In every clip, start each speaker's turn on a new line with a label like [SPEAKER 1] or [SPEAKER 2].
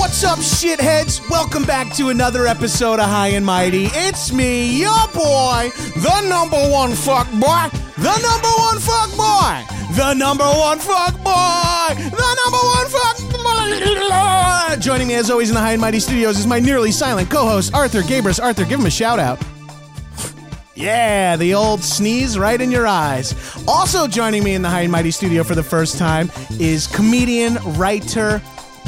[SPEAKER 1] What's up, shitheads? Welcome back to another episode of High and Mighty. It's me, your boy, the number one fuck boy, the number one fuck boy, the number one fuck boy, the number one fuck boy. Joining me, as always, in the High and Mighty studios is my nearly silent co-host Arthur Gabrus. Arthur, give him a shout out. Yeah, the old sneeze right in your eyes. Also joining me in the High and Mighty studio for the first time is comedian, writer,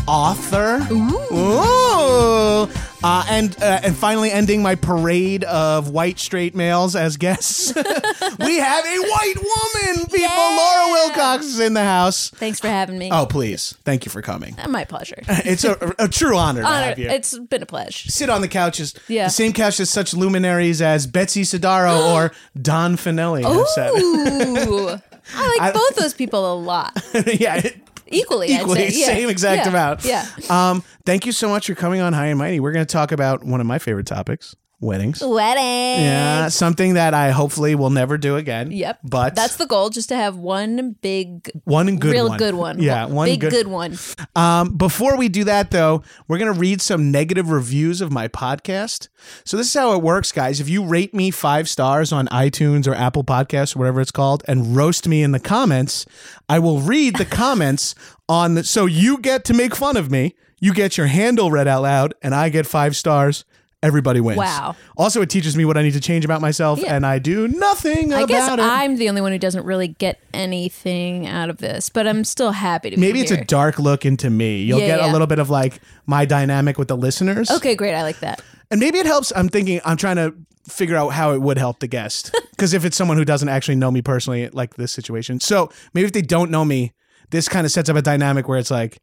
[SPEAKER 1] author. Ooh. Uh, and uh, and finally ending my parade of white straight males as guests. we have a white woman, people. Laura Wilcox is in the house.
[SPEAKER 2] Thanks for having me. Uh,
[SPEAKER 1] Oh, please. Thank you for coming.
[SPEAKER 2] My pleasure.
[SPEAKER 1] It's a, a true honor, to
[SPEAKER 2] Honor,
[SPEAKER 1] have you.
[SPEAKER 2] it's been a pleasure.
[SPEAKER 1] Sit on the couches.
[SPEAKER 2] Yeah.
[SPEAKER 1] The same couch as such luminaries as Betsy Sidaro or Don Finelli have sat.
[SPEAKER 2] Ooh, I like both those people a lot.
[SPEAKER 1] yeah. it-
[SPEAKER 2] Equally,
[SPEAKER 1] Equally,
[SPEAKER 2] I'd say. Yeah.
[SPEAKER 1] same exact
[SPEAKER 2] Yeah.
[SPEAKER 1] amount.
[SPEAKER 2] Yeah.
[SPEAKER 1] Um, thank you so much for coming on High and Mighty. We're going to talk about one of my favorite topics weddings.
[SPEAKER 2] Wedding.
[SPEAKER 1] Yeah, something that I hopefully will never do again.
[SPEAKER 2] Yep.
[SPEAKER 1] But
[SPEAKER 2] that's the goal, just to have one big,
[SPEAKER 1] one good
[SPEAKER 2] real
[SPEAKER 1] one.
[SPEAKER 2] good one.
[SPEAKER 1] Yeah, one
[SPEAKER 2] big
[SPEAKER 1] good,
[SPEAKER 2] good one.
[SPEAKER 1] Um, before we do that, though, we're going to read some negative reviews of my podcast. So, this is how it works, guys. If you rate me five stars on iTunes or Apple Podcasts, whatever it's called, and roast me in the comments, I will read the comments on the. So, you get to make fun of me, you get your handle read out loud, and I get five stars. Everybody wins.
[SPEAKER 2] Wow.
[SPEAKER 1] Also, it teaches me what I need to change about myself,
[SPEAKER 2] Yeah.
[SPEAKER 1] and I do nothing
[SPEAKER 2] I
[SPEAKER 1] about
[SPEAKER 2] guess
[SPEAKER 1] it.
[SPEAKER 2] I'm the only one who doesn't really get anything out of this, but I'm still happy to be
[SPEAKER 1] Maybe it's a
[SPEAKER 2] here.
[SPEAKER 1] dark look into me. You'll
[SPEAKER 2] Yeah,
[SPEAKER 1] get a
[SPEAKER 2] yeah.
[SPEAKER 1] little bit of like my dynamic with the listeners.
[SPEAKER 2] Okay, great. I like that.
[SPEAKER 1] And maybe it helps. I'm thinking, I'm trying to figure out how it would help the guest. Because if it's someone who doesn't actually know me personally, like this situation. So maybe if they don't know me, this kind of sets up a dynamic where it's like,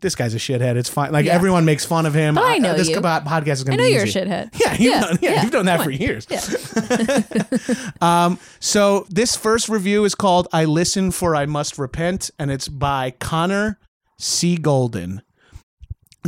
[SPEAKER 1] this guy's a shithead. It's fine. Like
[SPEAKER 2] Yeah.
[SPEAKER 1] everyone makes fun of him. Uh,
[SPEAKER 2] But I know
[SPEAKER 1] this
[SPEAKER 2] you.
[SPEAKER 1] co- podcast is
[SPEAKER 2] I
[SPEAKER 1] going to
[SPEAKER 2] know
[SPEAKER 1] be
[SPEAKER 2] you're a
[SPEAKER 1] easy.
[SPEAKER 2] shithead.
[SPEAKER 1] Yeah, you've done, yeah, you've done that
[SPEAKER 2] Come
[SPEAKER 1] for
[SPEAKER 2] on.
[SPEAKER 1] years. Um,
[SPEAKER 2] Yeah.
[SPEAKER 1] So this first review is called "I Listen for I Must Repent," and it's by Connor C. Golden.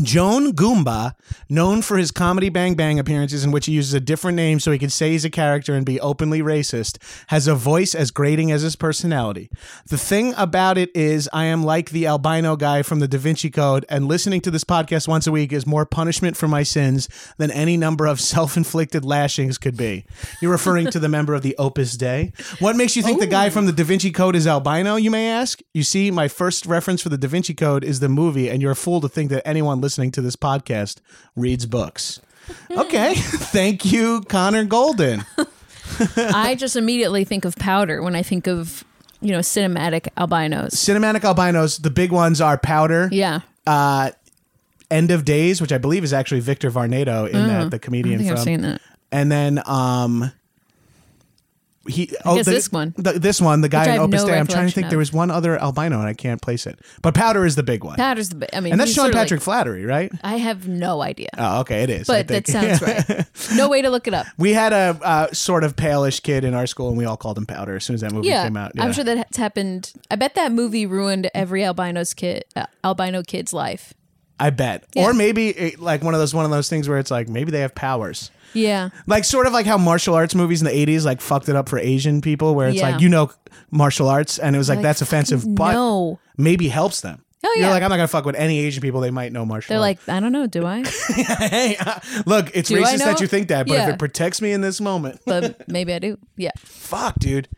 [SPEAKER 1] Joan Goomba, known for his comedy Bang Bang appearances in which he uses a different name so he can say he's a character and be openly racist, has a voice as grating as his personality. The thing about it is, I am like the albino guy from the Da Vinci Code, and listening to this podcast once a week is more punishment for my sins than any number of self inflicted lashings could be. You're referring to the member of the Opus Dei? What makes you think the guy from the Da Vinci Code is albino, you may ask? You see, my first reference for the Da Vinci Code is the movie, and you're a fool to think that anyone listening to this podcast reads books. Okay. Thank you, Connor Golden.
[SPEAKER 2] I just immediately think of powder when I think of you know cinematic albinos.
[SPEAKER 1] Cinematic albinos, the big ones are Powder,
[SPEAKER 2] Yeah,
[SPEAKER 1] uh, End of Days, which I believe is actually Victor Varnado in that, the
[SPEAKER 2] Oh, I
[SPEAKER 1] comedian
[SPEAKER 2] think
[SPEAKER 1] from.
[SPEAKER 2] I've seen that.
[SPEAKER 1] And then um he oh
[SPEAKER 2] guess
[SPEAKER 1] the-
[SPEAKER 2] this one.
[SPEAKER 1] the- this one the guy
[SPEAKER 2] Which I
[SPEAKER 1] in
[SPEAKER 2] have
[SPEAKER 1] Opus
[SPEAKER 2] no
[SPEAKER 1] Dei. I'm trying to
[SPEAKER 2] recollection
[SPEAKER 1] think
[SPEAKER 2] of.
[SPEAKER 1] there was one other albino and I can't place it. But Powder is the big one.
[SPEAKER 2] Powder's the. bi- I mean,
[SPEAKER 1] and that's
[SPEAKER 2] he's
[SPEAKER 1] Sean
[SPEAKER 2] sort of like-
[SPEAKER 1] Patrick Flattery, right?
[SPEAKER 2] I have no idea,
[SPEAKER 1] Oh, okay, it is. I
[SPEAKER 2] but uh, that
[SPEAKER 1] think.
[SPEAKER 2] sounds right. No way to look it up.
[SPEAKER 1] We had a uh, sort of palish kid in our school, and we all called him Powder as soon as that movie
[SPEAKER 2] Yeah,
[SPEAKER 1] came out.
[SPEAKER 2] I'm sure that's happened. I bet that movie ruined every albino's kid, uh, albino kid's life.
[SPEAKER 1] I bet.
[SPEAKER 2] Yeah.
[SPEAKER 1] Or maybe it, like one of those one of those things where it's like maybe they have powers.
[SPEAKER 2] Yeah.
[SPEAKER 1] Like sort of like how martial arts movies in the 80s like fucked it up for Asian people where it's
[SPEAKER 2] Yeah.
[SPEAKER 1] like you know martial arts and it was like,
[SPEAKER 2] Like,
[SPEAKER 1] that's offensive
[SPEAKER 2] fucking
[SPEAKER 1] but
[SPEAKER 2] no.
[SPEAKER 1] maybe helps them.
[SPEAKER 2] Oh,
[SPEAKER 1] You're
[SPEAKER 2] yeah.
[SPEAKER 1] like I'm not going to fuck with any Asian people they might know martial
[SPEAKER 2] They're
[SPEAKER 1] arts.
[SPEAKER 2] like, I don't know, do I?
[SPEAKER 1] hey, uh, look, it's
[SPEAKER 2] Do I
[SPEAKER 1] racist that
[SPEAKER 2] know?
[SPEAKER 1] you think that, but
[SPEAKER 2] Yeah.
[SPEAKER 1] if it protects me in this moment,
[SPEAKER 2] But maybe I do. Yeah.
[SPEAKER 1] fuck, dude.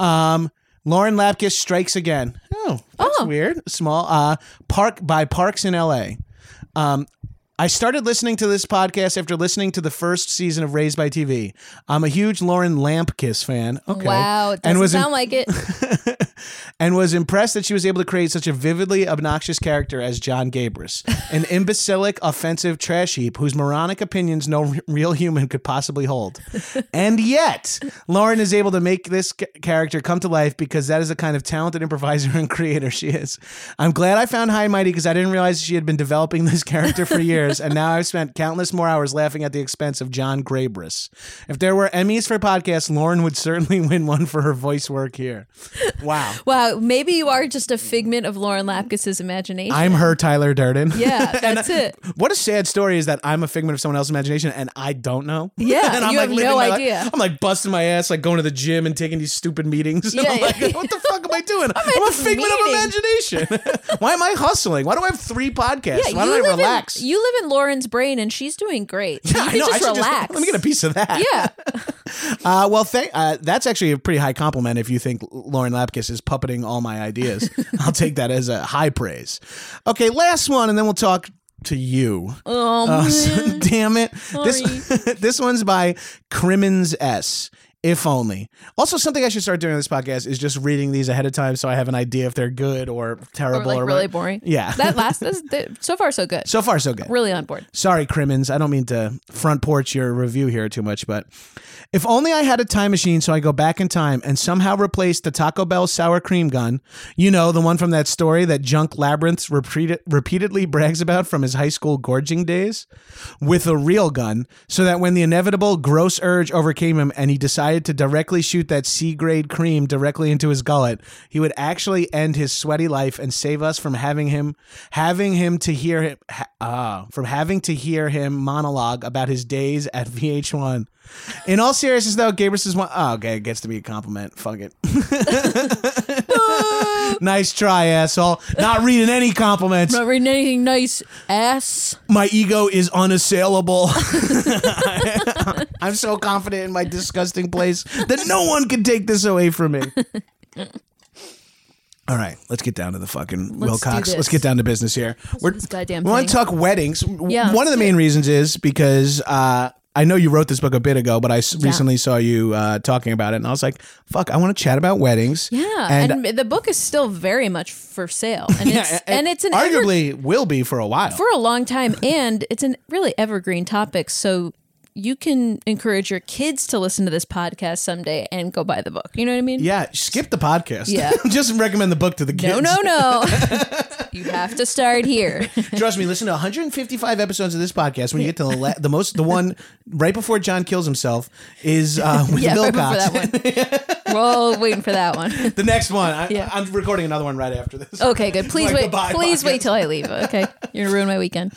[SPEAKER 1] Um, Lauren Lapkus strikes again. Oh, that's
[SPEAKER 2] Oh.
[SPEAKER 1] weird. Small uh, park by Parks in L.A. Um, I started listening to this podcast after listening to the first season of Raised by TV. I'm a huge Lauren Lampkiss fan. Okay,
[SPEAKER 2] Wow. It doesn't
[SPEAKER 1] and was
[SPEAKER 2] sound
[SPEAKER 1] im-
[SPEAKER 2] like it.
[SPEAKER 1] and was impressed that she was able to create such a vividly obnoxious character as John Gabris, an imbecilic, offensive trash heap whose moronic opinions no r- real human could possibly hold. And yet, Lauren is able to make this c- character come to life because that is the kind of talented improviser and creator she is. I'm glad I found High and Mighty because I didn't realize she had been developing this character for years, and now I've spent countless more hours laughing at the expense of John Gabris. If there were Emmys for podcasts, Lauren would certainly win one for her voice work here. Wow.
[SPEAKER 2] Wow. Maybe you are just a figment of Lauren Lapkus's imagination.
[SPEAKER 1] I'm her Tyler Durden.
[SPEAKER 2] yeah. That's it.
[SPEAKER 1] What a sad story is that I'm a figment of someone else's imagination and I don't know.
[SPEAKER 2] Yeah,
[SPEAKER 1] and I'm
[SPEAKER 2] you
[SPEAKER 1] like
[SPEAKER 2] have
[SPEAKER 1] living
[SPEAKER 2] no
[SPEAKER 1] my life-
[SPEAKER 2] idea.
[SPEAKER 1] I'm like busting my ass, like going to the gym and taking these stupid meetings. And
[SPEAKER 2] Yeah,
[SPEAKER 1] I'm like,
[SPEAKER 2] yeah.
[SPEAKER 1] what the fuck am I doing? I'm,
[SPEAKER 2] at
[SPEAKER 1] a
[SPEAKER 2] this
[SPEAKER 1] figment
[SPEAKER 2] meeting.
[SPEAKER 1] of imagination. Why am I hustling? Why do I have three podcasts? Why don't I
[SPEAKER 2] live
[SPEAKER 1] relax?
[SPEAKER 2] In, you live in Lauren's brain, and she's doing great.
[SPEAKER 1] Yeah,
[SPEAKER 2] you
[SPEAKER 1] I
[SPEAKER 2] can
[SPEAKER 1] know, I
[SPEAKER 2] just
[SPEAKER 1] should
[SPEAKER 2] relax.
[SPEAKER 1] let me get a piece of that.
[SPEAKER 2] yeah,
[SPEAKER 1] Uh, well, thank. uh, that's actually a pretty high compliment if you think Lauren Lapkus is puppeting all my ideas. I'll take that as a high praise. Okay, last one, and then we'll talk to you.
[SPEAKER 2] Oh,
[SPEAKER 1] Uh, so- damn it! This
[SPEAKER 2] Sorry.
[SPEAKER 1] this one's by Crimmins S. If only. Also, something I should start doing on this podcast is just reading these ahead of time, so I have an idea if they're good or
[SPEAKER 2] or
[SPEAKER 1] terrible
[SPEAKER 2] like
[SPEAKER 1] or
[SPEAKER 2] really
[SPEAKER 1] what-
[SPEAKER 2] boring.
[SPEAKER 1] Yeah.
[SPEAKER 2] that last this, th- so far so good.
[SPEAKER 1] So far, so good.
[SPEAKER 2] really on board.
[SPEAKER 1] Sorry, Crimmins. I don't mean to front porch your review here too much, but if only I had a time machine so I go back in time and somehow replace the Taco Bell sour cream gun, you know, the one from that story that Junk Labyrinth repeat- repeatedly brags about from his high school gorging days, with a real gun, so that when the inevitable gross urge overcame him and he decided to directly shoot that C grade cream directly into his gullet, he would actually end his sweaty life and save us from having him having him to hear him ha- ah, from having to hear him monologue about his days at VH1. In all seriousness, though, Gabrus is one. Oh, okay, it gets to be a compliment. Fuck it. nice try, asshole. Not reading any compliments.
[SPEAKER 2] Not reading anything nice. Ass.
[SPEAKER 1] My ego is unassailable. I'm so confident in my disgusting place that no one can take this away from me. All right, let's get down to the fucking
[SPEAKER 2] Let's do
[SPEAKER 1] Wilcox.
[SPEAKER 2] this.
[SPEAKER 1] Let's get down to business here. We're,
[SPEAKER 2] this goddamn
[SPEAKER 1] we want to
[SPEAKER 2] thing.
[SPEAKER 1] talk weddings. W- One
[SPEAKER 2] Yeah,
[SPEAKER 1] of
[SPEAKER 2] let's
[SPEAKER 1] the
[SPEAKER 2] do
[SPEAKER 1] main reasons is because uh, I know you wrote this book a bit ago, but I s- recently saw you uh, talking about it, and I was like, "Fuck, I want to chat about weddings."
[SPEAKER 2] Yeah,
[SPEAKER 1] and,
[SPEAKER 2] and, the book is still very much for sale, and
[SPEAKER 1] yeah,
[SPEAKER 2] it's and it's an ever-
[SPEAKER 1] arguably will be for a while.
[SPEAKER 2] for a long time, and it's an really evergreen topic. So. You can encourage your kids to listen to this podcast someday and go buy the book. You know what I mean?
[SPEAKER 1] yeah, skip the podcast.
[SPEAKER 2] Yeah.
[SPEAKER 1] just recommend the book to the kids.
[SPEAKER 2] No, no, no. you have to start here.
[SPEAKER 1] Trust me, listen to 155 episodes of this podcast. When you get to the, la- the most, the one right before John kills himself is uh, with
[SPEAKER 2] Yeah,
[SPEAKER 1] Bill
[SPEAKER 2] waiting for
[SPEAKER 1] Cox.
[SPEAKER 2] that one. We're all waiting for that one.
[SPEAKER 1] The next one. I,
[SPEAKER 2] Yeah.
[SPEAKER 1] I'm recording another one right after this.
[SPEAKER 2] Okay, good. Please
[SPEAKER 1] Like
[SPEAKER 2] wait.
[SPEAKER 1] goodbye
[SPEAKER 2] Please
[SPEAKER 1] podcast.
[SPEAKER 2] wait till I leave. Okay, you're gonna ruin my weekend.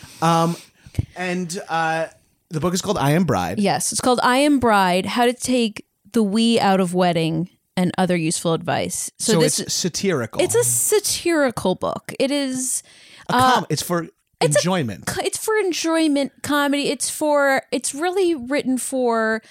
[SPEAKER 1] And uh, the book is called I Am Bride.
[SPEAKER 2] Yes, it's called "I Am Bride: How to Take the We Out of Wedding and Other Useful Advice." So,
[SPEAKER 1] So,
[SPEAKER 2] this
[SPEAKER 1] it's satirical.
[SPEAKER 2] it's a satirical book. It is.
[SPEAKER 1] a com- It's for enjoyment.
[SPEAKER 2] uh, It's for enjoyment comedy. It's for. It's really written for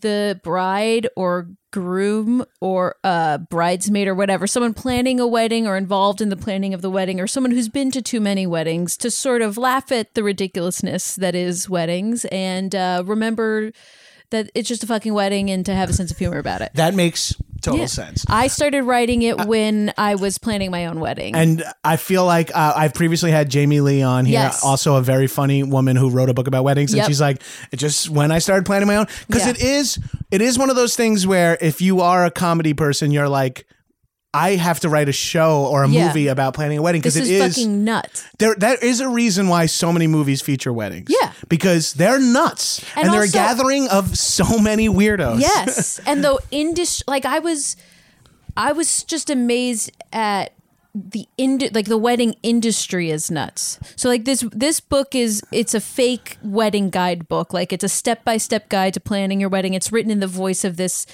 [SPEAKER 2] the bride or groom or uh, bridesmaid or whatever, someone planning a wedding or involved in the planning of the wedding or someone who's been to too many weddings to sort of laugh at the ridiculousness that is weddings and uh, remember that it's just a fucking wedding and to have a sense of humor about it.
[SPEAKER 1] that makes total
[SPEAKER 2] Yeah.
[SPEAKER 1] sense.
[SPEAKER 2] I started writing it when I was planning my own wedding.
[SPEAKER 1] And I feel like uh, I've previously had Jamie Lee on here,
[SPEAKER 2] Yes.
[SPEAKER 1] also a very funny woman who wrote a book about weddings, and
[SPEAKER 2] Yep.
[SPEAKER 1] she's like, it just when I started planning my own, because
[SPEAKER 2] Yeah.
[SPEAKER 1] it is it is one of those things where if you are a comedy person, you're like, I have to write a show or a
[SPEAKER 2] Yeah.
[SPEAKER 1] movie about planning a wedding
[SPEAKER 2] this
[SPEAKER 1] because it
[SPEAKER 2] is,
[SPEAKER 1] is
[SPEAKER 2] fucking nuts.
[SPEAKER 1] there. That is a reason why so many movies feature weddings,
[SPEAKER 2] Yeah.
[SPEAKER 1] because they're nuts and,
[SPEAKER 2] And
[SPEAKER 1] they're a
[SPEAKER 2] also-
[SPEAKER 1] gathering of so many weirdos.
[SPEAKER 2] Yes, and the industry, like I was, I was just amazed at the ind- like the wedding industry is nuts. So like this this book is it's a fake wedding guide book. Like it's a step by step guide to planning your wedding. It's written in the voice of this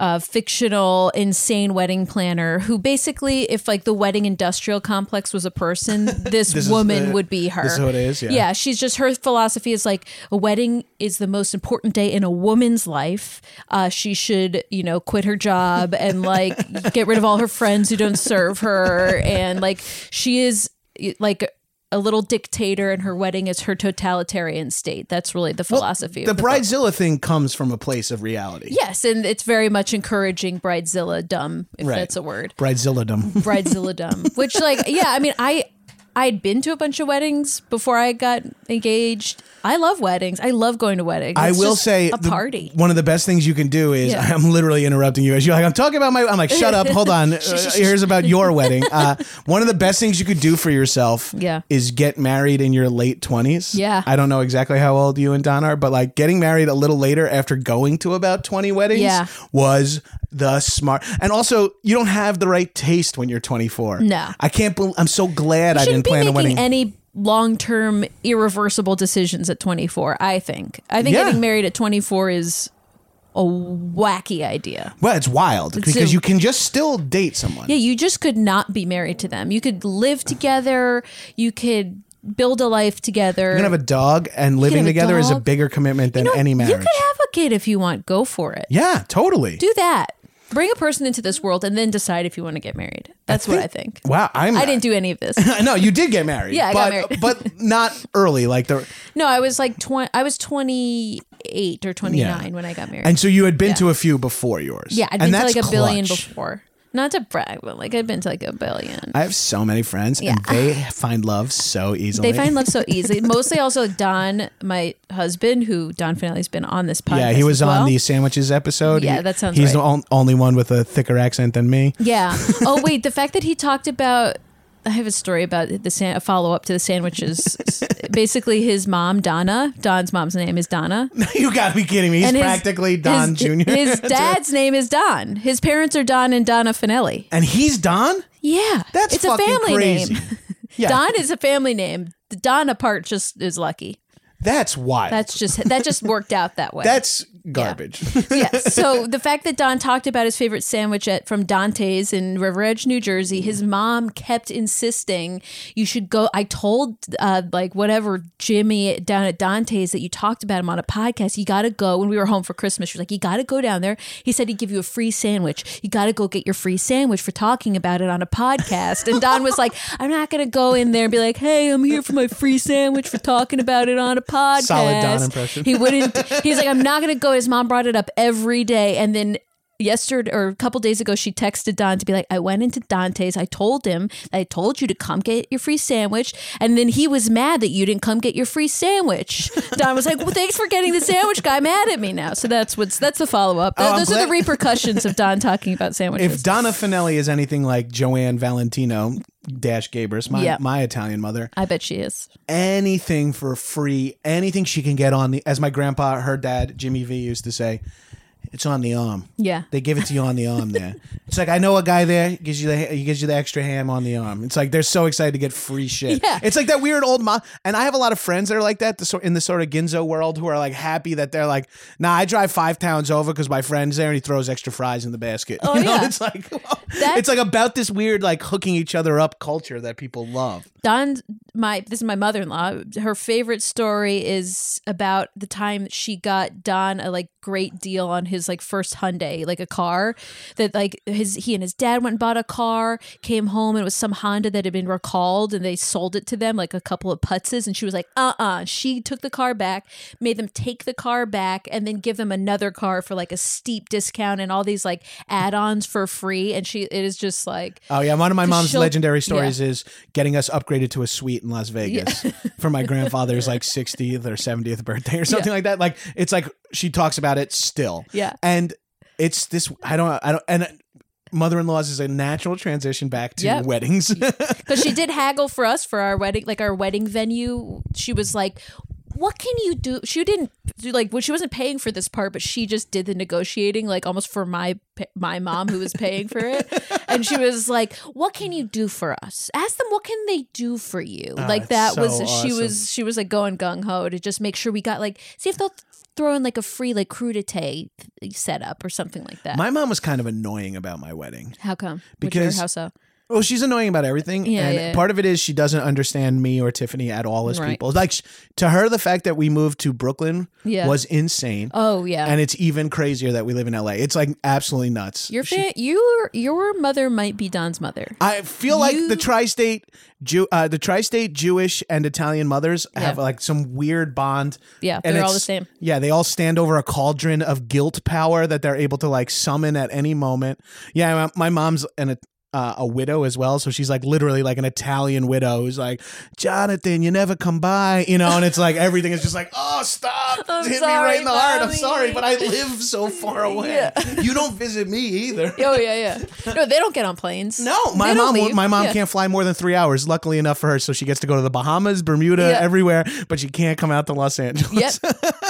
[SPEAKER 2] uh, fictional insane wedding planner who basically if like the wedding industrial complex was a person this,
[SPEAKER 1] is
[SPEAKER 2] woman
[SPEAKER 1] the-
[SPEAKER 2] would be her
[SPEAKER 1] this is what it is, yeah.
[SPEAKER 2] yeah Uh, she's just her philosophy is like a wedding is the most important day in a woman's life uh, she should you know quit her job and like get rid of all her friends who don't serve her and like she is like a little dictator and her wedding is her totalitarian state that's really the philosophy
[SPEAKER 1] The
[SPEAKER 2] of the book.
[SPEAKER 1] Bridezilla thing comes from a place of reality.
[SPEAKER 2] Yes, and it's very much encouraging bridezilla dumb, if
[SPEAKER 1] Right.
[SPEAKER 2] that's a word.
[SPEAKER 1] Bridezilladom.
[SPEAKER 2] Bridezilla dumb. Which like, yeah, I mean I I'd been to a bunch of weddings before I got engaged. I love weddings. I love going to weddings.
[SPEAKER 1] I
[SPEAKER 2] It's
[SPEAKER 1] will
[SPEAKER 2] just
[SPEAKER 1] say
[SPEAKER 2] a
[SPEAKER 1] the-
[SPEAKER 2] party.
[SPEAKER 1] one of the best things you can do is
[SPEAKER 2] Yeah.
[SPEAKER 1] I'm literally interrupting you as you're like I'm talking about my I'm like shut up hold on Uh, here's about your wedding. Uh, one of the best things you could do for yourself
[SPEAKER 2] Yeah.
[SPEAKER 1] is get married in your late 20s.
[SPEAKER 2] Yeah.
[SPEAKER 1] I don't know exactly how old you and Don are but like getting married a little later after going to about 20 weddings
[SPEAKER 2] Yeah.
[SPEAKER 1] was the smart. And also you don't have the right taste when you're 24.
[SPEAKER 2] No.
[SPEAKER 1] I can't bel I'm so glad I didn't
[SPEAKER 2] Shouldn't be
[SPEAKER 1] plan a
[SPEAKER 2] making
[SPEAKER 1] wedding.
[SPEAKER 2] any long-term irreversible decisions at 24, I think. I think
[SPEAKER 1] Yeah.
[SPEAKER 2] getting married at 24 is a wacky idea.
[SPEAKER 1] well, it's wild because
[SPEAKER 2] a-
[SPEAKER 1] you can just still date someone.
[SPEAKER 2] Yeah, you just could not be married to them. You could live together, you could build a life together.
[SPEAKER 1] You're gonna have a dog, and living
[SPEAKER 2] have a
[SPEAKER 1] together is a
[SPEAKER 2] dog.
[SPEAKER 1] bigger commitment than
[SPEAKER 2] You know what?
[SPEAKER 1] any marriage.
[SPEAKER 2] You could have a kid if you want. Go for it.
[SPEAKER 1] yeah, totally.
[SPEAKER 2] Do that. Bring a person into this world and then decide if you want to get married. That's what I think.
[SPEAKER 1] wow, I'm.
[SPEAKER 2] I didn't do any of this.
[SPEAKER 1] no, you did get married.
[SPEAKER 2] Yeah, I
[SPEAKER 1] but,
[SPEAKER 2] got married.
[SPEAKER 1] but not early. Like the,
[SPEAKER 2] No, I was like twenty. I was twenty eight or twenty nine
[SPEAKER 1] Yeah.
[SPEAKER 2] when I got married.
[SPEAKER 1] and so you had been to a few before yours.
[SPEAKER 2] yeah, I'd
[SPEAKER 1] and
[SPEAKER 2] been to
[SPEAKER 1] that's
[SPEAKER 2] like a billion
[SPEAKER 1] clutch.
[SPEAKER 2] before. Not to brag, but like I'd been to like a billion.
[SPEAKER 1] I have so many friends, and they find love so easily.
[SPEAKER 2] They find love so easily. Mostly also Don, my husband, who Don Finale's been on this podcast.
[SPEAKER 1] Yeah, he was
[SPEAKER 2] as well.
[SPEAKER 1] on the sandwiches episode.
[SPEAKER 2] Yeah,
[SPEAKER 1] He-
[SPEAKER 2] that sounds
[SPEAKER 1] He's
[SPEAKER 2] right.
[SPEAKER 1] the on- only one with a thicker accent than me.
[SPEAKER 2] Yeah. Oh wait, the fact that he talked about I have a story about the san- a follow up to the sandwiches. Basically, his mom Donna, Don's mom's name is Donna,
[SPEAKER 1] you gotta be kidding me. He's
[SPEAKER 2] his-
[SPEAKER 1] practically Don
[SPEAKER 2] his-
[SPEAKER 1] Jr.
[SPEAKER 2] His dad's name is Don. His parents are Don and Donna Finelli.
[SPEAKER 1] and he's Don.
[SPEAKER 2] Yeah,
[SPEAKER 1] That's
[SPEAKER 2] it's a
[SPEAKER 1] fucking
[SPEAKER 2] family
[SPEAKER 1] crazy.
[SPEAKER 2] name.
[SPEAKER 1] Yeah,
[SPEAKER 2] Don is a family name. The Donna part just is lucky.
[SPEAKER 1] That's wild.
[SPEAKER 2] That's just that just worked out that way.
[SPEAKER 1] that's garbage.
[SPEAKER 2] yeah. So the fact that Don talked about his favorite sandwich at from Dante's in River Edge, New Jersey, his
[SPEAKER 1] Mm-hmm.
[SPEAKER 2] mom kept insisting you should go. I told uh, like whatever Jimmy down at Dante's that you talked about him on a podcast. You got to go when we were home for Christmas. She was like, you got to go down there. He said he'd give you a free sandwich. You got to go get your free sandwich for talking about it on a podcast. And Don was like, I'm not gonna go in there and be like, hey, I'm here for my free sandwich for talking about it on a podcast.
[SPEAKER 1] Solid Don impression.
[SPEAKER 2] He wouldn't. He's like, I'm not going to go. His mom brought it up every day, and then yesterday or a couple days ago, she texted Don to be like, I went into Dante's. I told him, I told you to come get your free sandwich, and then he was mad that you didn't come get your free sandwich. Don was like, Well, thanks for getting the sandwich guy mad at me now. So that's what's that's the follow up.
[SPEAKER 1] Oh, I'm
[SPEAKER 2] Those are
[SPEAKER 1] glad-
[SPEAKER 2] the repercussions of Don talking about sandwiches.
[SPEAKER 1] if Donna Finelli is anything like Joanne Valentino dash Gabris, my
[SPEAKER 2] Yeah.
[SPEAKER 1] my Italian mother,
[SPEAKER 2] I bet she is.
[SPEAKER 1] anything for free, anything she can get on the as my grandpa, her dad, Jimmy V used to say, it's on the arm.
[SPEAKER 2] Yeah.
[SPEAKER 1] They give it to you on the arm there. It's like I know a guy there he gives you the he gives you the extra ham on the arm. It's like they're so excited to get free shit.
[SPEAKER 2] Yeah.
[SPEAKER 1] It's like that weird old mom. And I have a lot of friends that are like that the, sor- in the sort of Ginzo world who are like happy that they're like, nah, I drive five towns over because my friend's there and he throws extra fries in the basket.
[SPEAKER 2] Oh,
[SPEAKER 1] you know,
[SPEAKER 2] yeah.
[SPEAKER 1] it's like
[SPEAKER 2] That's-
[SPEAKER 1] it's like about this weird like hooking each other up culture that people love.
[SPEAKER 2] Don's my this is my mother in law. Her favorite story is about the time she got Don a like great deal on his like first Hyundai, like a car that like his he and his dad went and bought a car, came home and it was some Honda that had been recalled and they sold it to them like a couple of putzes and she was like, uh uh She took the car back, made them take the car back and then give them another car for like a steep discount and all these like add ons for free. And she it is just like
[SPEAKER 1] Oh yeah, one of my mom's
[SPEAKER 2] she'll-
[SPEAKER 1] legendary stories is getting us upgraded to a suite in Las Vegas for my grandfather's like 60th or 70th birthday or something like that. Like it's like she talks about it still.
[SPEAKER 2] Yeah.
[SPEAKER 1] And it's this I don't I don't and mother-in-laws is a natural transition back to
[SPEAKER 2] Yep.
[SPEAKER 1] weddings.
[SPEAKER 2] Because she did haggle for us for our wedding, like our wedding venue. She was like, "What can you do?" She didn't do like when she wasn't paying for this part, but she just did the negotiating, like almost for my pa- my mom who was paying for it, and she was like, "What can you do for us? Ask them what can they do for you." like that
[SPEAKER 1] Ah, that's
[SPEAKER 2] was
[SPEAKER 1] so
[SPEAKER 2] she
[SPEAKER 1] awesome.
[SPEAKER 2] was she was like going gung ho to just make sure we got like see if they'll th- throw in like a free like crudite set up or something like that.
[SPEAKER 1] My mom was kind of annoying about my wedding.
[SPEAKER 2] how come? Which- or
[SPEAKER 1] Because-
[SPEAKER 2] how so?
[SPEAKER 1] Oh, she's annoying about everything.
[SPEAKER 2] Yeah,
[SPEAKER 1] and
[SPEAKER 2] yeah.
[SPEAKER 1] part of it is she doesn't understand me or Tiffany at all as
[SPEAKER 2] Right.
[SPEAKER 1] people. Like sh- to her, the fact that we moved to Brooklyn
[SPEAKER 2] Yeah.
[SPEAKER 1] was insane.
[SPEAKER 2] Oh yeah.
[SPEAKER 1] And it's even crazier that we live in LA. It's like absolutely nuts.
[SPEAKER 2] your
[SPEAKER 1] She-
[SPEAKER 2] fa- your your mother might be Don's mother.
[SPEAKER 1] I feel like
[SPEAKER 2] You-
[SPEAKER 1] the tri-state Jew, uh, the tri-state Jewish and Italian mothers have
[SPEAKER 2] Yeah.
[SPEAKER 1] like some weird bond.
[SPEAKER 2] Yeah,
[SPEAKER 1] And
[SPEAKER 2] they're all
[SPEAKER 1] it's-
[SPEAKER 2] the same.
[SPEAKER 1] Yeah, they all stand over a cauldron of guilt power that they're able to like summon at any moment. Yeah, my, my mom's an uh, a widow as well, so she's like literally like an Italian widow who's like, Jonathan, you never come by, you know, and it's like everything is just like, oh, stop,
[SPEAKER 2] I'm
[SPEAKER 1] hit me
[SPEAKER 2] sorry,
[SPEAKER 1] right in the heart. I'm
[SPEAKER 2] mommy."
[SPEAKER 1] sorry, but I live so far away. You don't visit me either.
[SPEAKER 2] Oh yeah, yeah. No, they don't get on planes.
[SPEAKER 1] No, my
[SPEAKER 2] They
[SPEAKER 1] mom.
[SPEAKER 2] don't leave.
[SPEAKER 1] My mom
[SPEAKER 2] Yeah.
[SPEAKER 1] can't fly more than three hours. Luckily enough for her, so she gets to go to the Bahamas, Bermuda,
[SPEAKER 2] Yeah.
[SPEAKER 1] everywhere. But she can't come out to Los Angeles.
[SPEAKER 2] Yep.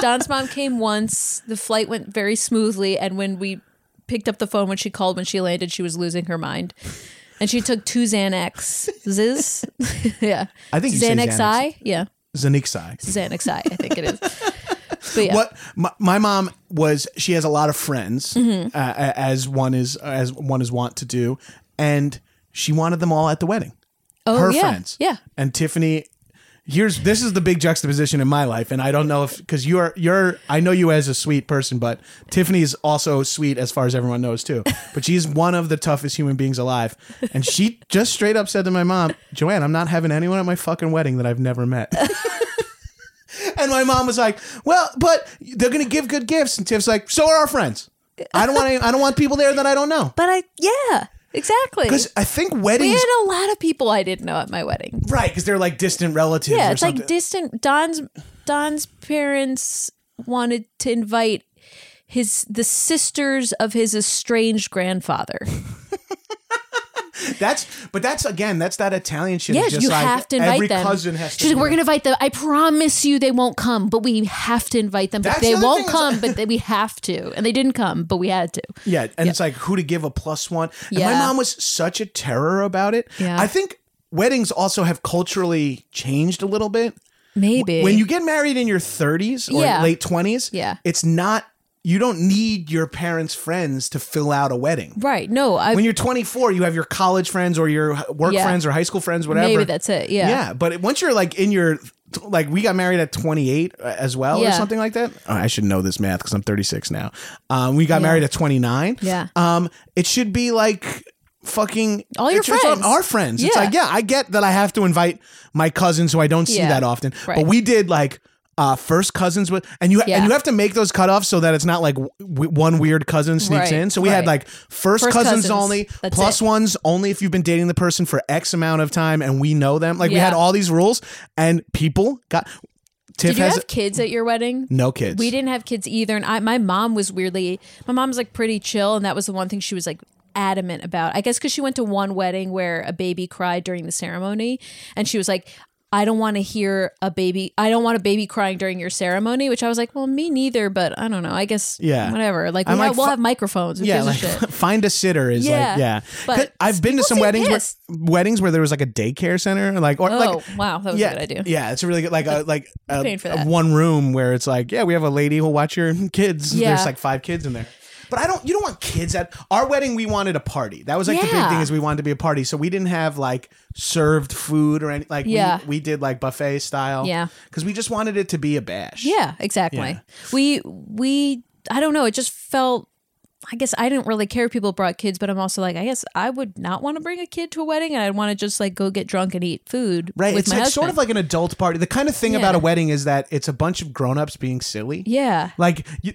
[SPEAKER 2] Don's mom came once. The flight went very smoothly, and when we picked up the phone when she called when she landed, she was losing her mind, and she took two Xanax. Ziz. yeah.
[SPEAKER 1] I think you say
[SPEAKER 2] Xanax
[SPEAKER 1] Xanax.
[SPEAKER 2] I. Yeah,
[SPEAKER 1] Zanixai.
[SPEAKER 2] Xanax I. I think it is. But yeah.
[SPEAKER 1] What my, my mom was, she has a lot of friends,
[SPEAKER 2] Mm-hmm.
[SPEAKER 1] uh, a- as one is as one is wont to do, and she wanted them all at the wedding.
[SPEAKER 2] Oh,
[SPEAKER 1] her
[SPEAKER 2] yeah,
[SPEAKER 1] friends,
[SPEAKER 2] yeah.
[SPEAKER 1] And Tiffany, here's this is the big juxtaposition in my life, and I don't know if because you are you're I know you as a sweet person, but Tiffany is also sweet as far as everyone knows too. But she's one of the toughest human beings alive, and she just straight up said to my mom, "Joanne, I'm not having anyone at my fucking wedding that I've never met." And my mom was like, "Well, but they're gonna give good gifts." And Tiff's like, "So are our friends. I don't want any, I don't want people there that I don't know."
[SPEAKER 2] But I. Yeah. Exactly.
[SPEAKER 1] Because I think
[SPEAKER 2] We
[SPEAKER 1] weddings,
[SPEAKER 2] had a lot of people I didn't know at my wedding.
[SPEAKER 1] right? Because they're like distant relatives.
[SPEAKER 2] Yeah,
[SPEAKER 1] or
[SPEAKER 2] it's
[SPEAKER 1] something.
[SPEAKER 2] like distant. Don's Don's parents wanted to invite his the sisters of his estranged grandfather.
[SPEAKER 1] That's but that's again that's that Italian shit.
[SPEAKER 2] Yes,
[SPEAKER 1] just
[SPEAKER 2] you
[SPEAKER 1] like
[SPEAKER 2] have to invite
[SPEAKER 1] every
[SPEAKER 2] them.
[SPEAKER 1] cousin has to.
[SPEAKER 2] She's like,
[SPEAKER 1] be
[SPEAKER 2] we're
[SPEAKER 1] there."
[SPEAKER 2] gonna invite them. I promise you, they won't come, but we have to invite them. But
[SPEAKER 1] That's
[SPEAKER 2] they
[SPEAKER 1] the other
[SPEAKER 2] won't
[SPEAKER 1] thing is-
[SPEAKER 2] come, but they, we have to. And they didn't come, but we had to.
[SPEAKER 1] Yeah, and it's like who to give a plus one. And my
[SPEAKER 2] Yeah.
[SPEAKER 1] mom was such a terror about it.
[SPEAKER 2] Yeah.
[SPEAKER 1] I think weddings also have culturally changed a little bit.
[SPEAKER 2] Maybe
[SPEAKER 1] When you get married in your 30s or
[SPEAKER 2] Yeah.
[SPEAKER 1] late 20s,
[SPEAKER 2] Yeah.
[SPEAKER 1] it's not you don't need your parents' friends to fill out a wedding.
[SPEAKER 2] right? No, I
[SPEAKER 1] When you're 24, you have your college friends or your h- work
[SPEAKER 2] Yeah.
[SPEAKER 1] friends or high school friends, whatever.
[SPEAKER 2] maybe that's it. Yeah.
[SPEAKER 1] Yeah. but it- once you're like in your like we got married at 28 as well or
[SPEAKER 2] Yeah.
[SPEAKER 1] something like that. Oh, I should know this math because I'm 36 now. Um, we got
[SPEAKER 2] Yeah.
[SPEAKER 1] married at 29.
[SPEAKER 2] Yeah.
[SPEAKER 1] Um, it should be like fucking
[SPEAKER 2] All your
[SPEAKER 1] it should- it's
[SPEAKER 2] friends.
[SPEAKER 1] our friends. It's
[SPEAKER 2] Yeah.
[SPEAKER 1] like yeah, I get that I have to invite my cousins who I don't see
[SPEAKER 2] Yeah.
[SPEAKER 1] that often,
[SPEAKER 2] Right.
[SPEAKER 1] but we did like. Uh, first cousins with and you
[SPEAKER 2] Yeah.
[SPEAKER 1] and you have to make those cutoffs so that it's not like w- w- one weird cousin sneaks
[SPEAKER 2] Right,
[SPEAKER 1] in. So we had
[SPEAKER 2] right.
[SPEAKER 1] like first,
[SPEAKER 2] First
[SPEAKER 1] cousins,
[SPEAKER 2] cousins.
[SPEAKER 1] only
[SPEAKER 2] That's
[SPEAKER 1] plus
[SPEAKER 2] it.
[SPEAKER 1] ones only if you've been dating the person for X amount of time and we know them. Like we
[SPEAKER 2] Yeah.
[SPEAKER 1] had all these rules and people got Tiff
[SPEAKER 2] Did you
[SPEAKER 1] has
[SPEAKER 2] have kids at your wedding?
[SPEAKER 1] no kids.
[SPEAKER 2] We didn't have kids either, and I my mom was weirdly my mom's like pretty chill, and that was the one thing she was like adamant about. I guess because she went to one wedding where a baby cried during the ceremony, and she was like. I don't want to hear a baby. I don't want a baby crying during your ceremony, which I was like, well, me neither. But I don't know. I guess,
[SPEAKER 1] Yeah.
[SPEAKER 2] whatever. Like, we
[SPEAKER 1] I'm
[SPEAKER 2] have,
[SPEAKER 1] like,
[SPEAKER 2] we'll
[SPEAKER 1] fu-
[SPEAKER 2] have microphones. Who
[SPEAKER 1] yeah,
[SPEAKER 2] gives
[SPEAKER 1] like
[SPEAKER 2] a shit?
[SPEAKER 1] find a sitter is
[SPEAKER 2] Yeah,
[SPEAKER 1] like yeah.
[SPEAKER 2] but
[SPEAKER 1] 'Cause I've been to
[SPEAKER 2] people
[SPEAKER 1] some
[SPEAKER 2] seem
[SPEAKER 1] weddings where,
[SPEAKER 2] pissed.
[SPEAKER 1] weddings where there was like a daycare center like or
[SPEAKER 2] Oh,
[SPEAKER 1] like
[SPEAKER 2] wow, that was
[SPEAKER 1] yeah,
[SPEAKER 2] a good idea.
[SPEAKER 1] Yeah, it's a really good like a like a,
[SPEAKER 2] paying for
[SPEAKER 1] a
[SPEAKER 2] that.
[SPEAKER 1] one room where it's like yeah, we have a lady who'll watch your kids.
[SPEAKER 2] Yeah.
[SPEAKER 1] There's like five kids in there. But I don't you don't want kids at our wedding we wanted a party. That was like the big
[SPEAKER 2] Yeah.
[SPEAKER 1] thing is we wanted to be a party. So we didn't have like served food or any like
[SPEAKER 2] Yeah.
[SPEAKER 1] we, we did like buffet style.
[SPEAKER 2] Yeah.
[SPEAKER 1] Cuz we just wanted it to be a bash.
[SPEAKER 2] Yeah, exactly.
[SPEAKER 1] Yeah.
[SPEAKER 2] We we I don't know, it just felt I guess I didn't really care if people brought kids, but I'm also like, I guess I would not want to bring a kid to a wedding and I'd want to just like go get drunk and eat food
[SPEAKER 1] Right.
[SPEAKER 2] with
[SPEAKER 1] it's
[SPEAKER 2] my
[SPEAKER 1] like
[SPEAKER 2] husband.
[SPEAKER 1] sort of like an adult party. The kind of thing
[SPEAKER 2] Yeah.
[SPEAKER 1] about a wedding is that it's a bunch of grown-ups being silly.
[SPEAKER 2] yeah.
[SPEAKER 1] Like you,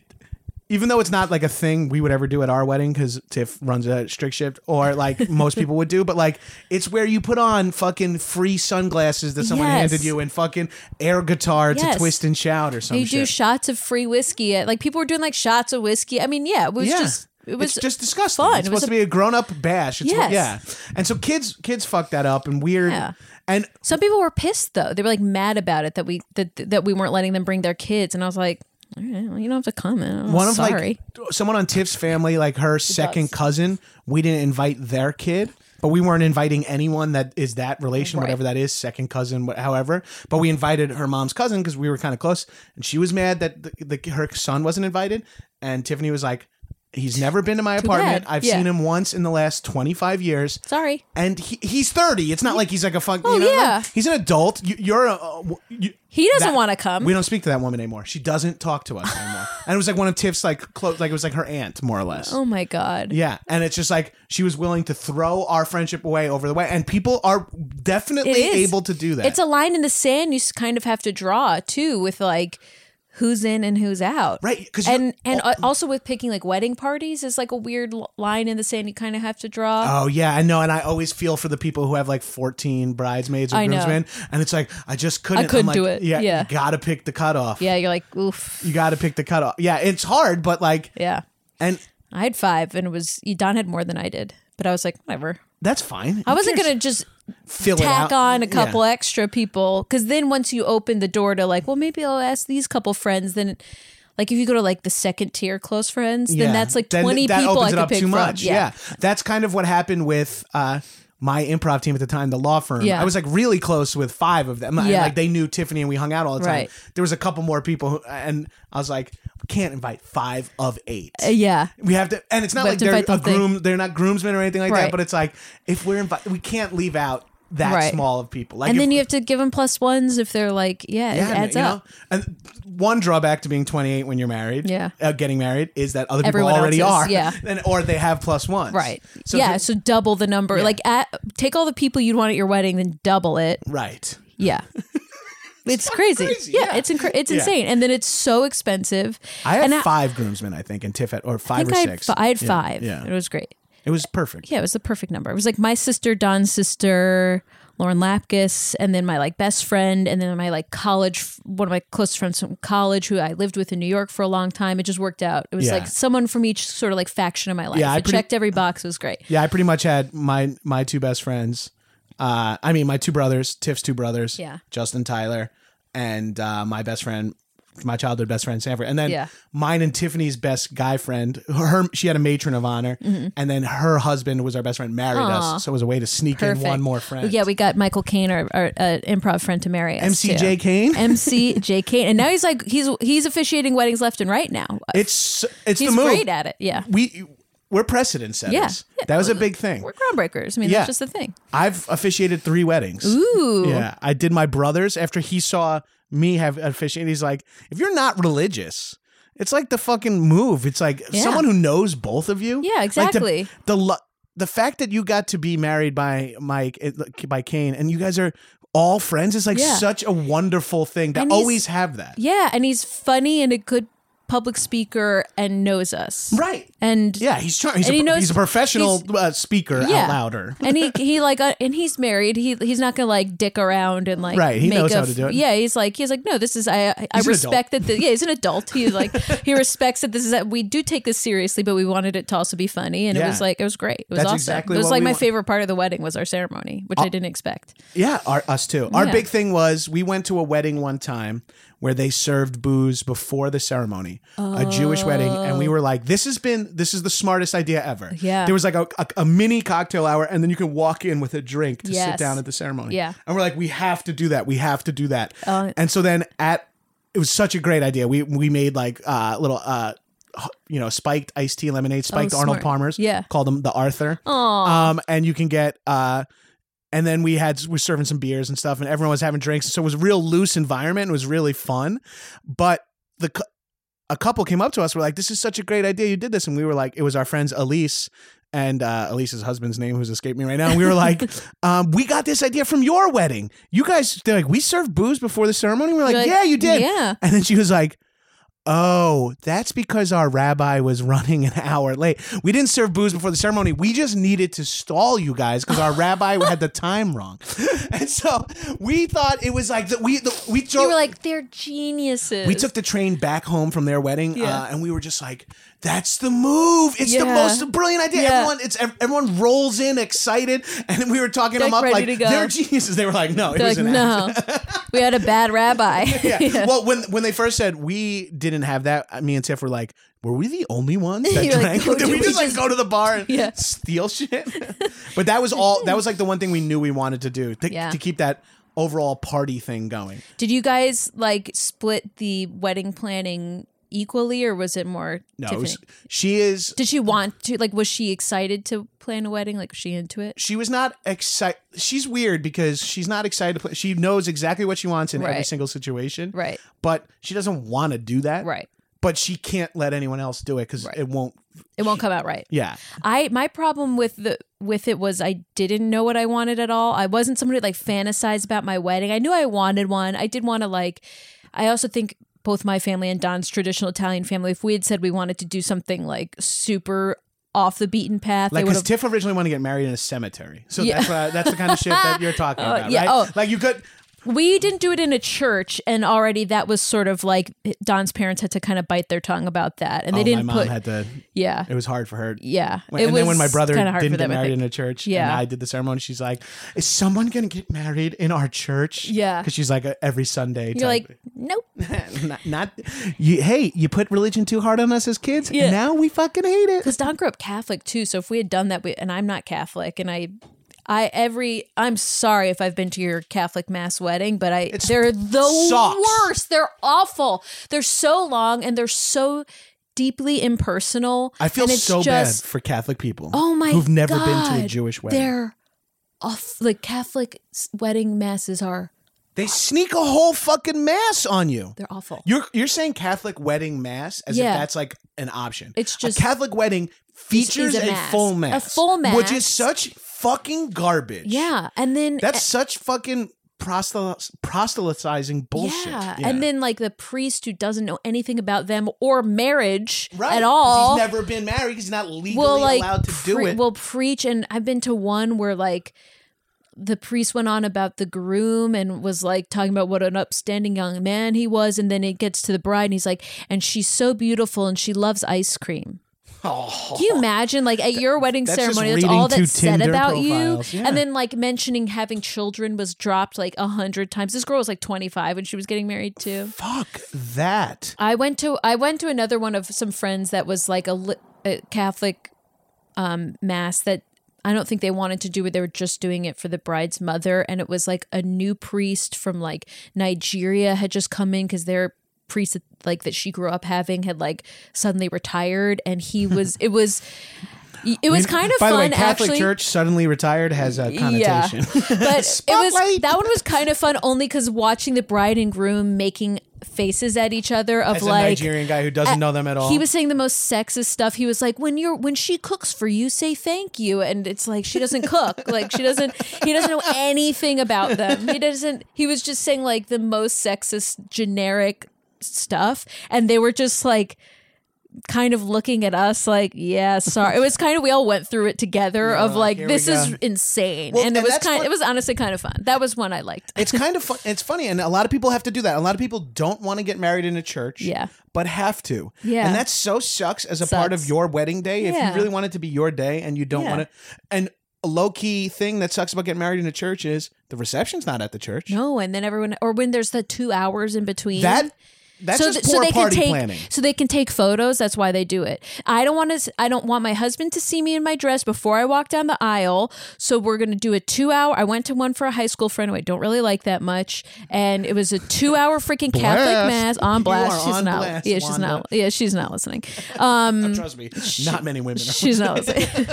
[SPEAKER 1] even though it's not like a thing we would ever do at our wedding because Tiff runs a strict shift, or like most people would do, but like it's where you put on fucking free sunglasses that someone
[SPEAKER 2] Yes.
[SPEAKER 1] handed you and fucking air guitar
[SPEAKER 2] Yes.
[SPEAKER 1] to twist and shout or
[SPEAKER 2] They
[SPEAKER 1] something.
[SPEAKER 2] do shots of free whiskey at like people were doing like shots of whiskey. I mean, yeah, it was
[SPEAKER 1] yeah.
[SPEAKER 2] just it was
[SPEAKER 1] it's just disgusting.
[SPEAKER 2] fun.
[SPEAKER 1] It's
[SPEAKER 2] It was
[SPEAKER 1] supposed to
[SPEAKER 2] a-
[SPEAKER 1] be a grown up bash. It's,
[SPEAKER 2] Yes.
[SPEAKER 1] Yeah, and so kids kids fuck that up and weird.
[SPEAKER 2] Yeah.
[SPEAKER 1] And
[SPEAKER 2] Some people were pissed though. They were like mad about it that we that that we weren't letting them bring their kids. And I was like, all right, well, you don't have to comment. I'm
[SPEAKER 1] one of
[SPEAKER 2] sorry.
[SPEAKER 1] like someone on Tiff's family, like her second cousin, we didn't invite their kid, but we weren't inviting anyone that is that relation, whatever that is, second cousin, wha- however. But we invited her mom's cousin because we were kind of close, and she was mad that the, the, her son wasn't invited. And Tiffany was like, "He's never been to my apartment.
[SPEAKER 2] bad.
[SPEAKER 1] I've
[SPEAKER 2] Yeah.
[SPEAKER 1] seen him once in the last twenty five years."
[SPEAKER 2] sorry.
[SPEAKER 1] And he, he's thirty. It's not like he's like a fuck.
[SPEAKER 2] Oh,
[SPEAKER 1] you know,
[SPEAKER 2] yeah.
[SPEAKER 1] he's an adult. You, you're a. a- you-
[SPEAKER 2] He doesn't
[SPEAKER 1] that-
[SPEAKER 2] wanna come.
[SPEAKER 1] We don't speak to that woman anymore. She doesn't talk to us anymore. and it was like one of Tiff's like close, like it was like her aunt more or less.
[SPEAKER 2] Oh my god.
[SPEAKER 1] Yeah, and it's just like she was willing to throw our friendship away over the way, and people are definitely
[SPEAKER 2] It is.
[SPEAKER 1] able to do that.
[SPEAKER 2] It's a line in the sand you s- kind of have to draw too with like who's in and who's out.
[SPEAKER 1] Right, 'cause you-
[SPEAKER 2] and and uh, also with picking like wedding parties is like a weird l- line in the sand you kind of have to draw.
[SPEAKER 1] Oh yeah, I know, and I always feel for the people who have like fourteen bridesmaids or
[SPEAKER 2] I know.
[SPEAKER 1] groomsmen, and it's like I just couldn't. I'm
[SPEAKER 2] couldn't
[SPEAKER 1] like,
[SPEAKER 2] do it.
[SPEAKER 1] Yeah,
[SPEAKER 2] Yeah.
[SPEAKER 1] you gotta pick the cutoff.
[SPEAKER 2] yeah, you're like oof.
[SPEAKER 1] you gotta pick the cutoff. Yeah, it's hard, but like,
[SPEAKER 2] yeah.
[SPEAKER 1] and
[SPEAKER 2] I had 5 and it was Don had more than I did, but I was like whatever.
[SPEAKER 1] that's fine.
[SPEAKER 2] I wasn't
[SPEAKER 1] Who cares?
[SPEAKER 2] going to just
[SPEAKER 1] fill it
[SPEAKER 2] tack
[SPEAKER 1] out.
[SPEAKER 2] on a
[SPEAKER 1] Yeah.
[SPEAKER 2] couple extra people because then once you open the door to like well maybe i'll ask these couple friends then like if you go to like the second tier close friends
[SPEAKER 1] Yeah.
[SPEAKER 2] then that's like 20
[SPEAKER 1] that
[SPEAKER 2] people
[SPEAKER 1] opens
[SPEAKER 2] i
[SPEAKER 1] it
[SPEAKER 2] could
[SPEAKER 1] up
[SPEAKER 2] pick
[SPEAKER 1] too
[SPEAKER 2] from
[SPEAKER 1] much. Yeah. that's kind of what happened with uh, my improv team at the time, the law firm.
[SPEAKER 2] Yeah.
[SPEAKER 1] I was like really close with five of them. I-
[SPEAKER 2] Yeah.
[SPEAKER 1] like they knew Tiffany and we hung out all the time.
[SPEAKER 2] Right.
[SPEAKER 1] There was a couple more people, who, and I was like, we can't invite five of eight.
[SPEAKER 2] Uh, yeah
[SPEAKER 1] we have to, and it's not
[SPEAKER 2] We
[SPEAKER 1] like
[SPEAKER 2] have to
[SPEAKER 1] they're
[SPEAKER 2] invite the
[SPEAKER 1] a
[SPEAKER 2] whole thing.
[SPEAKER 1] groom. They're not groomsmen or anything like that.
[SPEAKER 2] Right.
[SPEAKER 1] But it's like if we're invited, we can't leave out that
[SPEAKER 2] Right.
[SPEAKER 1] small of people. Like
[SPEAKER 2] and
[SPEAKER 1] if,
[SPEAKER 2] then you have to give them plus ones if they're like yeah, it adds
[SPEAKER 1] you know?
[SPEAKER 2] up
[SPEAKER 1] And one drawback to being 28 when you're married,
[SPEAKER 2] Yeah.
[SPEAKER 1] uh, getting married, is that other people
[SPEAKER 2] Everyone else
[SPEAKER 1] already
[SPEAKER 2] is,
[SPEAKER 1] are,
[SPEAKER 2] yeah.
[SPEAKER 1] and, or they have plus ones,
[SPEAKER 2] right
[SPEAKER 1] So
[SPEAKER 2] yeah
[SPEAKER 1] if
[SPEAKER 2] so double the number like at, take all the people you'd want at your wedding then double it
[SPEAKER 1] you're- right.
[SPEAKER 2] Yeah. It's crazy.
[SPEAKER 1] crazy,
[SPEAKER 2] Yeah,
[SPEAKER 1] yeah.
[SPEAKER 2] it's incre- it's
[SPEAKER 1] Yeah.
[SPEAKER 2] insane, and then it's so expensive.
[SPEAKER 1] I had
[SPEAKER 2] and I-
[SPEAKER 1] five groomsmen, I think, and Tiff had, or
[SPEAKER 2] I
[SPEAKER 1] five
[SPEAKER 2] think
[SPEAKER 1] or
[SPEAKER 2] I had,
[SPEAKER 1] six.
[SPEAKER 2] fi- I had
[SPEAKER 1] Yeah,
[SPEAKER 2] five.
[SPEAKER 1] Yeah,
[SPEAKER 2] it was great.
[SPEAKER 1] it was perfect.
[SPEAKER 2] yeah, it was the perfect number. It was like my sister, Don's sister, Lauren Lapkus, and then my like best friend, and then my like college, one of my close friends from college who I lived with in New York for a long time. It just worked out. It was
[SPEAKER 1] Yeah.
[SPEAKER 2] like someone from each sort of like faction of my life.
[SPEAKER 1] Yeah, I
[SPEAKER 2] it
[SPEAKER 1] pretty-
[SPEAKER 2] checked every box. It was great.
[SPEAKER 1] Yeah, I pretty much had my my two best friends. Uh, I mean, my two brothers, Tiff's two brothers,
[SPEAKER 2] Yeah.
[SPEAKER 1] Justin Tyler, and uh, my best friend, my childhood best friend Sanford, and then
[SPEAKER 2] Yeah.
[SPEAKER 1] mine and Tiffany's best guy friend. Her she had a matron of honor,
[SPEAKER 2] Mm-hmm.
[SPEAKER 1] and then her husband was our best friend, married us, so it was a way to sneak
[SPEAKER 2] Perfect.
[SPEAKER 1] in one more friend.
[SPEAKER 2] Yeah, we got Michael Caine, our, our uh, improv friend, to marry us.
[SPEAKER 1] MCJ
[SPEAKER 2] too.
[SPEAKER 1] Kane.
[SPEAKER 2] MCJ Caine, and now he's like he's he's officiating weddings left and right now.
[SPEAKER 1] it's it's
[SPEAKER 2] he's
[SPEAKER 1] the move.
[SPEAKER 2] great at it. Yeah,
[SPEAKER 1] We we're precedent setters.
[SPEAKER 2] Yeah.
[SPEAKER 1] that was a big thing.
[SPEAKER 2] we're groundbreakers. I mean,
[SPEAKER 1] Yeah.
[SPEAKER 2] that's just the thing.
[SPEAKER 1] I've officiated three weddings.
[SPEAKER 2] Ooh,
[SPEAKER 1] Yeah, I did my brother's after he saw me have officiated. He's like, if you're not religious, it's like the fucking move. It's like
[SPEAKER 2] Yeah.
[SPEAKER 1] someone who knows both of you.
[SPEAKER 2] Yeah,
[SPEAKER 1] Like, the-
[SPEAKER 2] exactly.
[SPEAKER 1] the lo- the fact that you got to be married by Mike by Kane and you guys are all friends is like
[SPEAKER 2] Yeah.
[SPEAKER 1] such a wonderful thing to
[SPEAKER 2] And he's-
[SPEAKER 1] always have that.
[SPEAKER 2] Yeah, and he's funny and a good public speaker and knows us.
[SPEAKER 1] Right.
[SPEAKER 2] And
[SPEAKER 1] Yeah, he's trying. He's,
[SPEAKER 2] And
[SPEAKER 1] a,
[SPEAKER 2] he knows-
[SPEAKER 1] he's a professional uh, speaker
[SPEAKER 2] Yeah.
[SPEAKER 1] out louder.
[SPEAKER 2] and he he like uh, and he's married. He he's not gonna like dick around and like
[SPEAKER 1] Right, he
[SPEAKER 2] make
[SPEAKER 1] knows
[SPEAKER 2] a
[SPEAKER 1] how
[SPEAKER 2] f-
[SPEAKER 1] to do it.
[SPEAKER 2] Yeah, he's like he's like no, this is I I, I
[SPEAKER 1] He's an
[SPEAKER 2] respect that. The, yeah, he's an adult. He's like he respects that this is that we do take this seriously, but we wanted it to also be funny, and it
[SPEAKER 1] Yeah.
[SPEAKER 2] was like it was great. It was
[SPEAKER 1] That's
[SPEAKER 2] awesome.
[SPEAKER 1] exactly
[SPEAKER 2] it was
[SPEAKER 1] what
[SPEAKER 2] like
[SPEAKER 1] we
[SPEAKER 2] my
[SPEAKER 1] want.
[SPEAKER 2] favorite part of the wedding was our ceremony, which I didn't expect.
[SPEAKER 1] Yeah, our, us too. Our
[SPEAKER 2] Yeah.
[SPEAKER 1] big thing was we went to a wedding one time where they served booze before the ceremony, a Jewish wedding, and we were like, "This has been this is the smartest idea ever."
[SPEAKER 2] Yeah.
[SPEAKER 1] there was like a, a, a mini cocktail hour, and then you could walk in with a drink to sit
[SPEAKER 2] Yes.
[SPEAKER 1] down at the ceremony.
[SPEAKER 2] Yeah. Uh,
[SPEAKER 1] and we're like, "We have to do that. We have to do that." and so then at it was such a great idea. We we made like uh, little. Uh, h- you know, spiked iced tea lemonade, spiked Arnold
[SPEAKER 2] Oh, smart.
[SPEAKER 1] Palmer's.
[SPEAKER 2] Yeah.
[SPEAKER 1] Called them the Arthur. Um, and you can get uh, and then we had we were serving some beers and stuff, and everyone was having drinks. So it was a real loose environment. It was really fun, but the cou- a couple came up to us. We're like, "This is such a great idea. You did this," and we were like, "It was our friends Elise." And uh, Elise's husband's name, who's escaped me right now, and we were like, um, "We got this idea from your wedding. You guys, they're like, we served booze before the ceremony. We're like,
[SPEAKER 2] like,
[SPEAKER 1] yeah, you did.
[SPEAKER 2] yeah.
[SPEAKER 1] And then she was like, Oh, that's because our rabbi was running an hour late. We didn't serve booze before the ceremony. We just needed to stall you guys because our rabbi had the time wrong, and so we thought it was like that. We the, we
[SPEAKER 2] You
[SPEAKER 1] drove,
[SPEAKER 2] were like, they're geniuses.
[SPEAKER 1] we took the train back home from their wedding,
[SPEAKER 2] Yeah.
[SPEAKER 1] uh, and we were just like, "That's the move! It's the
[SPEAKER 2] Yeah.
[SPEAKER 1] most brilliant idea!"
[SPEAKER 2] Yeah.
[SPEAKER 1] Everyone, it's ev- everyone rolls in excited, and we were talking them
[SPEAKER 2] Like,
[SPEAKER 1] up
[SPEAKER 2] ready
[SPEAKER 1] like
[SPEAKER 2] to go.
[SPEAKER 1] they're geniuses. They were like, "No, it
[SPEAKER 2] They're
[SPEAKER 1] was
[SPEAKER 2] like,
[SPEAKER 1] an act."
[SPEAKER 2] no, we had a bad rabbi.
[SPEAKER 1] yeah. Well, when when they first said we didn't have that, uh, me and Tiff were like, were we the only ones that
[SPEAKER 2] You're like,
[SPEAKER 1] drank?
[SPEAKER 2] oh,
[SPEAKER 1] Did we just like go to the bar and
[SPEAKER 2] Yeah.
[SPEAKER 1] steal shit? but that was all. That was like the one thing we knew we wanted to do to,
[SPEAKER 2] Yeah.
[SPEAKER 1] to keep that overall party thing going.
[SPEAKER 2] Did you guys like split the wedding planning equally, or was it more?
[SPEAKER 1] No, it
[SPEAKER 2] Tiffany?
[SPEAKER 1] was- she is.
[SPEAKER 2] Did she want to? Like, was she excited to plan a wedding? Like, was she into it?
[SPEAKER 1] She was not excited. She's weird because she's not excited. To play. She knows exactly what she wants in every
[SPEAKER 2] Right.
[SPEAKER 1] single situation.
[SPEAKER 2] Right.
[SPEAKER 1] But she doesn't want to do that.
[SPEAKER 2] Right.
[SPEAKER 1] But she can't let anyone else do it because
[SPEAKER 2] Right.
[SPEAKER 1] it won't.
[SPEAKER 2] It won't come out right.
[SPEAKER 1] Yeah.
[SPEAKER 2] I my problem with the with it was I didn't know what I wanted at all. I wasn't somebody who, like fantasized about my wedding. I knew I wanted one. I did want to like. I also think both my family and Don's traditional Italian family. If we had said we wanted to do something like super off the beaten path,
[SPEAKER 1] Like,
[SPEAKER 2] they would
[SPEAKER 1] because
[SPEAKER 2] have.
[SPEAKER 1] Tiff originally wanted to get married in a cemetery. So
[SPEAKER 2] Yeah.
[SPEAKER 1] that's, what, that's the kind of shit that you're talking
[SPEAKER 2] Oh,
[SPEAKER 1] about,
[SPEAKER 2] yeah.
[SPEAKER 1] right?
[SPEAKER 2] Oh.
[SPEAKER 1] Like, you could,
[SPEAKER 2] we didn't do it in a church, and already that was sort of like Don's parents had to kind of bite their tongue about that, and they
[SPEAKER 1] oh,
[SPEAKER 2] didn't
[SPEAKER 1] my mom
[SPEAKER 2] put.
[SPEAKER 1] had to,
[SPEAKER 2] yeah,
[SPEAKER 1] it was hard for her.
[SPEAKER 2] yeah.
[SPEAKER 1] When- and then when my brother
[SPEAKER 2] kinda hard
[SPEAKER 1] didn't
[SPEAKER 2] for
[SPEAKER 1] get
[SPEAKER 2] them, I
[SPEAKER 1] married
[SPEAKER 2] think.
[SPEAKER 1] in a church
[SPEAKER 2] Yeah.
[SPEAKER 1] and I did the ceremony, she's like, Is someone going to get married in our church?
[SPEAKER 2] Yeah.
[SPEAKER 1] Because she's like, a, Every Sunday.
[SPEAKER 2] You're
[SPEAKER 1] type.
[SPEAKER 2] like, nope.
[SPEAKER 1] not, not you, hey, you put religion too hard on us as kids.
[SPEAKER 2] Yeah.
[SPEAKER 1] Now we fucking hate it.
[SPEAKER 2] because Don grew up Catholic too. So if we had done that, we, and I'm not Catholic, and I, I every I'm sorry if I've been to your Catholic mass wedding, but I they're the
[SPEAKER 1] sucks.
[SPEAKER 2] worst. They're awful. They're so long and they're so deeply impersonal.
[SPEAKER 1] I feel
[SPEAKER 2] and it's
[SPEAKER 1] so
[SPEAKER 2] just,
[SPEAKER 1] bad for Catholic people
[SPEAKER 2] Oh my!
[SPEAKER 1] who've never been to a
[SPEAKER 2] God.
[SPEAKER 1] Jewish wedding.
[SPEAKER 2] They're off. Like Catholic s- wedding masses are
[SPEAKER 1] They sneak a whole fucking mass on you.
[SPEAKER 2] they're awful.
[SPEAKER 1] You're you're saying Catholic wedding mass as
[SPEAKER 2] Yeah.
[SPEAKER 1] if that's like an option.
[SPEAKER 2] It's just-
[SPEAKER 1] a Catholic wedding features
[SPEAKER 2] is a
[SPEAKER 1] a,
[SPEAKER 2] mass.
[SPEAKER 1] full
[SPEAKER 2] A
[SPEAKER 1] mass,
[SPEAKER 2] full
[SPEAKER 1] which
[SPEAKER 2] mass.
[SPEAKER 1] is such fucking garbage.
[SPEAKER 2] yeah, and then eh,
[SPEAKER 1] that's such fucking prostel- proselytizing bullshit.
[SPEAKER 2] Yeah. And then like the priest who doesn't know anything about them or marriage
[SPEAKER 1] right 'cause
[SPEAKER 2] at all
[SPEAKER 1] he's never been married. 'cause He's not legally
[SPEAKER 2] will like
[SPEAKER 1] allowed to do
[SPEAKER 2] pre-
[SPEAKER 1] it.
[SPEAKER 2] will preach and I've been to one where like the priest went on about the groom and was like talking about what an upstanding young man he was and then it gets to the bride and he's like and she's so beautiful and she loves ice cream.
[SPEAKER 1] Oh.
[SPEAKER 2] Can you imagine, like, at your wedding
[SPEAKER 1] that's just
[SPEAKER 2] ceremony, that's
[SPEAKER 1] reading
[SPEAKER 2] all
[SPEAKER 1] two
[SPEAKER 2] that's said
[SPEAKER 1] Tinder
[SPEAKER 2] about
[SPEAKER 1] profiles,
[SPEAKER 2] you,
[SPEAKER 1] yeah.
[SPEAKER 2] and then like mentioning having children was dropped like a hundred times. This girl was like twenty five when she was getting married too.
[SPEAKER 1] Fuck that.
[SPEAKER 2] I went to I went to another one of some friends that was like a, li- a Catholic um, mass that I don't think they wanted to do it. They were just doing it for the bride's mother, and it was like a new priest from like Nigeria had just come in because their priest like that she grew up having had like suddenly retired, and he was it was. It was kind of
[SPEAKER 1] By
[SPEAKER 2] fun,
[SPEAKER 1] the way, Catholic
[SPEAKER 2] actually
[SPEAKER 1] Church suddenly retired has a connotation.
[SPEAKER 2] but it was
[SPEAKER 1] Spotlight.
[SPEAKER 2] that one was kind of fun only because watching the bride and groom making faces at each other of
[SPEAKER 1] As a
[SPEAKER 2] like
[SPEAKER 1] Nigerian guy who doesn't know them at all.
[SPEAKER 2] He was saying the most sexist stuff. He was like, "When you're when she cooks for you, say thank you." And it's like she doesn't cook. like she doesn't. He doesn't know anything about them. He doesn't. He was just saying like the most sexist generic stuff, and they were just like kind of looking at us like yeah sorry it was kind of we all went through it together of like
[SPEAKER 1] here we
[SPEAKER 2] this is
[SPEAKER 1] go.
[SPEAKER 2] insane
[SPEAKER 1] Well,
[SPEAKER 2] and it
[SPEAKER 1] and
[SPEAKER 2] was
[SPEAKER 1] that's
[SPEAKER 2] kind
[SPEAKER 1] what-
[SPEAKER 2] it was honestly kind of fun that was one i liked
[SPEAKER 1] it's kind of fun. It's funny, and a lot of people have to do that. A lot of people don't want to get married in a church,
[SPEAKER 2] Yeah.
[SPEAKER 1] but have to.
[SPEAKER 2] Yeah.
[SPEAKER 1] and that so sucks as a part of
[SPEAKER 2] Sucks.
[SPEAKER 1] your wedding day. If
[SPEAKER 2] Yeah.
[SPEAKER 1] you really want it to be your day, and you don't
[SPEAKER 2] Yeah.
[SPEAKER 1] want to, and a low key thing that sucks about getting married in a church is the reception's not at the church.
[SPEAKER 2] no and then everyone or when there's the two hours in between
[SPEAKER 1] that that's just
[SPEAKER 2] th-
[SPEAKER 1] poor party
[SPEAKER 2] can take
[SPEAKER 1] planning.
[SPEAKER 2] so they can take photos. That's why they do it. I don't want to. I don't want my husband to see me in my dress before I walk down the aisle. So we're gonna do a two hour. I went to one for a high school friend who I don't really like that much, and it was a two hour freaking Catholic
[SPEAKER 1] Blast.
[SPEAKER 2] mass on
[SPEAKER 1] You
[SPEAKER 2] blast.
[SPEAKER 1] are
[SPEAKER 2] she's
[SPEAKER 1] on
[SPEAKER 2] not.
[SPEAKER 1] blast,
[SPEAKER 2] yeah, she's
[SPEAKER 1] Wanda.
[SPEAKER 2] not. Yeah, she's not listening. Um,
[SPEAKER 1] Trust me, not many women. Are.
[SPEAKER 2] she's not listening.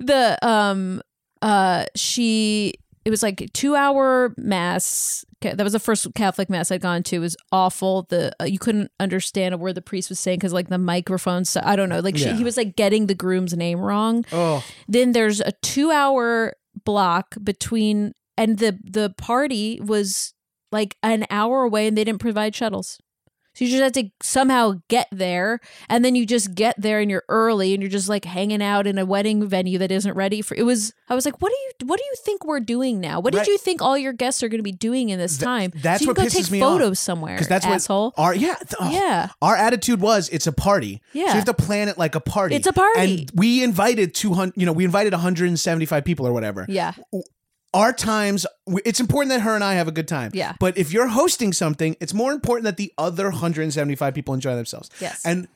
[SPEAKER 2] the um uh she it was like a two hour mass. Ca- That was the first Catholic mass I'd gone to. It was awful. The uh, you couldn't understand a word the priest was saying because like the microphone. So I don't know. Like she,
[SPEAKER 1] Yeah.
[SPEAKER 2] he was like getting the groom's name wrong.
[SPEAKER 1] Oh,
[SPEAKER 2] Then there's a two hour block between, and the the party was like an hour away, and they didn't provide shuttles. So you just have to somehow get there. And then you just get there and you're early and you're just like hanging out in a wedding venue that isn't ready for it was I was like, what do you what do you think we're doing now? What
[SPEAKER 1] Right.
[SPEAKER 2] did you think all your guests are gonna be doing in this
[SPEAKER 1] Th-
[SPEAKER 2] time?
[SPEAKER 1] that's
[SPEAKER 2] so you
[SPEAKER 1] what
[SPEAKER 2] can
[SPEAKER 1] pisses
[SPEAKER 2] go take
[SPEAKER 1] me off.
[SPEAKER 2] photos somewhere.
[SPEAKER 1] because that's
[SPEAKER 2] asshole.
[SPEAKER 1] what our yeah th- oh.
[SPEAKER 2] Yeah.
[SPEAKER 1] Our attitude was it's a party. So
[SPEAKER 2] Yeah.
[SPEAKER 1] you have to plan it like a party.
[SPEAKER 2] It's a party.
[SPEAKER 1] And we invited 200, you know, we invited 175 people or whatever.
[SPEAKER 2] yeah.
[SPEAKER 1] Our times, w- it's important that her and I have a good time.
[SPEAKER 2] Yeah.
[SPEAKER 1] But if you're hosting something, it's more important that the other 175 people enjoy themselves.
[SPEAKER 2] Yes.
[SPEAKER 1] And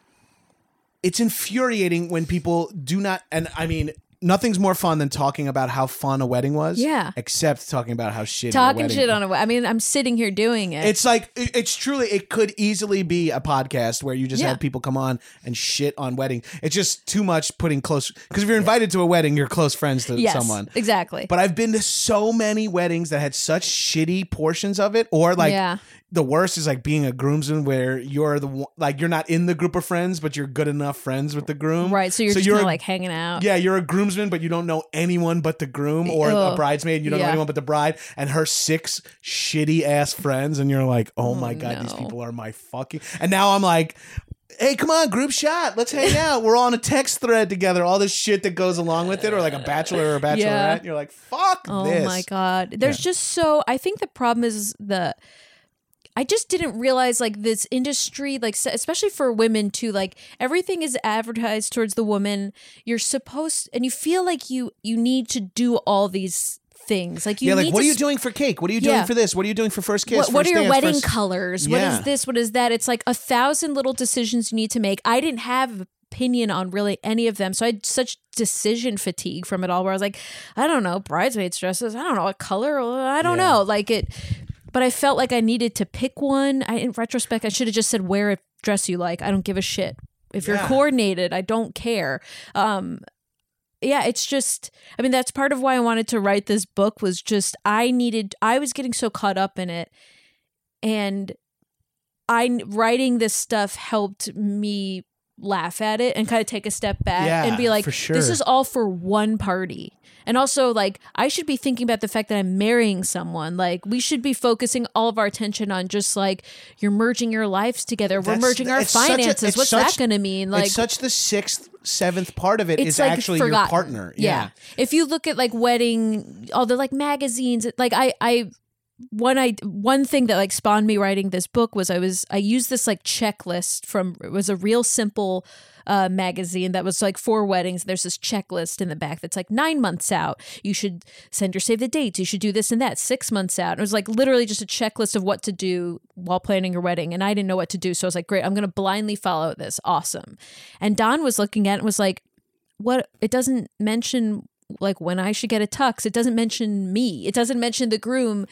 [SPEAKER 1] it's infuriating when people do not, and I mean, nothing's more fun than talking about how fun a wedding was.
[SPEAKER 2] Yeah.
[SPEAKER 1] Except talking about how shitty a
[SPEAKER 2] Talking
[SPEAKER 1] wedding
[SPEAKER 2] shit
[SPEAKER 1] was.
[SPEAKER 2] on a I mean, I'm sitting here doing it.
[SPEAKER 1] It's like it- it's truly it could easily be a podcast where you just
[SPEAKER 2] Yeah.
[SPEAKER 1] have people come on and shit on wedding. It's just too much putting close because if you're invited to a wedding, you're close friends to
[SPEAKER 2] yes,
[SPEAKER 1] someone.
[SPEAKER 2] Exactly.
[SPEAKER 1] But I've been to so many weddings that had such shitty portions of it, or like
[SPEAKER 2] Yeah.
[SPEAKER 1] the worst is like being a groomsman where you're the one, like you're not in the group of friends, but you're good enough friends with the groom,
[SPEAKER 2] right. So you're just
[SPEAKER 1] you're
[SPEAKER 2] kinda
[SPEAKER 1] a-
[SPEAKER 2] like hanging out.
[SPEAKER 1] yeah, you're a groomsman, but you don't know anyone but the groom or a
[SPEAKER 2] Ugh.
[SPEAKER 1] bridesmaid. You don't know
[SPEAKER 2] Yeah.
[SPEAKER 1] anyone but the bride and her six shitty ass friends. And you're like, oh my God, these
[SPEAKER 2] no.
[SPEAKER 1] people are my fucking. And now I'm like, hey, come on, group shot. Let's hang out. We're all on a text thread together. All this shit that goes along with it, or like a bachelor or a bachelorette.
[SPEAKER 2] Yeah.
[SPEAKER 1] You're like, fuck
[SPEAKER 2] Oh
[SPEAKER 1] this.
[SPEAKER 2] my god. There's just so I think the problem is the I just didn't realize like this industry like se- especially for women too like everything is advertised towards the woman. You're supposed and you feel like you you need to do all these things. Like you
[SPEAKER 1] yeah,
[SPEAKER 2] need
[SPEAKER 1] like, what are
[SPEAKER 2] to
[SPEAKER 1] you
[SPEAKER 2] sp-
[SPEAKER 1] doing for cake? What are you doing
[SPEAKER 2] Yeah.
[SPEAKER 1] for this? What are you doing for first kiss?
[SPEAKER 2] What, what are
[SPEAKER 1] first
[SPEAKER 2] your
[SPEAKER 1] dance,
[SPEAKER 2] wedding
[SPEAKER 1] first-
[SPEAKER 2] colors? What
[SPEAKER 1] Yeah.
[SPEAKER 2] is this? What is that? It's like a thousand little decisions you need to make. I didn't have an opinion on really any of them. So I had such decision fatigue from it all where I was like, I don't know, bridesmaids dresses, I don't know, a color, uh, I don't know. Like it but I felt like I needed to pick one. I in retrospect I should have just said wear a dress you like. I don't give a shit. If you're
[SPEAKER 1] Yeah.
[SPEAKER 2] coordinated, I don't care. Um yeah, it's just I mean that's part of why I wanted to write this book was just I needed I was getting so caught up in it and I writing this stuff helped me laugh at it and kind of take a step back
[SPEAKER 1] Yeah,
[SPEAKER 2] and be like
[SPEAKER 1] for sure.
[SPEAKER 2] this is all for one party. And also like I should be thinking about the fact that I'm marrying someone. Like we should be focusing all of our attention on just like you're merging your lives together. We're
[SPEAKER 1] That's-
[SPEAKER 2] merging our
[SPEAKER 1] it's such a-
[SPEAKER 2] finances.
[SPEAKER 1] it's
[SPEAKER 2] What's
[SPEAKER 1] such-
[SPEAKER 2] that going to mean? Like
[SPEAKER 1] it's such the sixth, seventh part of it is actually your
[SPEAKER 2] forgotten.
[SPEAKER 1] partner.
[SPEAKER 2] If you look at like wedding, all the like magazines, like I, I, one I one thing that like spawned me writing this book was I was I used this like checklist from it was a real simple uh magazine that was like for weddings. There's this checklist in the back that's like nine months out. You should send your save the dates. You should do this and that. Six months out. It was like literally just a checklist of what to do while planning your wedding. And I didn't know what to do. So I was like, great, I'm gonna blindly follow this. Awesome. And Don was looking at it and was like, what it doesn't mention like when I should get a tux. It doesn't mention me. It doesn't mention the groom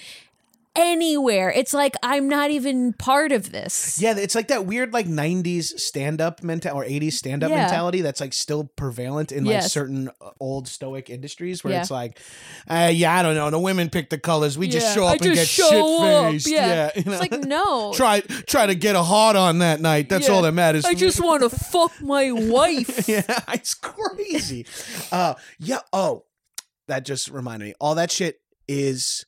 [SPEAKER 2] anywhere. It's like I'm not even part of this.
[SPEAKER 1] Yeah, it's like that weird like '90s stand-up mental or '80s stand-up
[SPEAKER 2] Yeah.
[SPEAKER 1] mentality that's like still prevalent in like
[SPEAKER 2] Yes.
[SPEAKER 1] certain uh, old stoic industries where
[SPEAKER 2] Yeah.
[SPEAKER 1] it's like, uh, yeah, I don't know, the women pick the colors, we just
[SPEAKER 2] Yeah.
[SPEAKER 1] show
[SPEAKER 2] I
[SPEAKER 1] up and
[SPEAKER 2] just
[SPEAKER 1] get
[SPEAKER 2] show up.
[SPEAKER 1] shit faced.
[SPEAKER 2] Yeah.
[SPEAKER 1] Yeah, you know?
[SPEAKER 2] It's like no.
[SPEAKER 1] try try to get a hot on that night. That's
[SPEAKER 2] Yeah.
[SPEAKER 1] all that matters.
[SPEAKER 2] I
[SPEAKER 1] for me.
[SPEAKER 2] just want to fuck my wife.
[SPEAKER 1] yeah, it's crazy. uh, yeah. Oh, that just reminded me. All that shit is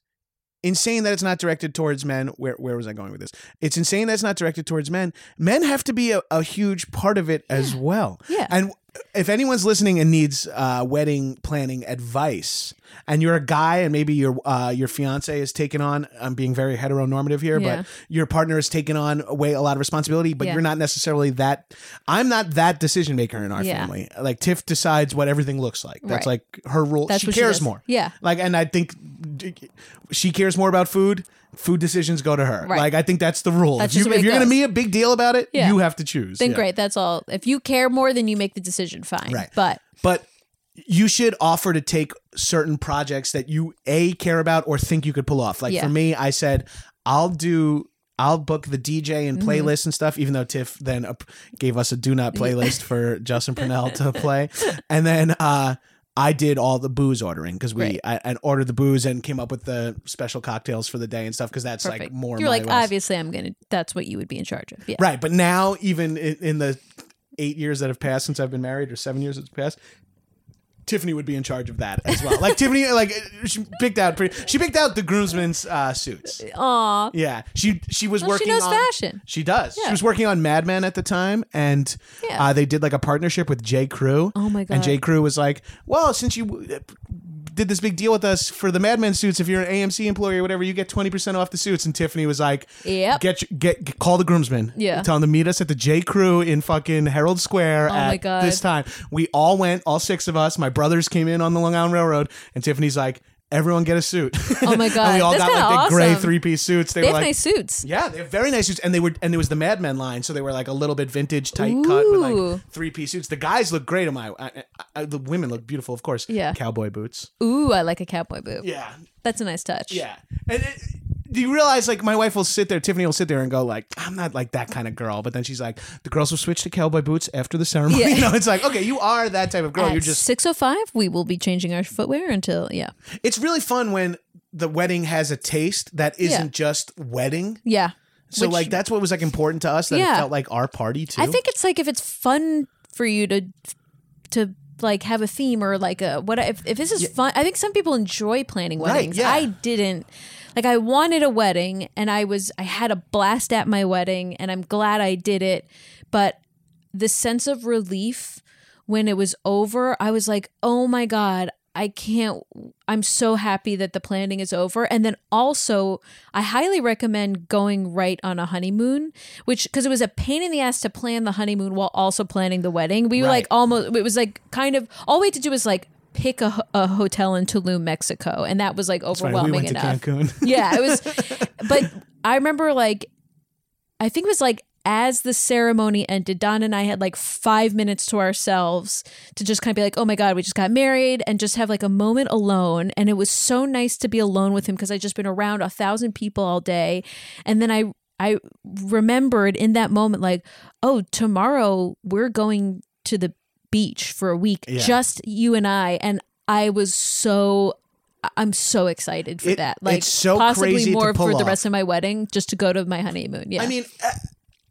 [SPEAKER 1] insane that it's not directed towards men. Where where was I going with this? It's insane that it's not directed towards men. Men have to be a, a huge part of it as well.
[SPEAKER 2] Yeah.
[SPEAKER 1] And if anyone's listening and needs uh, wedding planning advice, and you're a guy, and maybe your uh, your fiance is taking on, I'm being very heteronormative here,
[SPEAKER 2] Yeah.
[SPEAKER 1] but your partner is taking on away a lot of responsibility, but
[SPEAKER 2] Yeah.
[SPEAKER 1] you're not necessarily that. I'm not that decision maker in our
[SPEAKER 2] Yeah.
[SPEAKER 1] family. Like Tiff decides what everything looks like. That's
[SPEAKER 2] Right.
[SPEAKER 1] like her rule.
[SPEAKER 2] That's
[SPEAKER 1] she
[SPEAKER 2] what she
[SPEAKER 1] cares
[SPEAKER 2] does.
[SPEAKER 1] more.
[SPEAKER 2] Yeah.
[SPEAKER 1] Like, and I think d- she cares more about food. Food decisions go to her.
[SPEAKER 2] Right.
[SPEAKER 1] Like, I think that's the rule.
[SPEAKER 2] That's
[SPEAKER 1] if
[SPEAKER 2] just
[SPEAKER 1] you,
[SPEAKER 2] the way
[SPEAKER 1] if
[SPEAKER 2] it
[SPEAKER 1] you're going to
[SPEAKER 2] goes.
[SPEAKER 1] be a big deal about it,
[SPEAKER 2] Yeah.
[SPEAKER 1] you have to choose.
[SPEAKER 2] Then
[SPEAKER 1] Yeah.
[SPEAKER 2] great, that's all. If you care more, then you make the decision. Fine,
[SPEAKER 1] Right.
[SPEAKER 2] but
[SPEAKER 1] but you should offer to take certain projects that you a care about or think you could pull off. Like
[SPEAKER 2] Yeah.
[SPEAKER 1] for me, I said I'll do. I'll book the DJ
[SPEAKER 2] Mm-hmm.
[SPEAKER 1] and playlist and stuff, even though Tiff then up- gave us a do not playlist for Justin Purnell to play. And then uh, I did all the booze ordering because we
[SPEAKER 2] Right.
[SPEAKER 1] I, I ordered the booze and came up with the special cocktails for the day and stuff because that's
[SPEAKER 2] perfect.
[SPEAKER 1] like more.
[SPEAKER 2] You're
[SPEAKER 1] my
[SPEAKER 2] like, "Ah,
[SPEAKER 1] wheelhouse.
[SPEAKER 2] obviously, I'm gonna. That's what you would be in charge of. Yeah,
[SPEAKER 1] Right. But now, even in, in the eight years that have passed since I've been married, or seven years that's passed, Tiffany would be in charge of that as well. Like Tiffany, like she picked out pretty, she picked out the groomsmen's uh, suits.
[SPEAKER 2] Aw.
[SPEAKER 1] Yeah, she she was
[SPEAKER 2] Well, she
[SPEAKER 1] working.
[SPEAKER 2] knows
[SPEAKER 1] on,
[SPEAKER 2] fashion.
[SPEAKER 1] She does. She
[SPEAKER 2] Yeah.
[SPEAKER 1] was working on Mad Men at the time, and
[SPEAKER 2] Yeah.
[SPEAKER 1] uh, they did like a partnership with J Crew.
[SPEAKER 2] Oh, my
[SPEAKER 1] And
[SPEAKER 2] God.
[SPEAKER 1] J Crew was like, "Well, since you uh, did this big deal with us for the Mad Men suits, if you're an AMC employee or whatever, you get twenty percent off the suits." And Tiffany was like,
[SPEAKER 2] Yep.
[SPEAKER 1] get, your- get get call the groomsmen.
[SPEAKER 2] Yeah.
[SPEAKER 1] tell them to meet us at the J Crew in fucking Herald Square
[SPEAKER 2] Oh
[SPEAKER 1] at
[SPEAKER 2] my God.
[SPEAKER 1] this time. We all went, all six of us. My brothers came in on the Long Island Railroad, and Tiffany's like. Everyone get a suit.
[SPEAKER 2] Oh my
[SPEAKER 1] and we
[SPEAKER 2] God.
[SPEAKER 1] all
[SPEAKER 2] That's
[SPEAKER 1] got like
[SPEAKER 2] kinda
[SPEAKER 1] the gray
[SPEAKER 2] awesome.
[SPEAKER 1] three piece suits. They,
[SPEAKER 2] They
[SPEAKER 1] were
[SPEAKER 2] have
[SPEAKER 1] like,
[SPEAKER 2] nice suits.
[SPEAKER 1] yeah, they're very nice suits, and they were, and there was the Mad Men line, so they were like a little bit vintage, tight cut with
[SPEAKER 2] Ooh.
[SPEAKER 1] like three piece suits. The guys look great. Am I, I, I? The women look beautiful, of course.
[SPEAKER 2] Yeah.
[SPEAKER 1] cowboy boots.
[SPEAKER 2] Ooh, I like a cowboy boot.
[SPEAKER 1] Yeah,
[SPEAKER 2] That's a nice touch.
[SPEAKER 1] yeah. And it, do you realize, like, my wife will sit there, Tiffany will sit there and go, like, I'm not like that kind of girl, but then she's like, the girls will switch to cowboy boots after the ceremony.
[SPEAKER 2] Yeah.
[SPEAKER 1] You know, it's like, okay, you are that type of girl.
[SPEAKER 2] At
[SPEAKER 1] You're just
[SPEAKER 2] 6.05, we will be changing our footwear until, yeah.
[SPEAKER 1] it's really fun when the wedding has a taste that isn't just wedding.
[SPEAKER 2] Yeah.
[SPEAKER 1] So
[SPEAKER 2] Which-
[SPEAKER 1] like that's what was like important to us that it
[SPEAKER 2] Yeah.
[SPEAKER 1] felt like our party too.
[SPEAKER 2] I think it's like if it's fun for you to to like have a theme or like a what if, if this is fun I think some people enjoy planning
[SPEAKER 1] Right,
[SPEAKER 2] weddings.
[SPEAKER 1] yeah.
[SPEAKER 2] I didn't. Like I wanted a wedding and I was I had a blast at my wedding and I'm glad I did it, but the sense of relief when it was over, I was like, "Oh my god, I can't I'm so happy that the planning is over." And then also, I highly recommend going right on a honeymoon, which cuz it was a pain in the ass to plan the honeymoon while also planning the wedding. We were
[SPEAKER 1] Right.
[SPEAKER 2] like almost it was like kind of all we had to do was like pick a, ho- a hotel in Tulum, Mexico, and that was like
[SPEAKER 1] Right,
[SPEAKER 2] overwhelming
[SPEAKER 1] we went
[SPEAKER 2] enough.
[SPEAKER 1] to Cancun.
[SPEAKER 2] Yeah, it was. but I remember, like, I think it was like as the ceremony ended, Don and I had like five minutes to ourselves to just kind of be like, oh my God, we just got married and just have like a moment alone. And it was so nice to be alone with him because I'd just been around a thousand people all day. And then I, I remembered in that moment, like, oh, tomorrow we're going to the beach for a week,
[SPEAKER 1] Yeah.
[SPEAKER 2] just you and I. And I was so I- I'm so excited for
[SPEAKER 1] It-
[SPEAKER 2] that. Like
[SPEAKER 1] it's so
[SPEAKER 2] possibly
[SPEAKER 1] crazy to
[SPEAKER 2] more
[SPEAKER 1] pull
[SPEAKER 2] for the
[SPEAKER 1] off.
[SPEAKER 2] rest of my wedding just to go to my honeymoon. Yeah.
[SPEAKER 1] I mean, uh,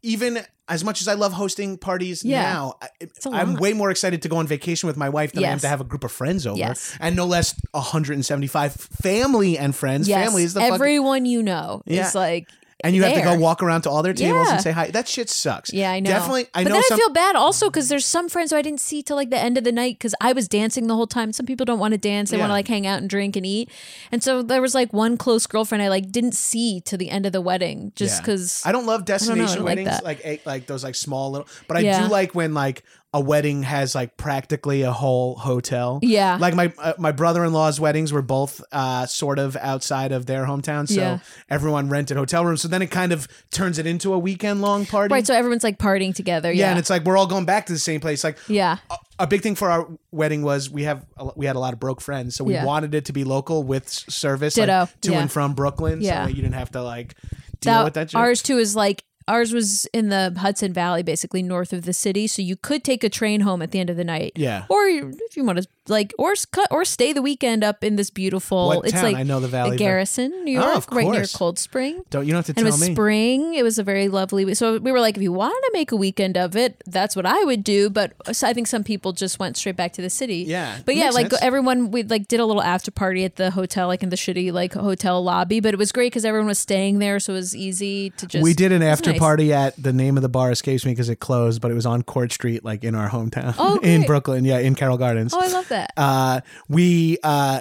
[SPEAKER 1] even as much as I love hosting parties
[SPEAKER 2] Yeah.
[SPEAKER 1] now, I,
[SPEAKER 2] a
[SPEAKER 1] I'm
[SPEAKER 2] lot.
[SPEAKER 1] way more excited to go on vacation with my wife than I am
[SPEAKER 2] Yes.
[SPEAKER 1] to have a group of friends over,
[SPEAKER 2] Yes.
[SPEAKER 1] and no less 175 family and friends.
[SPEAKER 2] yes,
[SPEAKER 1] Family is the fucking,
[SPEAKER 2] everyone you know
[SPEAKER 1] Yeah.
[SPEAKER 2] is like
[SPEAKER 1] and you have to go
[SPEAKER 2] there.
[SPEAKER 1] walk around to all their tables
[SPEAKER 2] Yeah.
[SPEAKER 1] and say hi. That shit sucks.
[SPEAKER 2] Yeah, I know.
[SPEAKER 1] Definitely, I
[SPEAKER 2] but
[SPEAKER 1] know
[SPEAKER 2] then
[SPEAKER 1] some.
[SPEAKER 2] I feel bad also because there's some friends who I didn't see till like the end of the night because I was dancing the whole time. Some people don't want to dance; they want
[SPEAKER 1] Yeah.
[SPEAKER 2] to like hang out and drink and eat. And so there was like one close girlfriend I like didn't see to the end of the wedding just
[SPEAKER 1] Yeah.
[SPEAKER 2] because
[SPEAKER 1] I don't love
[SPEAKER 2] don't know, I
[SPEAKER 1] destination
[SPEAKER 2] don't like
[SPEAKER 1] weddings,
[SPEAKER 2] that.
[SPEAKER 1] like eh, like those like small little. But I
[SPEAKER 2] Yeah.
[SPEAKER 1] do like when like a wedding has like practically a whole hotel.
[SPEAKER 2] Yeah.
[SPEAKER 1] Like my uh, my brother in law's weddings were both uh, sort of outside of their hometown, so
[SPEAKER 2] Yeah.
[SPEAKER 1] everyone rented hotel rooms. So then it kind of turns it into a weekend long party.
[SPEAKER 2] right. So everyone's like partying together.
[SPEAKER 1] yeah,
[SPEAKER 2] Yeah,
[SPEAKER 1] and it's like we're all going back to the same place. Like
[SPEAKER 2] yeah.
[SPEAKER 1] a- a big thing for our wedding was we have a lo- we had a lot of broke friends, so we
[SPEAKER 2] Yeah.
[SPEAKER 1] wanted it to be local with s- service,
[SPEAKER 2] Ditto.
[SPEAKER 1] like, to
[SPEAKER 2] Yeah.
[SPEAKER 1] and from Brooklyn,
[SPEAKER 2] Yeah.
[SPEAKER 1] so that you didn't have to like deal with that. Shit.
[SPEAKER 2] Ours too is like ours was in the Hudson Valley, basically north of the city, so you could take a train home at the end of the night.
[SPEAKER 1] Yeah.
[SPEAKER 2] or you- if you want to, like, or s- cut or stay the weekend up in this beautiful.
[SPEAKER 1] What
[SPEAKER 2] it's
[SPEAKER 1] town?
[SPEAKER 2] like
[SPEAKER 1] I know the valley, but-
[SPEAKER 2] Garrison, New
[SPEAKER 1] Oh,
[SPEAKER 2] York,
[SPEAKER 1] of
[SPEAKER 2] right near
[SPEAKER 1] course.
[SPEAKER 2] Cold Spring.
[SPEAKER 1] Don't you don't have to
[SPEAKER 2] And it
[SPEAKER 1] tell
[SPEAKER 2] was
[SPEAKER 1] me.
[SPEAKER 2] spring. It was a very lovely. week. So we were like, if you want to make a weekend of it, that's what I would do. But so I think some people just went straight back to the city.
[SPEAKER 1] Yeah,
[SPEAKER 2] But
[SPEAKER 1] it
[SPEAKER 2] yeah,
[SPEAKER 1] makes
[SPEAKER 2] like
[SPEAKER 1] sense.
[SPEAKER 2] everyone, we like did a little after party at the hotel, like in the shitty like hotel lobby. But it was great because everyone was staying there, so it was easy to just.
[SPEAKER 1] we did an
[SPEAKER 2] it was
[SPEAKER 1] after
[SPEAKER 2] nice.
[SPEAKER 1] party at the name of the bar escapes me because it closed, but it was on Court Street, like in our hometown
[SPEAKER 2] Oh,
[SPEAKER 1] in
[SPEAKER 2] great.
[SPEAKER 1] Brooklyn. Yeah, in Carroll Gardens.
[SPEAKER 2] Oh, I love that.
[SPEAKER 1] uh, we uh,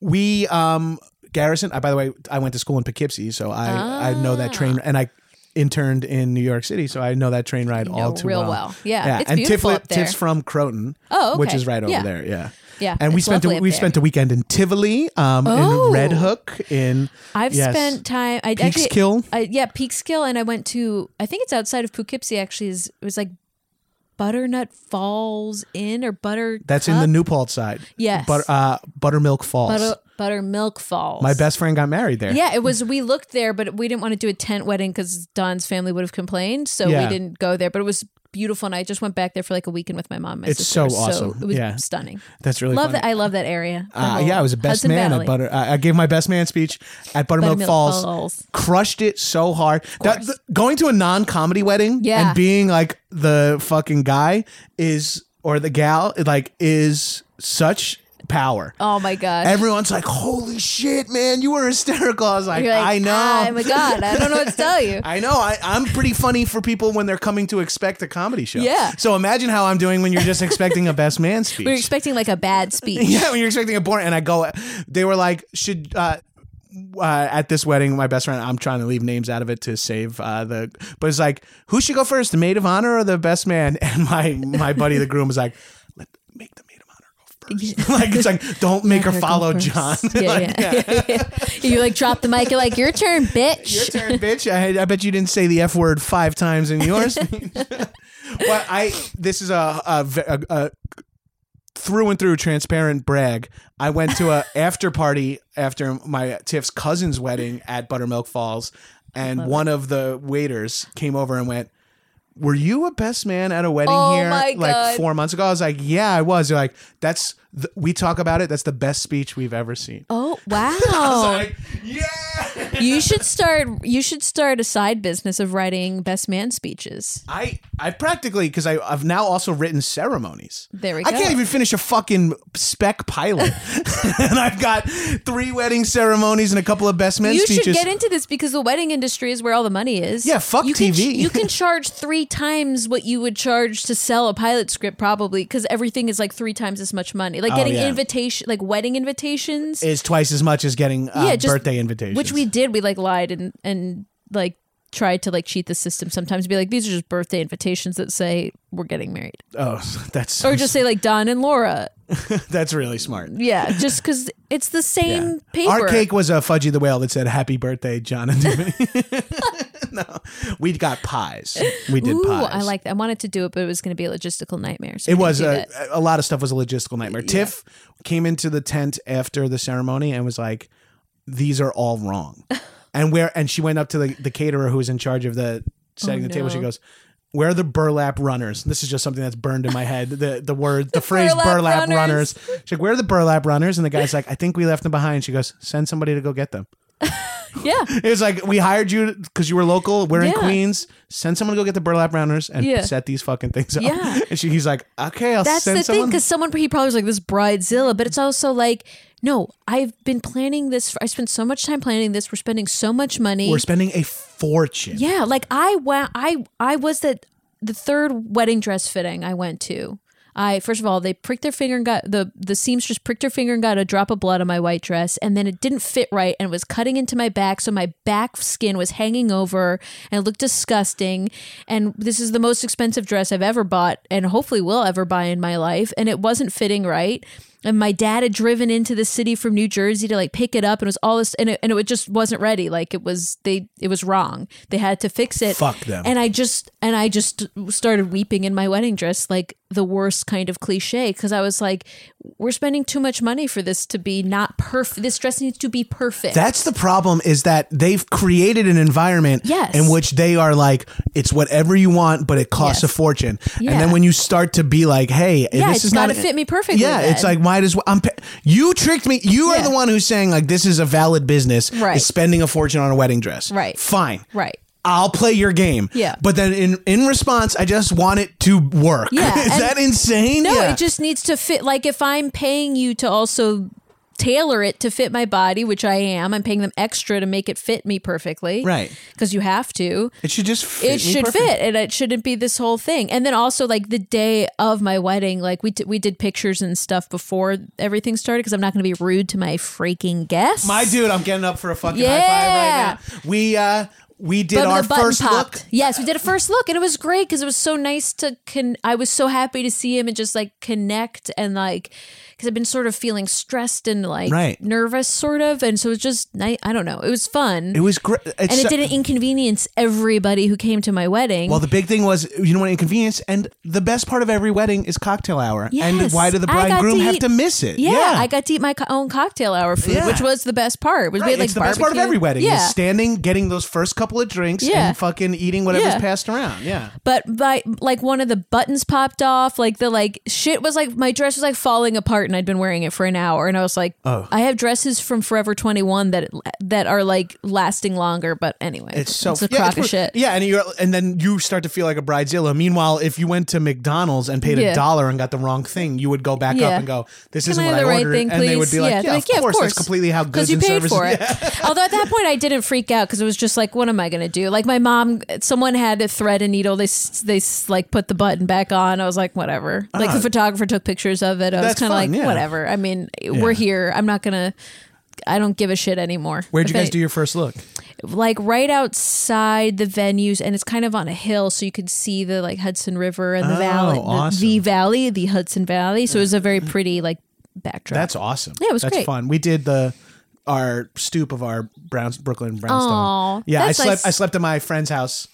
[SPEAKER 1] we um, Garrison. I, by the way, I went to school in Poughkeepsie, so I I know that train
[SPEAKER 2] Ah.
[SPEAKER 1] and I interned in New York City, so I know that train ride all
[SPEAKER 2] know
[SPEAKER 1] too
[SPEAKER 2] real
[SPEAKER 1] well.
[SPEAKER 2] well. Yeah, it's
[SPEAKER 1] and
[SPEAKER 2] beautiful up there.
[SPEAKER 1] Tiff's from Croton.
[SPEAKER 2] Oh, okay.
[SPEAKER 1] which is right over
[SPEAKER 2] Yeah.
[SPEAKER 1] there. Yeah.
[SPEAKER 2] Yeah,
[SPEAKER 1] and we
[SPEAKER 2] it's
[SPEAKER 1] spent a,
[SPEAKER 2] lovely up
[SPEAKER 1] we
[SPEAKER 2] there.
[SPEAKER 1] spent a weekend in Tivoli, um,
[SPEAKER 2] Oh.
[SPEAKER 1] in Red Hook, in
[SPEAKER 2] I've
[SPEAKER 1] yes.
[SPEAKER 2] spent time. I
[SPEAKER 1] Peekskill?
[SPEAKER 2] actually, I, yeah, Peekskill, and I went to. I think it's outside of Poughkeepsie. Actually, is it was like Butternut Falls Inn or Butter.
[SPEAKER 1] That's in the Newport side.
[SPEAKER 2] Yes.
[SPEAKER 1] But, uh, Buttermilk Falls.
[SPEAKER 2] Butter, Buttermilk Falls.
[SPEAKER 1] My best friend got married there.
[SPEAKER 2] Yeah, it was. We looked there, but we didn't want to do a tent wedding because Don's family would have complained, so
[SPEAKER 1] Yeah.
[SPEAKER 2] we didn't go there. But it was beautiful, and I just went back there for like a weekend with my mom. And my
[SPEAKER 1] It's
[SPEAKER 2] sister,
[SPEAKER 1] so awesome.
[SPEAKER 2] it was
[SPEAKER 1] Yeah.
[SPEAKER 2] stunning.
[SPEAKER 1] That's really
[SPEAKER 2] love
[SPEAKER 1] funny.
[SPEAKER 2] that. I love that area. the
[SPEAKER 1] Uh,
[SPEAKER 2] whole
[SPEAKER 1] yeah, I was the best
[SPEAKER 2] Hudson
[SPEAKER 1] man
[SPEAKER 2] Valley.
[SPEAKER 1] at Butter. uh, I I gave my best man speech at Buttermilk,
[SPEAKER 2] Buttermilk
[SPEAKER 1] Falls.
[SPEAKER 2] Falls.
[SPEAKER 1] Crushed it so hard. That, th- going to a non comedy wedding
[SPEAKER 2] Yeah.
[SPEAKER 1] and being like the fucking guy is or the gal like is such power.
[SPEAKER 2] Oh my gosh.
[SPEAKER 1] Everyone's like, "Holy shit, man, you were hysterical." I was like,
[SPEAKER 2] You're like,
[SPEAKER 1] "I know."
[SPEAKER 2] Oh my god. I don't know what to tell you.
[SPEAKER 1] I know. I, I'm pretty funny for people when they're coming to expect a comedy show.
[SPEAKER 2] Yeah.
[SPEAKER 1] So imagine how I'm doing when you're just expecting a best man speech.
[SPEAKER 2] we were expecting like a bad speech.
[SPEAKER 1] yeah, when you're expecting a boring. And I go, they were like, should. Uh, uh, at this wedding, my best friend, I'm trying to leave names out of it to save uh, the, but it's like, who should go first, the maid of honor or the best man? And my my buddy, the groom, was like, let make the maid of honor go first. like it's like, don't make her
[SPEAKER 2] Gotta go
[SPEAKER 1] follow
[SPEAKER 2] first.
[SPEAKER 1] John.
[SPEAKER 2] Yeah,
[SPEAKER 1] Like,
[SPEAKER 2] yeah. you like drop the mic. You're like, your turn, bitch.
[SPEAKER 1] Your turn, bitch. I, I bet you didn't say the F word five times in yours. well, I this is a, a, ve- a, a through and through transparent brag. I went to a after party after my Tiff's cousin's wedding at Buttermilk Falls, and one of the waiters came over and went. Were you a best man at a wedding
[SPEAKER 2] Oh
[SPEAKER 1] here
[SPEAKER 2] my
[SPEAKER 1] like
[SPEAKER 2] God.
[SPEAKER 1] four months ago? I was like, yeah, I was. They're like, that's the, we talk about it. That's the best speech we've ever seen.
[SPEAKER 2] Oh
[SPEAKER 1] I was
[SPEAKER 2] wow!
[SPEAKER 1] like, yeah.
[SPEAKER 2] you should start. You should start a side business of writing best man speeches.
[SPEAKER 1] I I practically because I I've now also written ceremonies.
[SPEAKER 2] There we
[SPEAKER 1] I can't
[SPEAKER 2] go.
[SPEAKER 1] even finish a fucking spec pilot, and I've got three wedding ceremonies and a couple of best men
[SPEAKER 2] you
[SPEAKER 1] speeches.
[SPEAKER 2] should get into this because the wedding industry is where all the money is.
[SPEAKER 1] Yeah, fuck
[SPEAKER 2] you can,
[SPEAKER 1] TV.
[SPEAKER 2] You can charge three times what you would charge to sell a pilot script, probably because everything is like three times as much money. Like
[SPEAKER 1] Oh,
[SPEAKER 2] getting
[SPEAKER 1] yeah.
[SPEAKER 2] invitation, like wedding invitations.
[SPEAKER 1] is twice as much as getting uh,
[SPEAKER 2] yeah, just,
[SPEAKER 1] birthday invitations,
[SPEAKER 2] which we did. We like lied and and like tried to like cheat the system sometimes. Be like, these are just birthday invitations that say we're getting married,
[SPEAKER 1] oh that's
[SPEAKER 2] or just say like Don and Laura.
[SPEAKER 1] that's really smart.
[SPEAKER 2] Yeah, just because it's the same paper.
[SPEAKER 1] Our cake was a fudgy the whale that said "Happy Birthday, John and Timmy." no, we got pies. We did
[SPEAKER 2] Ooh,
[SPEAKER 1] pies.
[SPEAKER 2] I like that. I wanted to do it, but it was going to be a logistical nightmare. So
[SPEAKER 1] It
[SPEAKER 2] we didn't
[SPEAKER 1] was
[SPEAKER 2] do
[SPEAKER 1] a,
[SPEAKER 2] that.
[SPEAKER 1] a lot of stuff was a logistical nightmare. Tiff came into the tent after the ceremony and was like, "These are all wrong," and where and she went up to the, the caterer who was in charge of the setting
[SPEAKER 2] Oh,
[SPEAKER 1] the table. She
[SPEAKER 2] no.
[SPEAKER 1] goes, "Where are the burlap runners?" This is just something that's burned in my head. The the word the, phrase burlap,
[SPEAKER 2] burlap
[SPEAKER 1] runners.
[SPEAKER 2] runners.
[SPEAKER 1] She's like, "Where are the burlap runners?" And the guy's like, "I think we left them behind." She goes, "Send somebody to go get them."
[SPEAKER 2] yeah.
[SPEAKER 1] It was like we hired you because you were local. We're in
[SPEAKER 2] Yeah.
[SPEAKER 1] Queens. Send someone to go get the burlap runners and
[SPEAKER 2] Yeah.
[SPEAKER 1] set these fucking things up.
[SPEAKER 2] Yeah.
[SPEAKER 1] And she, he's like, "Okay, I'll
[SPEAKER 2] That's
[SPEAKER 1] send
[SPEAKER 2] the thing
[SPEAKER 1] someone."
[SPEAKER 2] because someone he probably was like this bridezilla, but it's also like no, I've been planning this. For, I spent so much time planning this. We're spending so much money.
[SPEAKER 1] We're spending a fortune.
[SPEAKER 2] yeah, like I went. I I was the the third wedding dress fitting I went to. I first of all they pricked their finger and got the the seamstress pricked her finger and got a drop of blood on my white dress and then it didn't fit right and it was cutting into my back so my back skin was hanging over and it looked disgusting and this is the most expensive dress I've ever bought and hopefully will ever buy in my life and it wasn't fitting right and my dad had driven into the city from New Jersey to like pick it up and it was all this and it, and it just wasn't ready like it was they it was wrong they had to fix it
[SPEAKER 1] Fuck them.
[SPEAKER 2] and I just and I just started weeping in my wedding dress, like the worst kind of cliche, because I was like, "We're spending too much money for this to be not perfect. This dress needs to be perfect."
[SPEAKER 1] That's the problem is that they've created an environment
[SPEAKER 2] Yes.
[SPEAKER 1] in which they are like, it's whatever you want, but it costs
[SPEAKER 2] Yes.
[SPEAKER 1] a fortune.
[SPEAKER 2] Yeah.
[SPEAKER 1] And then when you start to be like, hey,
[SPEAKER 2] yeah,
[SPEAKER 1] this
[SPEAKER 2] it's
[SPEAKER 1] is
[SPEAKER 2] got
[SPEAKER 1] not
[SPEAKER 2] to
[SPEAKER 1] a-
[SPEAKER 2] fit me perfectly.
[SPEAKER 1] Yeah, it's
[SPEAKER 2] then.
[SPEAKER 1] like might as well. I'm. Pa- you tricked me. You
[SPEAKER 2] Yeah.
[SPEAKER 1] are the one who's saying like this is a valid business.
[SPEAKER 2] Right.
[SPEAKER 1] Is spending a fortune on a wedding dress.
[SPEAKER 2] Right.
[SPEAKER 1] Fine.
[SPEAKER 2] Right.
[SPEAKER 1] I'll play your game.
[SPEAKER 2] Yeah.
[SPEAKER 1] But then in in response, I just want it to work.
[SPEAKER 2] Yeah,
[SPEAKER 1] is
[SPEAKER 2] and-
[SPEAKER 1] that insane?
[SPEAKER 2] no,
[SPEAKER 1] Yeah.
[SPEAKER 2] it just needs to fit. Like if I'm paying you to also tailor it to fit my body, which I am, I'm paying them extra to make it fit me perfectly,
[SPEAKER 1] Right.
[SPEAKER 2] Because you have to.
[SPEAKER 1] It should just. Fit me
[SPEAKER 2] it should
[SPEAKER 1] perfect.
[SPEAKER 2] fit and it shouldn't be this whole thing and then also like the day of my wedding like we, d- we did pictures and stuff before everything started because i'm not going to be rude to my freaking guests
[SPEAKER 1] My dude, I'm getting up for a fucking
[SPEAKER 2] Yeah.
[SPEAKER 1] high five right now. We uh we did
[SPEAKER 2] But
[SPEAKER 1] our
[SPEAKER 2] the button
[SPEAKER 1] first
[SPEAKER 2] popped.
[SPEAKER 1] look.
[SPEAKER 2] Yes, we did a first look, and it was great because it was so nice to. Con- I was so happy to see him and just like connect and like because I've been sort of feeling stressed and like
[SPEAKER 1] Right.
[SPEAKER 2] nervous, sort of, and so it was just nice. I don't know. It was fun,
[SPEAKER 1] It was great.
[SPEAKER 2] and it didn't inconvenience everybody who came to my wedding.
[SPEAKER 1] Well, the big thing was you don't want inconvenience, and the best part of every wedding is cocktail hour. and
[SPEAKER 2] Yes.
[SPEAKER 1] why do the
[SPEAKER 2] I
[SPEAKER 1] bride and
[SPEAKER 2] got
[SPEAKER 1] groom
[SPEAKER 2] to
[SPEAKER 1] have
[SPEAKER 2] eat-
[SPEAKER 1] to miss it?
[SPEAKER 2] Yeah, I got to eat my co- own cocktail hour food,
[SPEAKER 1] Yeah.
[SPEAKER 2] which was the best part. Was we
[SPEAKER 1] Right,
[SPEAKER 2] had, like
[SPEAKER 1] it's the best part of
[SPEAKER 2] barbecue.
[SPEAKER 1] every wedding
[SPEAKER 2] Yeah,
[SPEAKER 1] is standing, getting those first couple couple of drinks
[SPEAKER 2] Yeah.
[SPEAKER 1] and fucking eating whatever's
[SPEAKER 2] Yeah.
[SPEAKER 1] passed around. Yeah.
[SPEAKER 2] but by like one of the buttons popped off like the like shit was like my dress was like falling apart and i'd been wearing it for an hour and i was like
[SPEAKER 1] Oh.
[SPEAKER 2] i have dresses from forever 21 that that are like lasting longer but anyway
[SPEAKER 1] It's so
[SPEAKER 2] a
[SPEAKER 1] yeah,
[SPEAKER 2] crock
[SPEAKER 1] it's-
[SPEAKER 2] of shit
[SPEAKER 1] Yeah, and you and then you start to feel like a bridezilla. Meanwhile, if you went to McDonald's and paid a
[SPEAKER 2] Yeah.
[SPEAKER 1] dollar and got the wrong thing, you would go back
[SPEAKER 2] Yeah.
[SPEAKER 1] up and go, "This
[SPEAKER 2] Can
[SPEAKER 1] isn't
[SPEAKER 2] I
[SPEAKER 1] what
[SPEAKER 2] have
[SPEAKER 1] I
[SPEAKER 2] the right
[SPEAKER 1] ordered,"
[SPEAKER 2] thing,
[SPEAKER 1] and they would
[SPEAKER 2] please?
[SPEAKER 1] be like,
[SPEAKER 2] Yeah,
[SPEAKER 1] "Yeah,
[SPEAKER 2] they're like,
[SPEAKER 1] of, course. That's completely how goods
[SPEAKER 2] you
[SPEAKER 1] and
[SPEAKER 2] paid
[SPEAKER 1] services."
[SPEAKER 2] for it.
[SPEAKER 1] Yeah.
[SPEAKER 2] Although at that point I didn't freak out because it was just like, what am I going to do? Like my mom, someone had a thread and needle. They s- they s- like put the button back on. I was like, whatever. Like the photographer took pictures of it. I was
[SPEAKER 1] Uh-huh. That's
[SPEAKER 2] kind of
[SPEAKER 1] fun,
[SPEAKER 2] like,
[SPEAKER 1] yeah.
[SPEAKER 2] whatever. I mean, we're here. I'm not gonna. I don't give a shit anymore.
[SPEAKER 1] Where'd you
[SPEAKER 2] If
[SPEAKER 1] guys
[SPEAKER 2] any-
[SPEAKER 1] do your first look?
[SPEAKER 2] like right outside the venues and it's kind of on a hill so you could see the like Hudson River and the
[SPEAKER 1] Oh,
[SPEAKER 2] valley the-
[SPEAKER 1] awesome. Mm-hmm.
[SPEAKER 2] the, valley the Hudson Valley so it was a very pretty like backdrop
[SPEAKER 1] That's awesome.
[SPEAKER 2] Yeah, it was
[SPEAKER 1] That's
[SPEAKER 2] great.
[SPEAKER 1] fun. We did the our stoop of our Browns Brooklyn brownstone.
[SPEAKER 2] Aw,
[SPEAKER 1] yeah, I
[SPEAKER 2] that's
[SPEAKER 1] slept.
[SPEAKER 2] nice.
[SPEAKER 1] I slept at my friend's house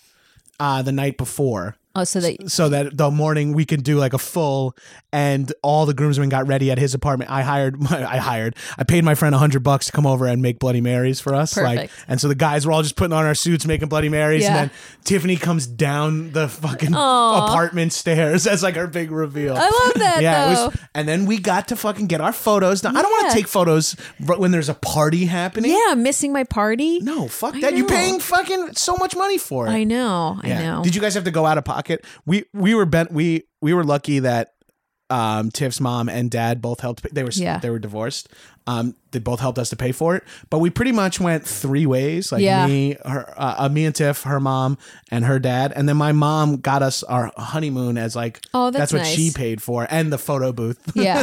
[SPEAKER 1] uh, the night before.
[SPEAKER 2] oh so that
[SPEAKER 1] so that the morning we could do like a full and all the groomsmen got ready at his apartment i hired my, i hired i paid my friend 100 bucks to come over and make bloody marys for us like
[SPEAKER 2] Perfect.
[SPEAKER 1] and so the guys were all just putting on our suits making bloody marys
[SPEAKER 2] Yeah.
[SPEAKER 1] and then tiffany comes down the fucking apartment stairs as like our big reveal
[SPEAKER 2] I love that
[SPEAKER 1] yeah, it
[SPEAKER 2] though
[SPEAKER 1] was, and then we got to fucking get our photos. Now I don't want
[SPEAKER 2] Yeah.
[SPEAKER 1] to take photos but when there's a party happening.
[SPEAKER 2] yeah I'm missing my party
[SPEAKER 1] no, fuck
[SPEAKER 2] I
[SPEAKER 1] that. You're
[SPEAKER 2] know.
[SPEAKER 1] paying fucking so much money for it.
[SPEAKER 2] I know I
[SPEAKER 1] Yeah.
[SPEAKER 2] know
[SPEAKER 1] Did you guys have to go out of pocket? We we were bent. We we were lucky that um, Tiff's mom and dad both helped. pay- They were
[SPEAKER 2] Yeah.
[SPEAKER 1] they were divorced. Um, they both helped us to pay for it. But we pretty much went three ways. Like
[SPEAKER 2] Yeah.
[SPEAKER 1] me, her, uh, uh, me and Tiff, her mom and her dad, and then my mom got us our honeymoon as like
[SPEAKER 2] Oh, that's
[SPEAKER 1] what she
[SPEAKER 2] nice.
[SPEAKER 1] paid for, and the photo booth.
[SPEAKER 2] yeah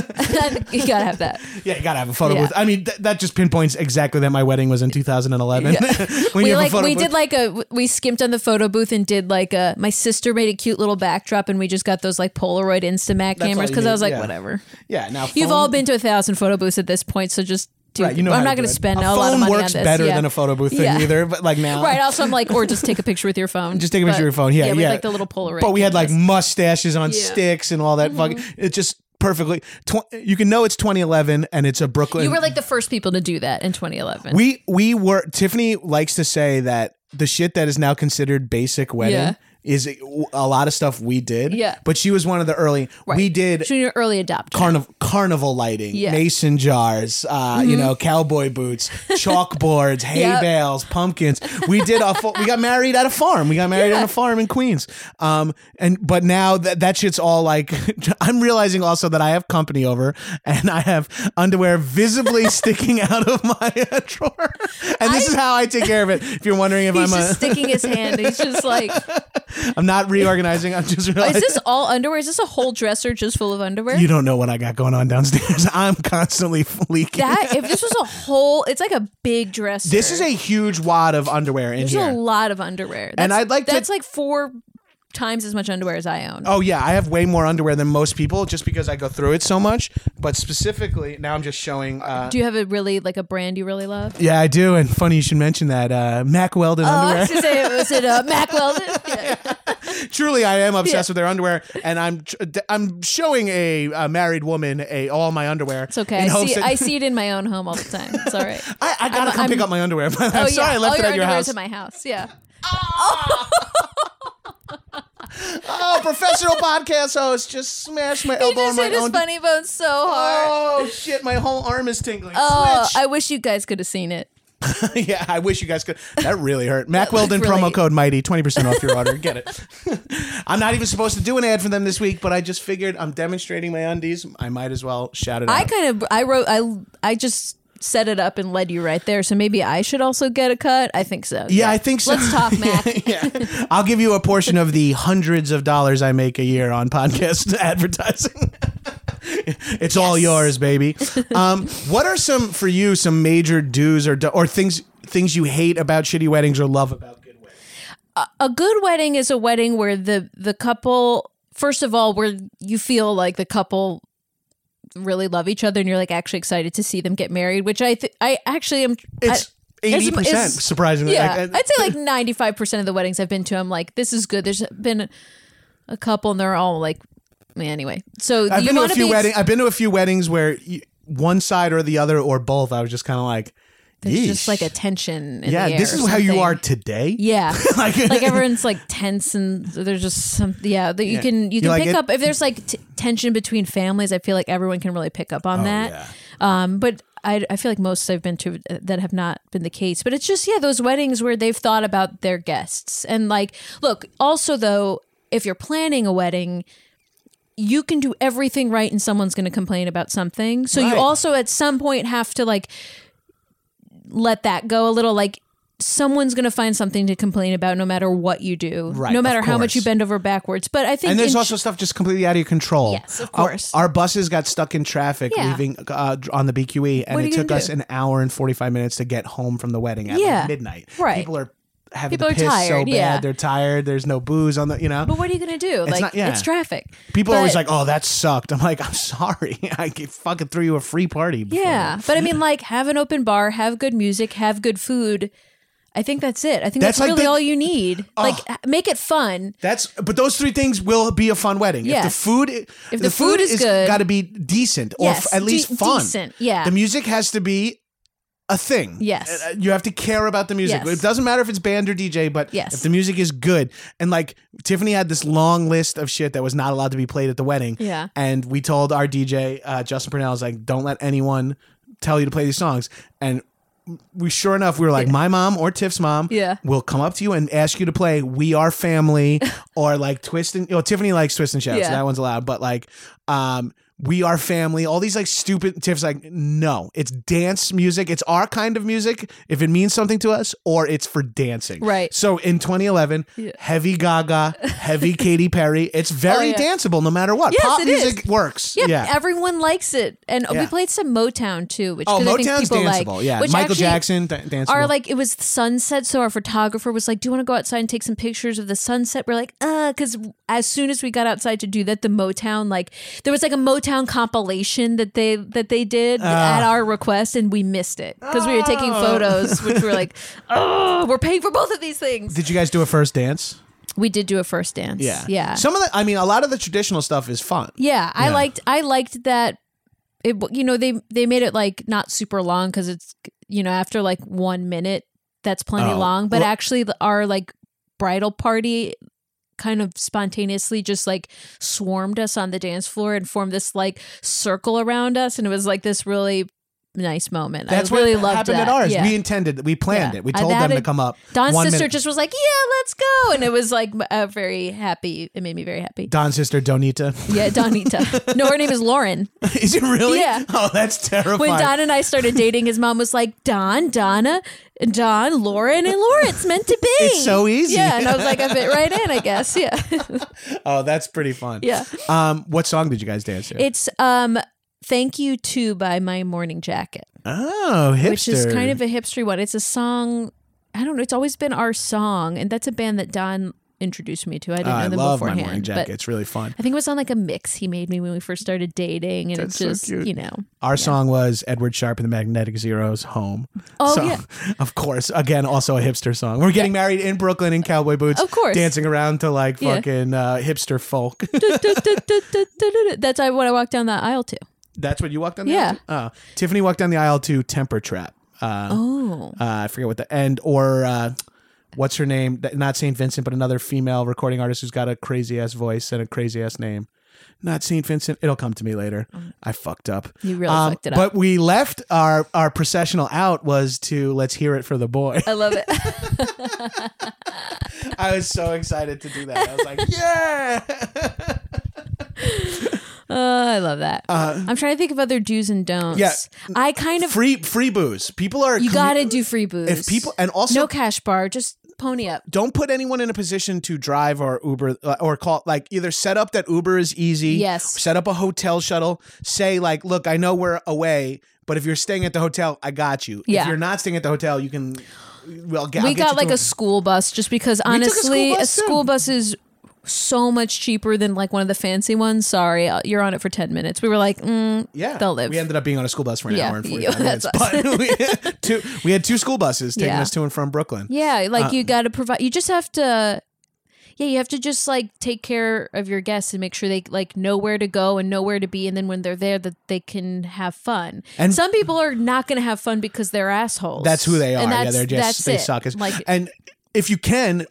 [SPEAKER 2] you gotta have that
[SPEAKER 1] yeah, you gotta have a photo
[SPEAKER 2] Yeah.
[SPEAKER 1] booth. I mean, th- that just pinpoints exactly that my wedding was in 2011. when
[SPEAKER 2] we
[SPEAKER 1] you have a
[SPEAKER 2] like
[SPEAKER 1] photo
[SPEAKER 2] we
[SPEAKER 1] booth.
[SPEAKER 2] did like a we skimped on the photo booth and did like a my sister made a cute little backdrop and we just got those like Polaroid Instamac
[SPEAKER 1] all
[SPEAKER 2] cameras
[SPEAKER 1] you
[SPEAKER 2] because I
[SPEAKER 1] need,
[SPEAKER 2] was like
[SPEAKER 1] yeah.
[SPEAKER 2] whatever
[SPEAKER 1] yeah. Now
[SPEAKER 2] You've
[SPEAKER 1] phone-
[SPEAKER 2] all been to a thousand photo booths at this point, so just do.
[SPEAKER 1] Right, you know
[SPEAKER 2] I'm
[SPEAKER 1] how
[SPEAKER 2] not
[SPEAKER 1] to
[SPEAKER 2] going
[SPEAKER 1] do
[SPEAKER 2] to
[SPEAKER 1] it.
[SPEAKER 2] spend
[SPEAKER 1] a
[SPEAKER 2] a, lot of money
[SPEAKER 1] Phone
[SPEAKER 2] on
[SPEAKER 1] works
[SPEAKER 2] this.
[SPEAKER 1] better
[SPEAKER 2] yeah.
[SPEAKER 1] than a photo booth thing
[SPEAKER 2] Yeah.
[SPEAKER 1] either, but like now,
[SPEAKER 2] Right. Also, I'm like, or just take a picture with your phone.
[SPEAKER 1] just take a picture
[SPEAKER 2] But-
[SPEAKER 1] of your phone. Yeah, yeah.
[SPEAKER 2] we had, like the little Polaroid.
[SPEAKER 1] But we had like
[SPEAKER 2] cameras.
[SPEAKER 1] mustaches on
[SPEAKER 2] Yeah. Mm-hmm.
[SPEAKER 1] sticks and all that. Fucking, it just perfectly. Tw- you can know it's 2011 and it's a Brooklyn.
[SPEAKER 2] you were like the first people to do that in 2011.
[SPEAKER 1] we we were. Tiffany likes to say that the shit that is now considered basic wedding.
[SPEAKER 2] Yeah.
[SPEAKER 1] Is a lot of stuff we did,
[SPEAKER 2] Yeah.
[SPEAKER 1] But she was one of the early.
[SPEAKER 2] Right.
[SPEAKER 1] We did
[SPEAKER 2] Junior early adopter.
[SPEAKER 1] carnival carnival lighting,
[SPEAKER 2] Yeah. Mm-hmm.
[SPEAKER 1] mason jars, uh, you know, cowboy boots, chalkboards, hay
[SPEAKER 2] Yep.
[SPEAKER 1] bales, pumpkins. We did a fu- we got married at a farm. We got married on a farm in Queens. Um, and but now that that shit's all like, I'm realizing also that I have company over and I have underwear visibly sticking out of my drawer. And this is how I take care of it. If you're wondering if
[SPEAKER 2] He's
[SPEAKER 1] I'm
[SPEAKER 2] just
[SPEAKER 1] a,
[SPEAKER 2] sticking his hand. He's just like,
[SPEAKER 1] I'm not reorganizing. I'm just
[SPEAKER 2] is
[SPEAKER 1] realizing.
[SPEAKER 2] this all underwear? Is this a whole dresser just full of underwear?
[SPEAKER 1] you don't know what I got going on downstairs. I'm constantly leaking.
[SPEAKER 2] that if this was a whole, it's like a big dresser.
[SPEAKER 1] This is a huge wad of underwear in
[SPEAKER 2] There's
[SPEAKER 1] here.
[SPEAKER 2] a lot of underwear. That's,
[SPEAKER 1] And I'd like to-
[SPEAKER 2] that's like four times as much underwear as I own.
[SPEAKER 1] oh yeah, I have way more underwear than most people just because I go through it so much. But specifically, now I'm just showing. Uh,
[SPEAKER 2] Do you have a really like a brand you really love?
[SPEAKER 1] yeah, I do. And funny you should mention that uh, Mac Weldon
[SPEAKER 2] Oh, I
[SPEAKER 1] underwear.
[SPEAKER 2] was gonna say was it uh, Mac Weldon? Yeah.
[SPEAKER 1] Truly, I am obsessed with their underwear, and I'm tr- d- I'm showing a, uh married woman a all my underwear.
[SPEAKER 2] It's okay. I
[SPEAKER 1] In hopes
[SPEAKER 2] see,
[SPEAKER 1] that-
[SPEAKER 2] I see it in my own home all the time. It's all right.
[SPEAKER 1] I, I gotta
[SPEAKER 2] I'm-
[SPEAKER 1] come pick
[SPEAKER 2] I'm- Oh,
[SPEAKER 1] up my underwear. I'm sorry, I left it
[SPEAKER 2] all your
[SPEAKER 1] at your
[SPEAKER 2] underwear's
[SPEAKER 1] house.
[SPEAKER 2] in my house. Yeah,
[SPEAKER 1] oh, professional podcast host just smashed my
[SPEAKER 2] he
[SPEAKER 1] elbow on
[SPEAKER 2] just
[SPEAKER 1] my
[SPEAKER 2] hit his
[SPEAKER 1] own.
[SPEAKER 2] funny bone so hard.
[SPEAKER 1] oh shit! My whole arm is tingling.
[SPEAKER 2] Oh,
[SPEAKER 1] Switch.
[SPEAKER 2] I wish you guys could have seen it.
[SPEAKER 1] yeah, I wish you guys could. That really hurt. Mac
[SPEAKER 2] was
[SPEAKER 1] Weldon
[SPEAKER 2] really-
[SPEAKER 1] promo code Mighty, twenty percent off your order. Get it. I'm not even supposed to do an ad for them this week, but I just figured I'm demonstrating my undies. I might as well shout it
[SPEAKER 2] I
[SPEAKER 1] out.
[SPEAKER 2] kind of I wrote I I just set it up and led you right there. So maybe I should also get a cut. I think so.
[SPEAKER 1] yeah, I think so.
[SPEAKER 2] Let's talk, Mac.
[SPEAKER 1] yeah, I'll give you a portion of the hundreds of dollars I make a year on podcast advertising. it's all yours, baby. Um, what are some for you some major do's or do- or things things you hate about shitty weddings or love about good weddings?
[SPEAKER 2] a good wedding is a wedding where the the couple first of all where you feel like the couple really love each other and you're like actually excited to see them get married which i th- i actually am
[SPEAKER 1] It's
[SPEAKER 2] I- as-
[SPEAKER 1] eighty percent
[SPEAKER 2] as-
[SPEAKER 1] surprisingly. I-
[SPEAKER 2] yeah
[SPEAKER 1] I-
[SPEAKER 2] i'd say like 95% of the weddings i've been to i'm like this is good there's been a couple and they're all like anyway so
[SPEAKER 1] I've
[SPEAKER 2] you
[SPEAKER 1] been to a
[SPEAKER 2] want
[SPEAKER 1] few
[SPEAKER 2] be
[SPEAKER 1] weddings. I've been to a few weddings where you, one side or the other or both. I was just kind of like,
[SPEAKER 2] There's just
[SPEAKER 1] Yeesh.
[SPEAKER 2] like a tension. In
[SPEAKER 1] yeah,
[SPEAKER 2] the air
[SPEAKER 1] this
[SPEAKER 2] or
[SPEAKER 1] is how you
[SPEAKER 2] something.
[SPEAKER 1] are today.
[SPEAKER 2] Yeah,
[SPEAKER 1] like,
[SPEAKER 2] like everyone's like tense and there's just some yeah that you
[SPEAKER 1] Yeah.
[SPEAKER 2] can you
[SPEAKER 1] You
[SPEAKER 2] can
[SPEAKER 1] like
[SPEAKER 2] pick
[SPEAKER 1] it?
[SPEAKER 2] up if there's like t- tension between families. I feel like everyone can really pick up on
[SPEAKER 1] Oh,
[SPEAKER 2] that.
[SPEAKER 1] yeah.
[SPEAKER 2] Um, but I, I feel like most I've been to uh, that have not been the case. But it's just, yeah, those weddings where they've thought about their guests. And like, look, also though, if you're planning a wedding, you can do everything right and someone's going to complain about something. So
[SPEAKER 1] Right.
[SPEAKER 2] you also at some point have to like let that go a little. Like, someone's going to find something to complain about no matter what you do,
[SPEAKER 1] Right,
[SPEAKER 2] no
[SPEAKER 1] of
[SPEAKER 2] matter how much
[SPEAKER 1] course.
[SPEAKER 2] you bend over backwards. But I think
[SPEAKER 1] And there's
[SPEAKER 2] in-
[SPEAKER 1] also stuff just completely out of your control.
[SPEAKER 2] Yes, of
[SPEAKER 1] Our-
[SPEAKER 2] course.
[SPEAKER 1] Our, buses got stuck in traffic
[SPEAKER 2] Yeah.
[SPEAKER 1] leaving uh, dr- on the BQE, and
[SPEAKER 2] What are
[SPEAKER 1] it
[SPEAKER 2] you
[SPEAKER 1] took
[SPEAKER 2] gonna
[SPEAKER 1] us
[SPEAKER 2] do?
[SPEAKER 1] an hour and 45 minutes to get home from the wedding at like,
[SPEAKER 2] Yeah.
[SPEAKER 1] midnight.
[SPEAKER 2] Right.
[SPEAKER 1] People are having the
[SPEAKER 2] People are
[SPEAKER 1] piss so
[SPEAKER 2] tired,
[SPEAKER 1] bad.
[SPEAKER 2] yeah.
[SPEAKER 1] They're tired. There's no booze on the, you know?
[SPEAKER 2] But what are you going to do? like,
[SPEAKER 1] not- yeah.
[SPEAKER 2] it's traffic.
[SPEAKER 1] People are always
[SPEAKER 2] But-
[SPEAKER 1] like, oh, that sucked. I'm like, I'm sorry. I g- fucking threw you a free party. Before.
[SPEAKER 2] Yeah, but I mean, like, have an open bar, have good music, have good food. I think that's it. I think
[SPEAKER 1] That's
[SPEAKER 2] that's,
[SPEAKER 1] like
[SPEAKER 2] really
[SPEAKER 1] the-
[SPEAKER 2] all you need. Like, h- make it fun.
[SPEAKER 1] That's but those three things will be a fun wedding. If the
[SPEAKER 2] Yes.
[SPEAKER 1] food
[SPEAKER 2] If the food is good-
[SPEAKER 1] got to be decent or f-
[SPEAKER 2] Yes,
[SPEAKER 1] at least
[SPEAKER 2] de-
[SPEAKER 1] fun.
[SPEAKER 2] decent, yeah.
[SPEAKER 1] The music has to be a thing.
[SPEAKER 2] Yes.
[SPEAKER 1] Uh, You have to care about the music.
[SPEAKER 2] Yes.
[SPEAKER 1] It doesn't matter if it's band or DJ, but
[SPEAKER 2] Yes.
[SPEAKER 1] if the music is good and like Tiffany had this long list of shit that was not allowed to be played at the wedding.
[SPEAKER 2] Yeah.
[SPEAKER 1] And we told our DJ uh, Justin Purnell is like don't let anyone tell you to play these songs and we sure enough we were like my mom or Tiff's mom
[SPEAKER 2] Yeah.
[SPEAKER 1] will come up to you and ask you to play "We Are Family" or like "Twist and." Oh, Tiffany likes "Twist and Shout," so
[SPEAKER 2] Yeah.
[SPEAKER 1] that one's allowed. But like, um, "We Are Family," all these like stupid. Tiff's like, no, it's dance music. It's our kind of music if it means something to us, or it's for dancing.
[SPEAKER 2] Right.
[SPEAKER 1] So in 2011, heavy Gaga, heavy Katy Perry. It's very
[SPEAKER 2] Oh, yeah.
[SPEAKER 1] danceable, no matter what.
[SPEAKER 2] Yes,
[SPEAKER 1] Pop
[SPEAKER 2] it is.
[SPEAKER 1] music works.
[SPEAKER 2] Yeah,
[SPEAKER 1] yeah.
[SPEAKER 2] everyone likes it, and
[SPEAKER 1] Yeah.
[SPEAKER 2] we played some Motown too, which
[SPEAKER 1] Oh,
[SPEAKER 2] 'cause I think
[SPEAKER 1] Motown's
[SPEAKER 2] people
[SPEAKER 1] danceable.
[SPEAKER 2] like.
[SPEAKER 1] yeah,
[SPEAKER 2] which
[SPEAKER 1] Michael
[SPEAKER 2] actually
[SPEAKER 1] Jackson da- danceable.
[SPEAKER 2] Are like it was sunset, so our photographer was like, "Do you want to go outside and take some pictures of the sunset?" We're like, "Uh," because as soon as we got outside to do that, the Motown like there was like a Motown compilation that they that they did at our request, and we missed it because we were taking
[SPEAKER 1] Oh.
[SPEAKER 2] photos, which we were like, "Oh, we're paying for both of these things."
[SPEAKER 1] Did you guys do a first dance?
[SPEAKER 2] We did do a first dance. yeah.
[SPEAKER 1] Some of the, I mean, a lot of the traditional stuff is fun.
[SPEAKER 2] Yeah, I
[SPEAKER 1] Yeah.
[SPEAKER 2] liked I liked that. It w- you know they they made it like not super long because it's you know after like one minute that's plenty
[SPEAKER 1] Oh,
[SPEAKER 2] long, but
[SPEAKER 1] well-
[SPEAKER 2] actually the- our like bridal party kind of spontaneously just like swarmed us on the dance floor and formed this like circle around us, and it was like this really nice moment.
[SPEAKER 1] That's
[SPEAKER 2] I really
[SPEAKER 1] what
[SPEAKER 2] loved
[SPEAKER 1] happened
[SPEAKER 2] that.
[SPEAKER 1] at ours.
[SPEAKER 2] Yeah.
[SPEAKER 1] We intended, we planned
[SPEAKER 2] Yeah.
[SPEAKER 1] it. We
[SPEAKER 2] I
[SPEAKER 1] told them
[SPEAKER 2] had
[SPEAKER 1] to
[SPEAKER 2] a-
[SPEAKER 1] come up.
[SPEAKER 2] Don's
[SPEAKER 1] one
[SPEAKER 2] sister
[SPEAKER 1] minute.
[SPEAKER 2] just was like, "Yeah, let's go," and it was like a very happy. It made me very happy.
[SPEAKER 1] Don's sister Donita.
[SPEAKER 2] yeah, Donita. no, her name is Lauren.
[SPEAKER 1] is it really?
[SPEAKER 2] Yeah.
[SPEAKER 1] Oh, that's terrifying.
[SPEAKER 2] When Don and I started dating, his mom was like, Don, Donna, Don, Lauren, and Laura. It's meant to be.
[SPEAKER 1] It's so easy.
[SPEAKER 2] Yeah. And I was like, I fit right in, I guess. Yeah.
[SPEAKER 1] oh, that's pretty fun.
[SPEAKER 2] yeah.
[SPEAKER 1] Um, what song did you guys dance to?
[SPEAKER 2] It's um Thank You Too by My Morning Jacket,
[SPEAKER 1] oh, hipster.
[SPEAKER 2] which is kind of a hipstery one. It's a song, I don't know, it's always been our song. And that's a band that Don introduced me to. I didn't
[SPEAKER 1] Ah, I
[SPEAKER 2] know them
[SPEAKER 1] love my
[SPEAKER 2] beforehand.
[SPEAKER 1] morning jacket.
[SPEAKER 2] But
[SPEAKER 1] It's really fun.
[SPEAKER 2] I think it was on like a mix he made me when we first started dating. And
[SPEAKER 1] That's
[SPEAKER 2] it's
[SPEAKER 1] so
[SPEAKER 2] just,
[SPEAKER 1] cute.
[SPEAKER 2] you know.
[SPEAKER 1] Our song was Edward Sharpe and the Magnetic Zeros "Home."
[SPEAKER 2] Oh,
[SPEAKER 1] so,
[SPEAKER 2] yeah.
[SPEAKER 1] of course. Again, also a hipster song. We're getting married in Brooklyn in cowboy boots.
[SPEAKER 2] Of course.
[SPEAKER 1] dancing around to like
[SPEAKER 2] Yeah.
[SPEAKER 1] fucking uh, hipster folk.
[SPEAKER 2] That's what I walked down that aisle to.
[SPEAKER 1] That's what you walked down. The
[SPEAKER 2] Yeah.
[SPEAKER 1] Aisle to? Oh. Tiffany walked down the aisle to Temper Trap. Uh,
[SPEAKER 2] Oh.
[SPEAKER 1] uh, I forget what the end or uh, what's her name? Th- Not Saint Vincent, but another female recording artist who's got a crazy ass voice and a crazy ass name. Not Saint Vincent. It'll come to me later. I fucked up.
[SPEAKER 2] Mm.
[SPEAKER 1] Um,
[SPEAKER 2] You really fucked it up.
[SPEAKER 1] But we left our our processional out was to let's hear it for the boy.
[SPEAKER 2] I love it.
[SPEAKER 1] I was so excited to do that. I was like, yeah.
[SPEAKER 2] Oh, I love that. I'm trying to think of other do's and
[SPEAKER 1] Uh,
[SPEAKER 2] don'ts.
[SPEAKER 1] Yeah.
[SPEAKER 2] I kind of
[SPEAKER 1] Free free booze. People are
[SPEAKER 2] you
[SPEAKER 1] commu-
[SPEAKER 2] gotta do free booze.
[SPEAKER 1] if people and also
[SPEAKER 2] no cash bar, just pony up.
[SPEAKER 1] don't put anyone in a position to drive or Uber uh, or call like either set up that Uber is easy.
[SPEAKER 2] Yes.
[SPEAKER 1] Set up a hotel shuttle. Say like, look, I know we're away, but if you're staying at the hotel, I got you. If
[SPEAKER 2] Yeah.
[SPEAKER 1] you're not staying at the hotel, you can. Well, get,
[SPEAKER 2] we
[SPEAKER 1] I'll get
[SPEAKER 2] got
[SPEAKER 1] you
[SPEAKER 2] like
[SPEAKER 1] to
[SPEAKER 2] a school bus just because
[SPEAKER 1] took a school
[SPEAKER 2] honestly, a,
[SPEAKER 1] bus, too.
[SPEAKER 2] school bus is so much cheaper than like one of the fancy ones. Sorry, uh, you're on it for ten minutes. We were like, mm,
[SPEAKER 1] yeah.
[SPEAKER 2] they'll live.
[SPEAKER 1] We ended up being on a school bus for an
[SPEAKER 2] Yeah.
[SPEAKER 1] hour and forty
[SPEAKER 2] Yeah,
[SPEAKER 1] five minutes.
[SPEAKER 2] that's
[SPEAKER 1] But we had, two, we had two school buses taking
[SPEAKER 2] Yeah.
[SPEAKER 1] us to and from Brooklyn.
[SPEAKER 2] yeah, like you gotta provide. You just have to. yeah, you have to just like take care of your guests and make sure they like know where to go and know where to be, and then when they're there, that they can have fun.
[SPEAKER 1] And-
[SPEAKER 2] And some people are not going to have fun because they're assholes.
[SPEAKER 1] That's who they are.
[SPEAKER 2] And
[SPEAKER 1] Yeah,
[SPEAKER 2] that's-
[SPEAKER 1] they're just
[SPEAKER 2] that's
[SPEAKER 1] they
[SPEAKER 2] it.
[SPEAKER 1] suck. as- eh.
[SPEAKER 2] Like,
[SPEAKER 1] and if you can,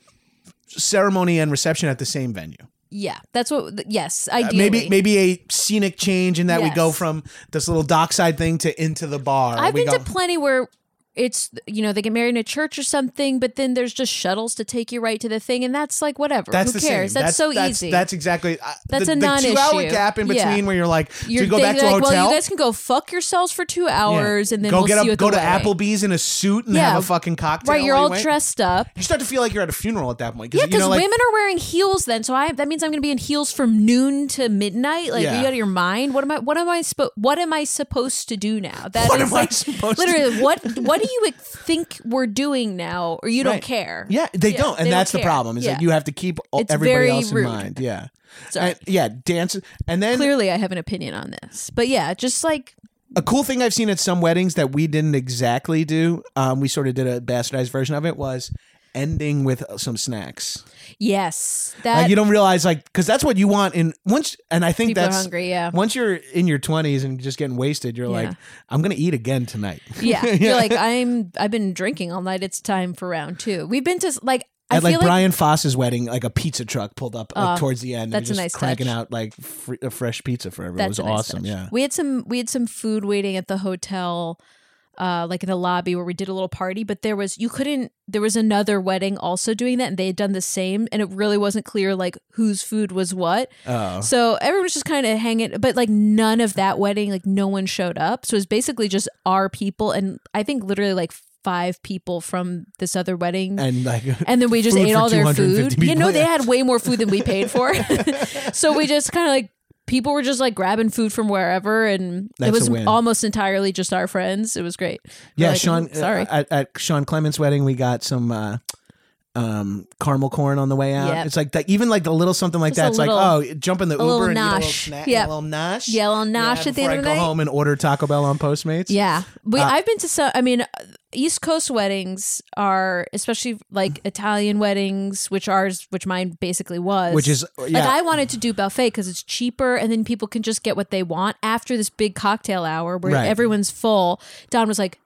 [SPEAKER 1] ceremony and reception at the same venue.
[SPEAKER 2] yeah, that's what. th- Yes,
[SPEAKER 1] Uh,
[SPEAKER 2] ideally.
[SPEAKER 1] Maybe maybe a scenic change in that we go
[SPEAKER 2] Yes.
[SPEAKER 1] from this little dockside thing to into the bar.
[SPEAKER 2] I've
[SPEAKER 1] uh, we
[SPEAKER 2] been
[SPEAKER 1] go,
[SPEAKER 2] to plenty where it's you know they get married in a church or something, but then there's just shuttles to take you right to the thing, and that's like whatever.
[SPEAKER 1] that's
[SPEAKER 2] who
[SPEAKER 1] the
[SPEAKER 2] cares?
[SPEAKER 1] Same.
[SPEAKER 2] That's, so easy.
[SPEAKER 1] That's exactly. uh,
[SPEAKER 2] That's
[SPEAKER 1] the,
[SPEAKER 2] a
[SPEAKER 1] the two hour
[SPEAKER 2] non-issue.
[SPEAKER 1] gap in between
[SPEAKER 2] Yeah.
[SPEAKER 1] where you're like, do
[SPEAKER 2] You're
[SPEAKER 1] you go
[SPEAKER 2] they-
[SPEAKER 1] back to
[SPEAKER 2] they're
[SPEAKER 1] a
[SPEAKER 2] like,
[SPEAKER 1] hotel?
[SPEAKER 2] Well, you guys can go fuck yourselves for two
[SPEAKER 1] Yeah.
[SPEAKER 2] hours, and then
[SPEAKER 1] go
[SPEAKER 2] we'll
[SPEAKER 1] get
[SPEAKER 2] see
[SPEAKER 1] a,
[SPEAKER 2] you at
[SPEAKER 1] go
[SPEAKER 2] the
[SPEAKER 1] to
[SPEAKER 2] wedding.
[SPEAKER 1] Applebee's in a suit and
[SPEAKER 2] Yeah.
[SPEAKER 1] have a fucking cocktail.
[SPEAKER 2] Right, you're
[SPEAKER 1] while
[SPEAKER 2] all
[SPEAKER 1] you wait.
[SPEAKER 2] dressed up.
[SPEAKER 1] You start to feel like you're at a funeral at that point.
[SPEAKER 2] Yeah,
[SPEAKER 1] you
[SPEAKER 2] because
[SPEAKER 1] know, like,
[SPEAKER 2] women are wearing heels then, so I that means I'm going to be in heels from noon to midnight. Like,
[SPEAKER 1] Yeah.
[SPEAKER 2] are you out of your mind? What am I? What am I? Spo- what am I supposed to do now? That
[SPEAKER 1] What
[SPEAKER 2] is,
[SPEAKER 1] am I
[SPEAKER 2] like,
[SPEAKER 1] supposed to-
[SPEAKER 2] literally what What do you think we're doing now, or you
[SPEAKER 1] Right.
[SPEAKER 2] don't care?
[SPEAKER 1] Yeah, they
[SPEAKER 2] Yeah,
[SPEAKER 1] don't, and
[SPEAKER 2] they don't
[SPEAKER 1] that's the
[SPEAKER 2] care.
[SPEAKER 1] problem. Is
[SPEAKER 2] Yeah.
[SPEAKER 1] that you have to keep all-
[SPEAKER 2] It's
[SPEAKER 1] everybody
[SPEAKER 2] very
[SPEAKER 1] else in
[SPEAKER 2] rude.
[SPEAKER 1] mind. Yeah,
[SPEAKER 2] Sorry.
[SPEAKER 1] And- yeah, dance, and then
[SPEAKER 2] Clearly, I have an opinion on this, but yeah, just like
[SPEAKER 1] a cool thing I've seen at some weddings that we didn't exactly do. Um, we sort of did a bastardized version of it. Was ending with some snacks.
[SPEAKER 2] yes,
[SPEAKER 1] Like
[SPEAKER 2] that
[SPEAKER 1] Uh, you don't realize, like, because that's what you want. In once, and I think
[SPEAKER 2] people are
[SPEAKER 1] that's
[SPEAKER 2] hungry. Yeah,
[SPEAKER 1] once you're in your twenties and just getting wasted, you're
[SPEAKER 2] Yeah.
[SPEAKER 1] like, I'm gonna eat again tonight.
[SPEAKER 2] yeah. You're like I'm. I've been drinking all night. It's time for round two. We've been to like I
[SPEAKER 1] At
[SPEAKER 2] feel
[SPEAKER 1] like
[SPEAKER 2] like
[SPEAKER 1] Brian Fosse's wedding, like a pizza truck pulled up like,
[SPEAKER 2] Oh,
[SPEAKER 1] towards the end. and
[SPEAKER 2] that's a
[SPEAKER 1] just
[SPEAKER 2] nice
[SPEAKER 1] cranking
[SPEAKER 2] touch.
[SPEAKER 1] out like fr- a fresh pizza for everyone.
[SPEAKER 2] That's
[SPEAKER 1] it
[SPEAKER 2] a
[SPEAKER 1] was
[SPEAKER 2] nice
[SPEAKER 1] awesome.
[SPEAKER 2] touch.
[SPEAKER 1] Yeah,
[SPEAKER 2] We had some we had some food waiting at the hotel, uh, like in the lobby where we did a little party, but there was you couldn't there was another wedding also doing that and they had done the same and it really wasn't clear like whose food was what.
[SPEAKER 1] Oh.
[SPEAKER 2] So everyone was just kind of hanging but like none of that wedding, like no one showed up. So it was basically just our people and I think literally like five people from this other wedding
[SPEAKER 1] and like
[SPEAKER 2] and then we just
[SPEAKER 1] food
[SPEAKER 2] ate
[SPEAKER 1] for
[SPEAKER 2] all their
[SPEAKER 1] 250
[SPEAKER 2] food. you
[SPEAKER 1] people,
[SPEAKER 2] know, they
[SPEAKER 1] yeah.
[SPEAKER 2] had way more food than we paid for. so we just kind of like people were just like grabbing food from wherever, and
[SPEAKER 1] That's a
[SPEAKER 2] it was
[SPEAKER 1] win.
[SPEAKER 2] almost entirely just our friends. It was great. We're
[SPEAKER 1] yeah,
[SPEAKER 2] like,
[SPEAKER 1] Sean. uh,
[SPEAKER 2] "Mm, Sorry,
[SPEAKER 1] At, at Sean Clement's wedding, we got some uh, um, caramel corn on the way out.
[SPEAKER 2] Yep.
[SPEAKER 1] It's like that. Even like the little something like
[SPEAKER 2] Just a
[SPEAKER 1] that. It's
[SPEAKER 2] little-
[SPEAKER 1] like oh, jump in the Uber
[SPEAKER 2] little
[SPEAKER 1] and eat a little
[SPEAKER 2] nosh.
[SPEAKER 1] snack, a
[SPEAKER 2] Yeah.
[SPEAKER 1] little nosh.
[SPEAKER 2] yeah, well,
[SPEAKER 1] Yeah,
[SPEAKER 2] Nash at the
[SPEAKER 1] before
[SPEAKER 2] end
[SPEAKER 1] I
[SPEAKER 2] of the
[SPEAKER 1] go
[SPEAKER 2] night.
[SPEAKER 1] home and order Taco Bell on Postmates.
[SPEAKER 2] Yeah, we. I've been to some. I mean, uh, East Coast weddings are especially like Italian weddings, which ours, which mine basically was,
[SPEAKER 1] Which is- yeah.
[SPEAKER 2] like I wanted to do buffet because it's cheaper, and then people can just get what they want after this big cocktail hour where
[SPEAKER 1] Right.
[SPEAKER 2] everyone's full. Don was like.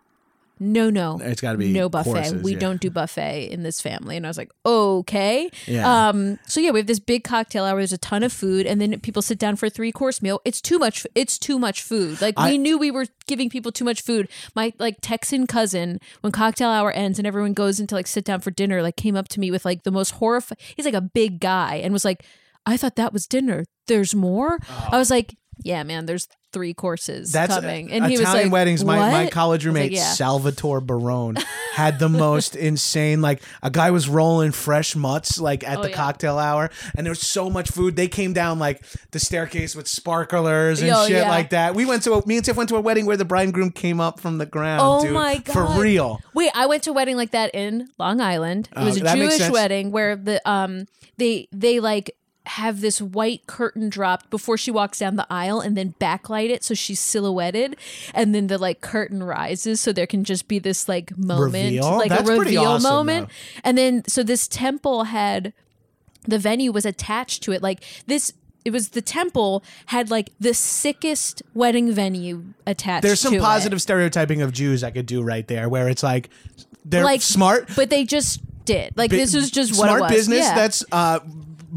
[SPEAKER 2] No, no,
[SPEAKER 1] It's gotta be
[SPEAKER 2] no buffet.
[SPEAKER 1] courses,
[SPEAKER 2] we
[SPEAKER 1] yeah.
[SPEAKER 2] don't do buffet in this family, and I was like, okay.
[SPEAKER 1] Yeah.
[SPEAKER 2] Um. So yeah, we have this big cocktail hour. There's a ton of food, and then people sit down for a three course meal. It's too much. It's too much food. Like
[SPEAKER 1] I-
[SPEAKER 2] we knew we were giving people too much food. My like Texan cousin, when cocktail hour ends and everyone goes into like sit down for dinner, like came up to me with like the most horrifying. He's like a big guy and was like, "I thought that was dinner. There's more." I was like, "Yeah, man. There's three courses
[SPEAKER 1] Oh. That's
[SPEAKER 2] coming."
[SPEAKER 1] uh,
[SPEAKER 2] And he
[SPEAKER 1] Italian
[SPEAKER 2] was like,
[SPEAKER 1] weddings. My, my
[SPEAKER 2] "What?"
[SPEAKER 1] college
[SPEAKER 2] I was like,
[SPEAKER 1] roommate
[SPEAKER 2] "Yeah."
[SPEAKER 1] Salvatore Barone had the most insane. Like a guy was rolling fresh mutts like at
[SPEAKER 2] Oh,
[SPEAKER 1] the
[SPEAKER 2] yeah.
[SPEAKER 1] cocktail hour, and there was so much food. They came down like the staircase with sparklers and
[SPEAKER 2] Yo,
[SPEAKER 1] shit
[SPEAKER 2] Oh, yeah.
[SPEAKER 1] like that. We went to a, me and Tiff went to a wedding where the bride and groom came up from the ground.
[SPEAKER 2] Oh
[SPEAKER 1] dude,
[SPEAKER 2] my
[SPEAKER 1] for
[SPEAKER 2] God.
[SPEAKER 1] real.
[SPEAKER 2] Wait, I went to a wedding like that in Long Island. It
[SPEAKER 1] Oh,
[SPEAKER 2] was a
[SPEAKER 1] that makes
[SPEAKER 2] Jewish
[SPEAKER 1] sense.
[SPEAKER 2] wedding where the um they they like have this white curtain dropped before she walks down the aisle and then backlight it so she's silhouetted and then the like curtain rises so there can just be this like moment
[SPEAKER 1] Reveal?
[SPEAKER 2] like
[SPEAKER 1] That's
[SPEAKER 2] a
[SPEAKER 1] pretty
[SPEAKER 2] reveal
[SPEAKER 1] awesome,
[SPEAKER 2] moment and then so this temple had the venue was attached to it like this it was the temple had like the sickest wedding venue attached
[SPEAKER 1] There's some
[SPEAKER 2] to it.
[SPEAKER 1] positive stereotyping of Jews I could do right there, where it's like they're
[SPEAKER 2] like
[SPEAKER 1] smart,
[SPEAKER 2] but they just did like
[SPEAKER 1] bu-
[SPEAKER 2] this is just what
[SPEAKER 1] smart
[SPEAKER 2] it was.
[SPEAKER 1] business
[SPEAKER 2] Yeah.
[SPEAKER 1] that's uh,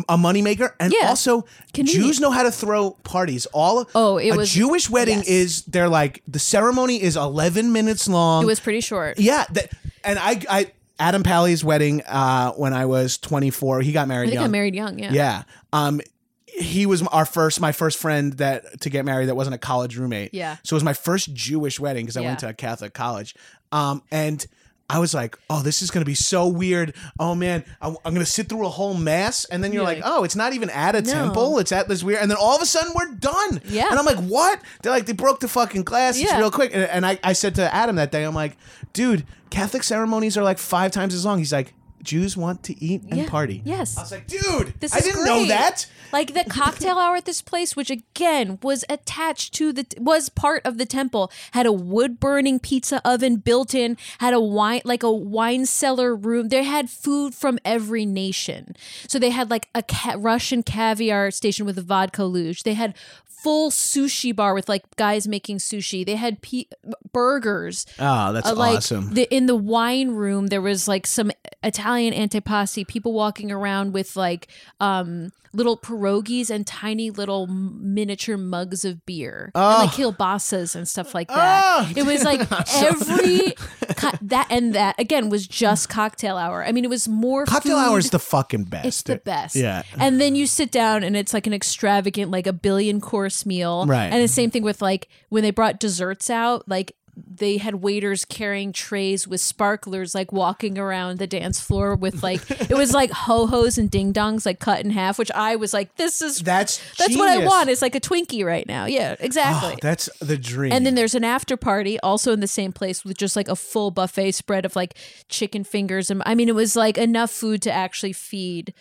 [SPEAKER 1] a moneymaker, and
[SPEAKER 2] Yeah.
[SPEAKER 1] also
[SPEAKER 2] Convenient.
[SPEAKER 1] Jews know how to throw parties. All
[SPEAKER 2] Oh, it
[SPEAKER 1] a
[SPEAKER 2] was-
[SPEAKER 1] Jewish wedding
[SPEAKER 2] yes.
[SPEAKER 1] is they're like the ceremony is eleven minutes long.
[SPEAKER 2] it was pretty short
[SPEAKER 1] yeah, that, and I, I Adam Pally's wedding uh, when I was twenty four, he got married.
[SPEAKER 2] i think
[SPEAKER 1] young.
[SPEAKER 2] i married young yeah
[SPEAKER 1] Yeah. Um, he was our first, my first friend that to get married that wasn't a college roommate.
[SPEAKER 2] Yeah.
[SPEAKER 1] So it was my first Jewish wedding because I went
[SPEAKER 2] Yeah.
[SPEAKER 1] to a Catholic college. Um, and I was like, oh, this is going to be so weird. Oh man, I'm, I'm going to sit through a whole mass, and then you're
[SPEAKER 2] Yeah.
[SPEAKER 1] like, oh, it's not even at a
[SPEAKER 2] No.
[SPEAKER 1] temple. It's at this weird, and then all of a sudden we're done.
[SPEAKER 2] Yeah.
[SPEAKER 1] And I'm like, what? They're like, they broke the fucking glasses
[SPEAKER 2] Yeah.
[SPEAKER 1] real quick. And, and I, I said to Adam that day, I'm like, dude, Catholic ceremonies are like five times as long. He's like. Jews want to eat and
[SPEAKER 2] Yeah.
[SPEAKER 1] party. I was
[SPEAKER 2] Yes.
[SPEAKER 1] like, dude,
[SPEAKER 2] This
[SPEAKER 1] I
[SPEAKER 2] is
[SPEAKER 1] didn't know
[SPEAKER 2] great.
[SPEAKER 1] that.
[SPEAKER 2] Like the cocktail hour at this place, which again was attached to the was part of the temple, had a wood burning pizza oven built in, had a wine like a wine cellar room. They had food from every nation, so they had like a ca- Russian caviar station with a vodka luge. They had full sushi bar with like guys making sushi. They had pe- burgers.
[SPEAKER 1] Oh, that's
[SPEAKER 2] Uh, like the in the wine room there was like some italian antipasti people walking around with like um little pierogies and tiny little m- miniature mugs of beer and like kielbasas and stuff like that
[SPEAKER 1] Oh!
[SPEAKER 2] it was like every co- that and that again was just cocktail hour i mean it was more
[SPEAKER 1] Cocktail
[SPEAKER 2] food.
[SPEAKER 1] hour is the fucking best.
[SPEAKER 2] It's the best.
[SPEAKER 1] Yeah.
[SPEAKER 2] And then you sit down and it's like an extravagant, like a billion course meal.
[SPEAKER 1] Right.
[SPEAKER 2] And the same thing with like when they brought desserts out, like they had waiters carrying trays with sparklers, like walking around the dance floor with like it was like ho hos and ding dongs, like cut in half, which I was like, this is
[SPEAKER 1] That's
[SPEAKER 2] that's what I
[SPEAKER 1] genius.
[SPEAKER 2] want. It's like a Twinkie right now. Yeah, exactly.
[SPEAKER 1] Oh, that's the dream.
[SPEAKER 2] And then there's an after party also in the same place with just like a full buffet spread of like chicken fingers and I mean it was like enough food to actually feed.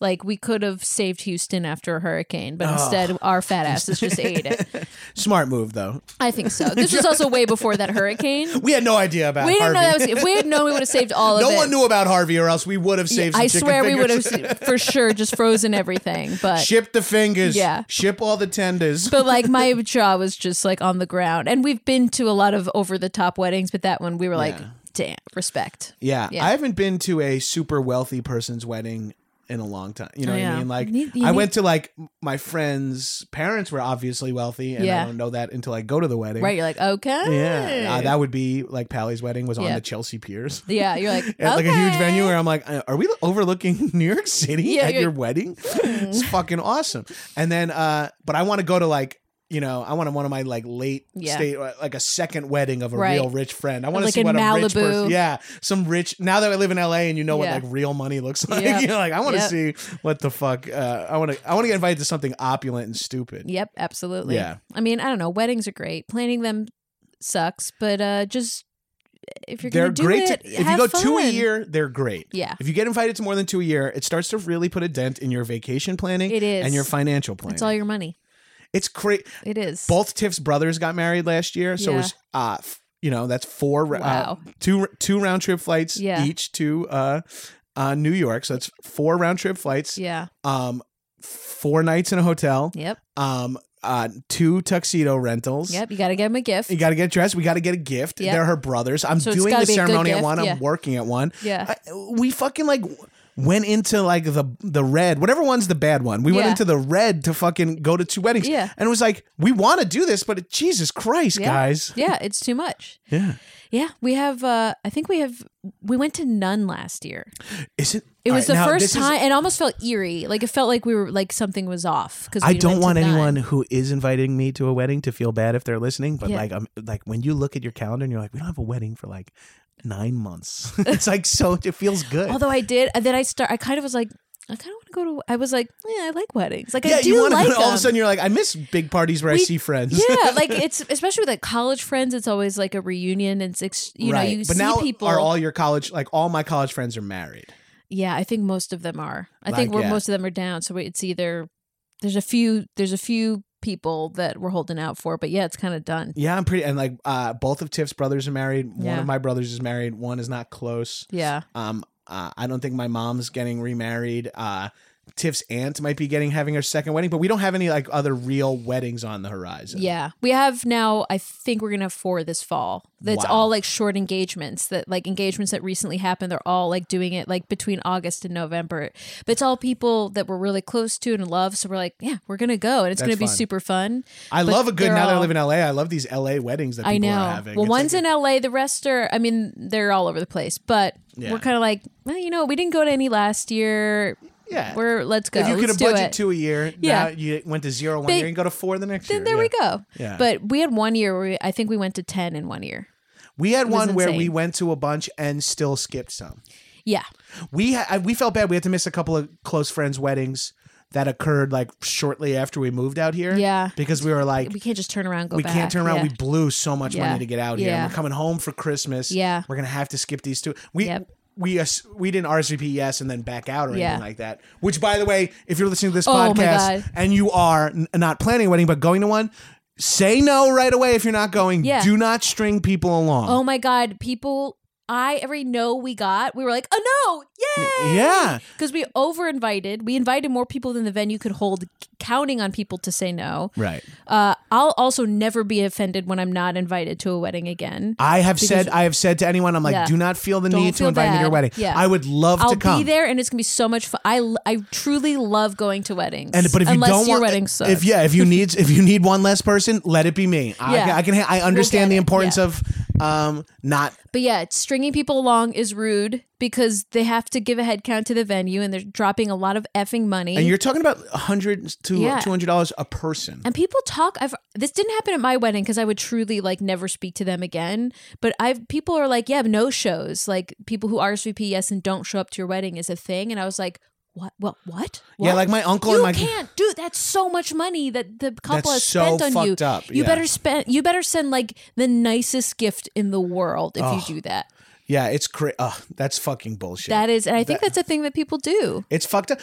[SPEAKER 2] Like we could have saved Houston after a hurricane, but instead our fat asses just ate it.
[SPEAKER 1] smart move though.
[SPEAKER 2] I think so. This was also way before that hurricane.
[SPEAKER 1] We had no idea about
[SPEAKER 2] We
[SPEAKER 1] Harvey.
[SPEAKER 2] didn't know that was if we had known we would have saved all
[SPEAKER 1] no
[SPEAKER 2] of it.
[SPEAKER 1] one knew about Harvey, or else we would have saved. Some
[SPEAKER 2] I
[SPEAKER 1] chicken
[SPEAKER 2] swear we would
[SPEAKER 1] fingers.
[SPEAKER 2] have s- for sure just frozen everything, but
[SPEAKER 1] Ship the fingers.
[SPEAKER 2] Yeah.
[SPEAKER 1] Ship all the tenders.
[SPEAKER 2] but like my jaw was just like on the ground. And we've been to a lot of over the top weddings, but that one we were like, damn, respect.
[SPEAKER 1] Yeah,
[SPEAKER 2] Yeah.
[SPEAKER 1] I haven't been to a super wealthy person's wedding in a long time. You know
[SPEAKER 2] I
[SPEAKER 1] what I
[SPEAKER 2] know.
[SPEAKER 1] mean? Like,
[SPEAKER 2] Need- Oh, you
[SPEAKER 1] I
[SPEAKER 2] need-
[SPEAKER 1] went to like my friend's parents were obviously wealthy, and I
[SPEAKER 2] Yeah.
[SPEAKER 1] don't know that until I go to the wedding.
[SPEAKER 2] Right? You're like, okay.
[SPEAKER 1] Yeah, uh, that would be like Pally's wedding was on
[SPEAKER 2] Yeah.
[SPEAKER 1] the Chelsea Piers.
[SPEAKER 2] Yeah, you're like
[SPEAKER 1] At like a huge
[SPEAKER 2] okay.
[SPEAKER 1] venue where I'm like, uh, are we overlooking New York City
[SPEAKER 2] Yeah,
[SPEAKER 1] at
[SPEAKER 2] you're Hmm.
[SPEAKER 1] your
[SPEAKER 2] like,
[SPEAKER 1] wedding? it's fucking awesome. And then, uh, but I want to go to like, you know, I want to one of my like late
[SPEAKER 2] Yeah.
[SPEAKER 1] state, uh, like a second wedding of a
[SPEAKER 2] Right.
[SPEAKER 1] real rich friend. I want to
[SPEAKER 2] Like
[SPEAKER 1] see
[SPEAKER 2] in
[SPEAKER 1] what a rich
[SPEAKER 2] Malibu.
[SPEAKER 1] person, yeah, some rich. Now that I live in LA and you know
[SPEAKER 2] Yeah.
[SPEAKER 1] what like real money looks like,
[SPEAKER 2] Yeah.
[SPEAKER 1] you're like, I want to
[SPEAKER 2] Yep.
[SPEAKER 1] see what the fuck. Uh, I want to, I want to get invited to something opulent and stupid.
[SPEAKER 2] Yep, absolutely.
[SPEAKER 1] Yeah.
[SPEAKER 2] I mean, I don't know. Weddings are great. Planning them sucks, but uh just if you're
[SPEAKER 1] They're
[SPEAKER 2] gonna do
[SPEAKER 1] great.
[SPEAKER 2] it,
[SPEAKER 1] to, if you
[SPEAKER 2] have
[SPEAKER 1] go two a
[SPEAKER 2] fun.
[SPEAKER 1] year, they're great.
[SPEAKER 2] Yeah.
[SPEAKER 1] If you get invited to more than two a year, it starts to really put a dent in your vacation planning
[SPEAKER 2] It is.
[SPEAKER 1] and your financial planning.
[SPEAKER 2] it's all your money.
[SPEAKER 1] It's great.
[SPEAKER 2] It is.
[SPEAKER 1] Both Tiff's brothers got married last year, so it
[SPEAKER 2] Yeah.
[SPEAKER 1] was uh, f- you know that's four ra-
[SPEAKER 2] Wow.
[SPEAKER 1] uh, two two round trip flights
[SPEAKER 2] Yeah.
[SPEAKER 1] each to uh, uh, New York. So that's four round trip flights.
[SPEAKER 2] Yeah.
[SPEAKER 1] Um, four nights in a hotel.
[SPEAKER 2] Yep.
[SPEAKER 1] Um, uh, two tuxedo rentals.
[SPEAKER 2] Yep. You gotta get them a gift.
[SPEAKER 1] You got to get dressed. We got to get a gift.
[SPEAKER 2] Yep.
[SPEAKER 1] They're her brothers. I'm
[SPEAKER 2] So it's
[SPEAKER 1] doing
[SPEAKER 2] gotta
[SPEAKER 1] the
[SPEAKER 2] be a good
[SPEAKER 1] ceremony at
[SPEAKER 2] gift,
[SPEAKER 1] one.
[SPEAKER 2] yeah.
[SPEAKER 1] I'm working at one.
[SPEAKER 2] Yeah.
[SPEAKER 1] I, we fucking like went into like the the red, whatever one's the bad one. We went
[SPEAKER 2] Yeah.
[SPEAKER 1] into the red to fucking go to two weddings.
[SPEAKER 2] Yeah.
[SPEAKER 1] And it was like, we want to do this, but Jesus Christ,
[SPEAKER 2] Yeah.
[SPEAKER 1] guys.
[SPEAKER 2] Yeah, it's too much.
[SPEAKER 1] Yeah.
[SPEAKER 2] Yeah, we have. uh I think we have. We went to none last year.
[SPEAKER 1] Is it?
[SPEAKER 2] It
[SPEAKER 1] all
[SPEAKER 2] was
[SPEAKER 1] right,
[SPEAKER 2] the
[SPEAKER 1] now
[SPEAKER 2] first
[SPEAKER 1] this is-
[SPEAKER 2] time, and almost felt eerie. Like it felt like we were like something was off. Because
[SPEAKER 1] I don't want anyone who is inviting me to a wedding to feel bad if they're listening, but
[SPEAKER 2] Yeah.
[SPEAKER 1] like, I'm like when you look at your calendar and you're like, we don't have a wedding for like nine months. it's like so it feels good.
[SPEAKER 2] Although I did, and then I start. I kind of was like, I kind of want to go to. I was like, yeah, I like weddings. Like
[SPEAKER 1] yeah,
[SPEAKER 2] I do
[SPEAKER 1] you wanna
[SPEAKER 2] like.
[SPEAKER 1] go to- all of a
[SPEAKER 2] them.
[SPEAKER 1] sudden you're like, I miss big parties where I
[SPEAKER 2] We-
[SPEAKER 1] see friends.
[SPEAKER 2] yeah, like it's especially with like college friends. It's always like a reunion, and it's ex- you
[SPEAKER 1] right.
[SPEAKER 2] know you
[SPEAKER 1] but
[SPEAKER 2] see
[SPEAKER 1] now
[SPEAKER 2] people.
[SPEAKER 1] are all your college like all my college friends are married.
[SPEAKER 2] yeah, I think most of them are. I
[SPEAKER 1] Like,
[SPEAKER 2] think we're
[SPEAKER 1] yeah.
[SPEAKER 2] most of them are down. So it's either there's a few there's a few people that we're holding out for, but yeah, it's kind of done.
[SPEAKER 1] Yeah, I'm pretty and like uh both of Tiff's brothers are married. One
[SPEAKER 2] Yeah.
[SPEAKER 1] of my brothers is married, one is not close.
[SPEAKER 2] Yeah,
[SPEAKER 1] Um uh, I don't think my mom's getting remarried. Uh Tiff's aunt might be getting having her second wedding, but we don't have any like other real weddings on the horizon.
[SPEAKER 2] yeah. We have now. I think we're gonna have four this fall. That's
[SPEAKER 1] Wow.
[SPEAKER 2] all like short engagements. That like engagements that recently happened. They're all like doing it like between August and November. But it's all people that we're really close to and love. So we're like, yeah, we're gonna go, and it's
[SPEAKER 1] That's
[SPEAKER 2] gonna be
[SPEAKER 1] fun.
[SPEAKER 2] super fun.
[SPEAKER 1] I
[SPEAKER 2] But
[SPEAKER 1] love a good
[SPEAKER 2] they're
[SPEAKER 1] now that I
[SPEAKER 2] all-
[SPEAKER 1] live in LA. I love these LA weddings that people
[SPEAKER 2] I know.
[SPEAKER 1] are having.
[SPEAKER 2] Well,
[SPEAKER 1] It's
[SPEAKER 2] one's
[SPEAKER 1] like,
[SPEAKER 2] in LA, the rest are, I mean, they're all over the place, but
[SPEAKER 1] Yeah.
[SPEAKER 2] we're kind of like, well, you know, we didn't go to any last year.
[SPEAKER 1] Yeah.
[SPEAKER 2] We're, let's go.
[SPEAKER 1] if you could
[SPEAKER 2] let's
[SPEAKER 1] have
[SPEAKER 2] do
[SPEAKER 1] budget
[SPEAKER 2] it.
[SPEAKER 1] two a year,
[SPEAKER 2] Yeah.
[SPEAKER 1] now you went to zero one
[SPEAKER 2] They-
[SPEAKER 1] year and go to four the next
[SPEAKER 2] then
[SPEAKER 1] year.
[SPEAKER 2] there
[SPEAKER 1] yeah.
[SPEAKER 2] we go.
[SPEAKER 1] Yeah.
[SPEAKER 2] But we had one year where we, I think we went to 10 in one year.
[SPEAKER 1] We had
[SPEAKER 2] was
[SPEAKER 1] one where we
[SPEAKER 2] insane.
[SPEAKER 1] went to a bunch and still skipped some.
[SPEAKER 2] Yeah.
[SPEAKER 1] We ha- I- we felt bad. We had to miss a couple of close friends' weddings that occurred like shortly after we moved out here.
[SPEAKER 2] Yeah.
[SPEAKER 1] because we were like
[SPEAKER 2] We
[SPEAKER 1] we,
[SPEAKER 2] can't just turn around and go back.
[SPEAKER 1] can't turn around.
[SPEAKER 2] Yeah.
[SPEAKER 1] We blew so much
[SPEAKER 2] Yeah.
[SPEAKER 1] money to get out here. and
[SPEAKER 2] Yeah.
[SPEAKER 1] We're coming home for Christmas.
[SPEAKER 2] Yeah.
[SPEAKER 1] we're gonna have to skip these two. We
[SPEAKER 2] Yep.
[SPEAKER 1] we as- we didn't RSVP yes and then back out or anything
[SPEAKER 2] Yeah.
[SPEAKER 1] like that. Which, by the way, if you're listening to this
[SPEAKER 2] Oh my
[SPEAKER 1] podcast
[SPEAKER 2] God.
[SPEAKER 1] and you are n- not planning a wedding but going to one, say no right away if you're not going.
[SPEAKER 2] Yeah.
[SPEAKER 1] Do not string people along.
[SPEAKER 2] Oh my god, people! I every no we got, we were like, oh no, yay!
[SPEAKER 1] yeah.
[SPEAKER 2] because we over invited. We invited more people than the venue could hold, counting on people to say no.
[SPEAKER 1] Right.
[SPEAKER 2] Uh, I'll also never be offended when I'm not invited to a wedding again.
[SPEAKER 1] I have said I have said to anyone, I'm like,
[SPEAKER 2] Yeah.
[SPEAKER 1] do not feel the
[SPEAKER 2] Don't
[SPEAKER 1] need to
[SPEAKER 2] feel
[SPEAKER 1] invite me to your
[SPEAKER 2] bad.
[SPEAKER 1] wedding.
[SPEAKER 2] Yeah.
[SPEAKER 1] I would love
[SPEAKER 2] I'll
[SPEAKER 1] to come.
[SPEAKER 2] be there, and it's gonna be so much fun. I, l- I truly love going to weddings.
[SPEAKER 1] And but if you
[SPEAKER 2] unless
[SPEAKER 1] don't
[SPEAKER 2] your
[SPEAKER 1] want
[SPEAKER 2] wedding sucks,
[SPEAKER 1] if yeah, if you need if you need one less person, let it be me. I,
[SPEAKER 2] Yeah.
[SPEAKER 1] I can ha- I understand
[SPEAKER 2] get
[SPEAKER 1] the
[SPEAKER 2] it.
[SPEAKER 1] importance
[SPEAKER 2] Yeah.
[SPEAKER 1] of um not
[SPEAKER 2] But yeah, it's- stringing people along is rude because they have to give a head count to the venue and they're dropping a lot of effing money.
[SPEAKER 1] and you're talking about 100 to
[SPEAKER 2] Yeah.
[SPEAKER 1] 200 dollars a person.
[SPEAKER 2] And people talk. I've this didn't happen at my wedding because I would truly like never speak to them again. But I've people are like, yeah, no shows. Like people who RSVP yes and don't show up to your wedding is a thing. And I was like, what? What? What?
[SPEAKER 1] Yeah,
[SPEAKER 2] What?
[SPEAKER 1] like my uncle and
[SPEAKER 2] you
[SPEAKER 1] my
[SPEAKER 2] can't do that's so much money that the couple
[SPEAKER 1] That's
[SPEAKER 2] has
[SPEAKER 1] so
[SPEAKER 2] spent on you.
[SPEAKER 1] fucked up,
[SPEAKER 2] You
[SPEAKER 1] yeah.
[SPEAKER 2] better spend. You better send like the nicest gift in the world if you do that.
[SPEAKER 1] Yeah, it's cra- Ugh, that's fucking bullshit.
[SPEAKER 2] That is, and I think that's a thing that people do.
[SPEAKER 1] it's fucked up.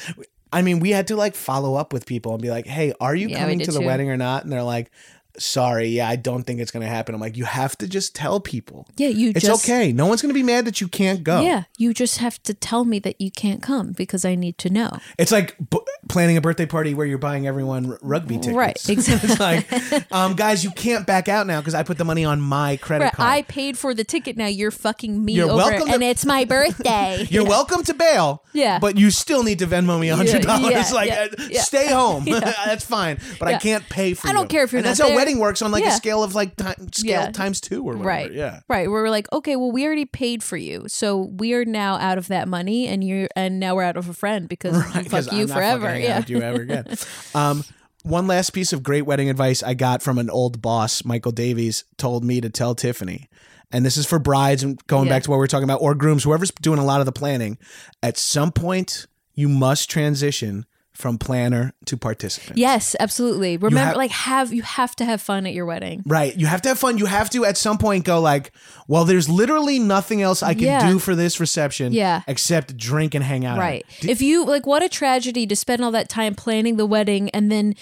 [SPEAKER 1] I mean, we had to like follow up with people and be like, "Hey, are you
[SPEAKER 2] Yeah, we
[SPEAKER 1] coming
[SPEAKER 2] did
[SPEAKER 1] to the
[SPEAKER 2] too.
[SPEAKER 1] wedding or not?" And they're like, "Sorry, yeah, I don't think it's going to happen." I'm like, "You have to just tell people."
[SPEAKER 2] Yeah, you
[SPEAKER 1] It's
[SPEAKER 2] just
[SPEAKER 1] okay. No one's going to be mad that you can't go.
[SPEAKER 2] Yeah, you just have to tell me that you can't come because I need to know.
[SPEAKER 1] It's like b- planning a birthday party where you're buying everyone r- rugby tickets.
[SPEAKER 2] Right, exactly.
[SPEAKER 1] it's like, um, guys, you can't back out now because I put the money on my credit
[SPEAKER 2] Right,
[SPEAKER 1] card.
[SPEAKER 2] I paid for the ticket. Now you're fucking me
[SPEAKER 1] You're
[SPEAKER 2] over,
[SPEAKER 1] welcome to-
[SPEAKER 2] and it's my birthday.
[SPEAKER 1] you're welcome to bail,
[SPEAKER 2] Yeah.
[SPEAKER 1] but you still need to Venmo me hundred dollars.
[SPEAKER 2] yeah,
[SPEAKER 1] like,
[SPEAKER 2] yeah,
[SPEAKER 1] uh,
[SPEAKER 2] yeah.
[SPEAKER 1] stay home. that's fine, but I
[SPEAKER 2] Yeah.
[SPEAKER 1] can't pay for.
[SPEAKER 2] I don't
[SPEAKER 1] you.
[SPEAKER 2] care if you're
[SPEAKER 1] And
[SPEAKER 2] not
[SPEAKER 1] that's how
[SPEAKER 2] there.
[SPEAKER 1] wedding works on like a
[SPEAKER 2] Yeah.
[SPEAKER 1] scale of like time, scale
[SPEAKER 2] Yeah.
[SPEAKER 1] times two or whatever.
[SPEAKER 2] right,
[SPEAKER 1] Yeah.
[SPEAKER 2] right. Where we're like, okay, well, we already paid for you, so we are now out of that money, and you're, and now we're out of a friend because
[SPEAKER 1] Because
[SPEAKER 2] fuck
[SPEAKER 1] I'm not fucking
[SPEAKER 2] you forever.
[SPEAKER 1] hanging out
[SPEAKER 2] Yeah,
[SPEAKER 1] with you ever again. um, one last piece of great wedding advice I got from an old boss, Michael Davies, told me to tell Tiffany. And this is for brides and going
[SPEAKER 2] Yeah.
[SPEAKER 1] back to what we we're talking about, or grooms, whoever's doing a lot of the planning. At some point, you must transition from planner to participant.
[SPEAKER 2] yes, absolutely. Remember,
[SPEAKER 1] have-
[SPEAKER 2] like, have you have to have fun at your wedding?
[SPEAKER 1] Right. You have to have fun. You have to at some point go like, well, there's literally nothing else I can
[SPEAKER 2] Yeah.
[SPEAKER 1] do for this reception
[SPEAKER 2] Yeah.
[SPEAKER 1] except drink and hang out. at it."
[SPEAKER 2] Right. if you like, what a tragedy to spend all that time planning the wedding and then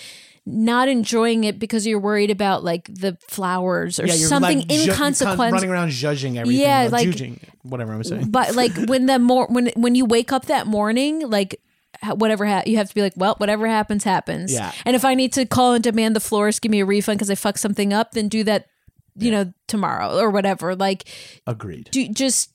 [SPEAKER 2] not enjoying it because you're worried about like the flowers or
[SPEAKER 1] Yeah, you're
[SPEAKER 2] something
[SPEAKER 1] like ju- you're con- running
[SPEAKER 2] inconsequential.
[SPEAKER 1] around judging everything.
[SPEAKER 2] Yeah,
[SPEAKER 1] or
[SPEAKER 2] like-
[SPEAKER 1] judging, whatever I'm saying.
[SPEAKER 2] But like when the more when when you wake up that morning, like ha- whatever ha- you have to be like, well, whatever happens, happens.
[SPEAKER 1] Yeah.
[SPEAKER 2] And if I need to call and demand the florist give me a refund because I fucked something up, then do that, you know, tomorrow or whatever. Like,
[SPEAKER 1] Agreed.
[SPEAKER 2] do just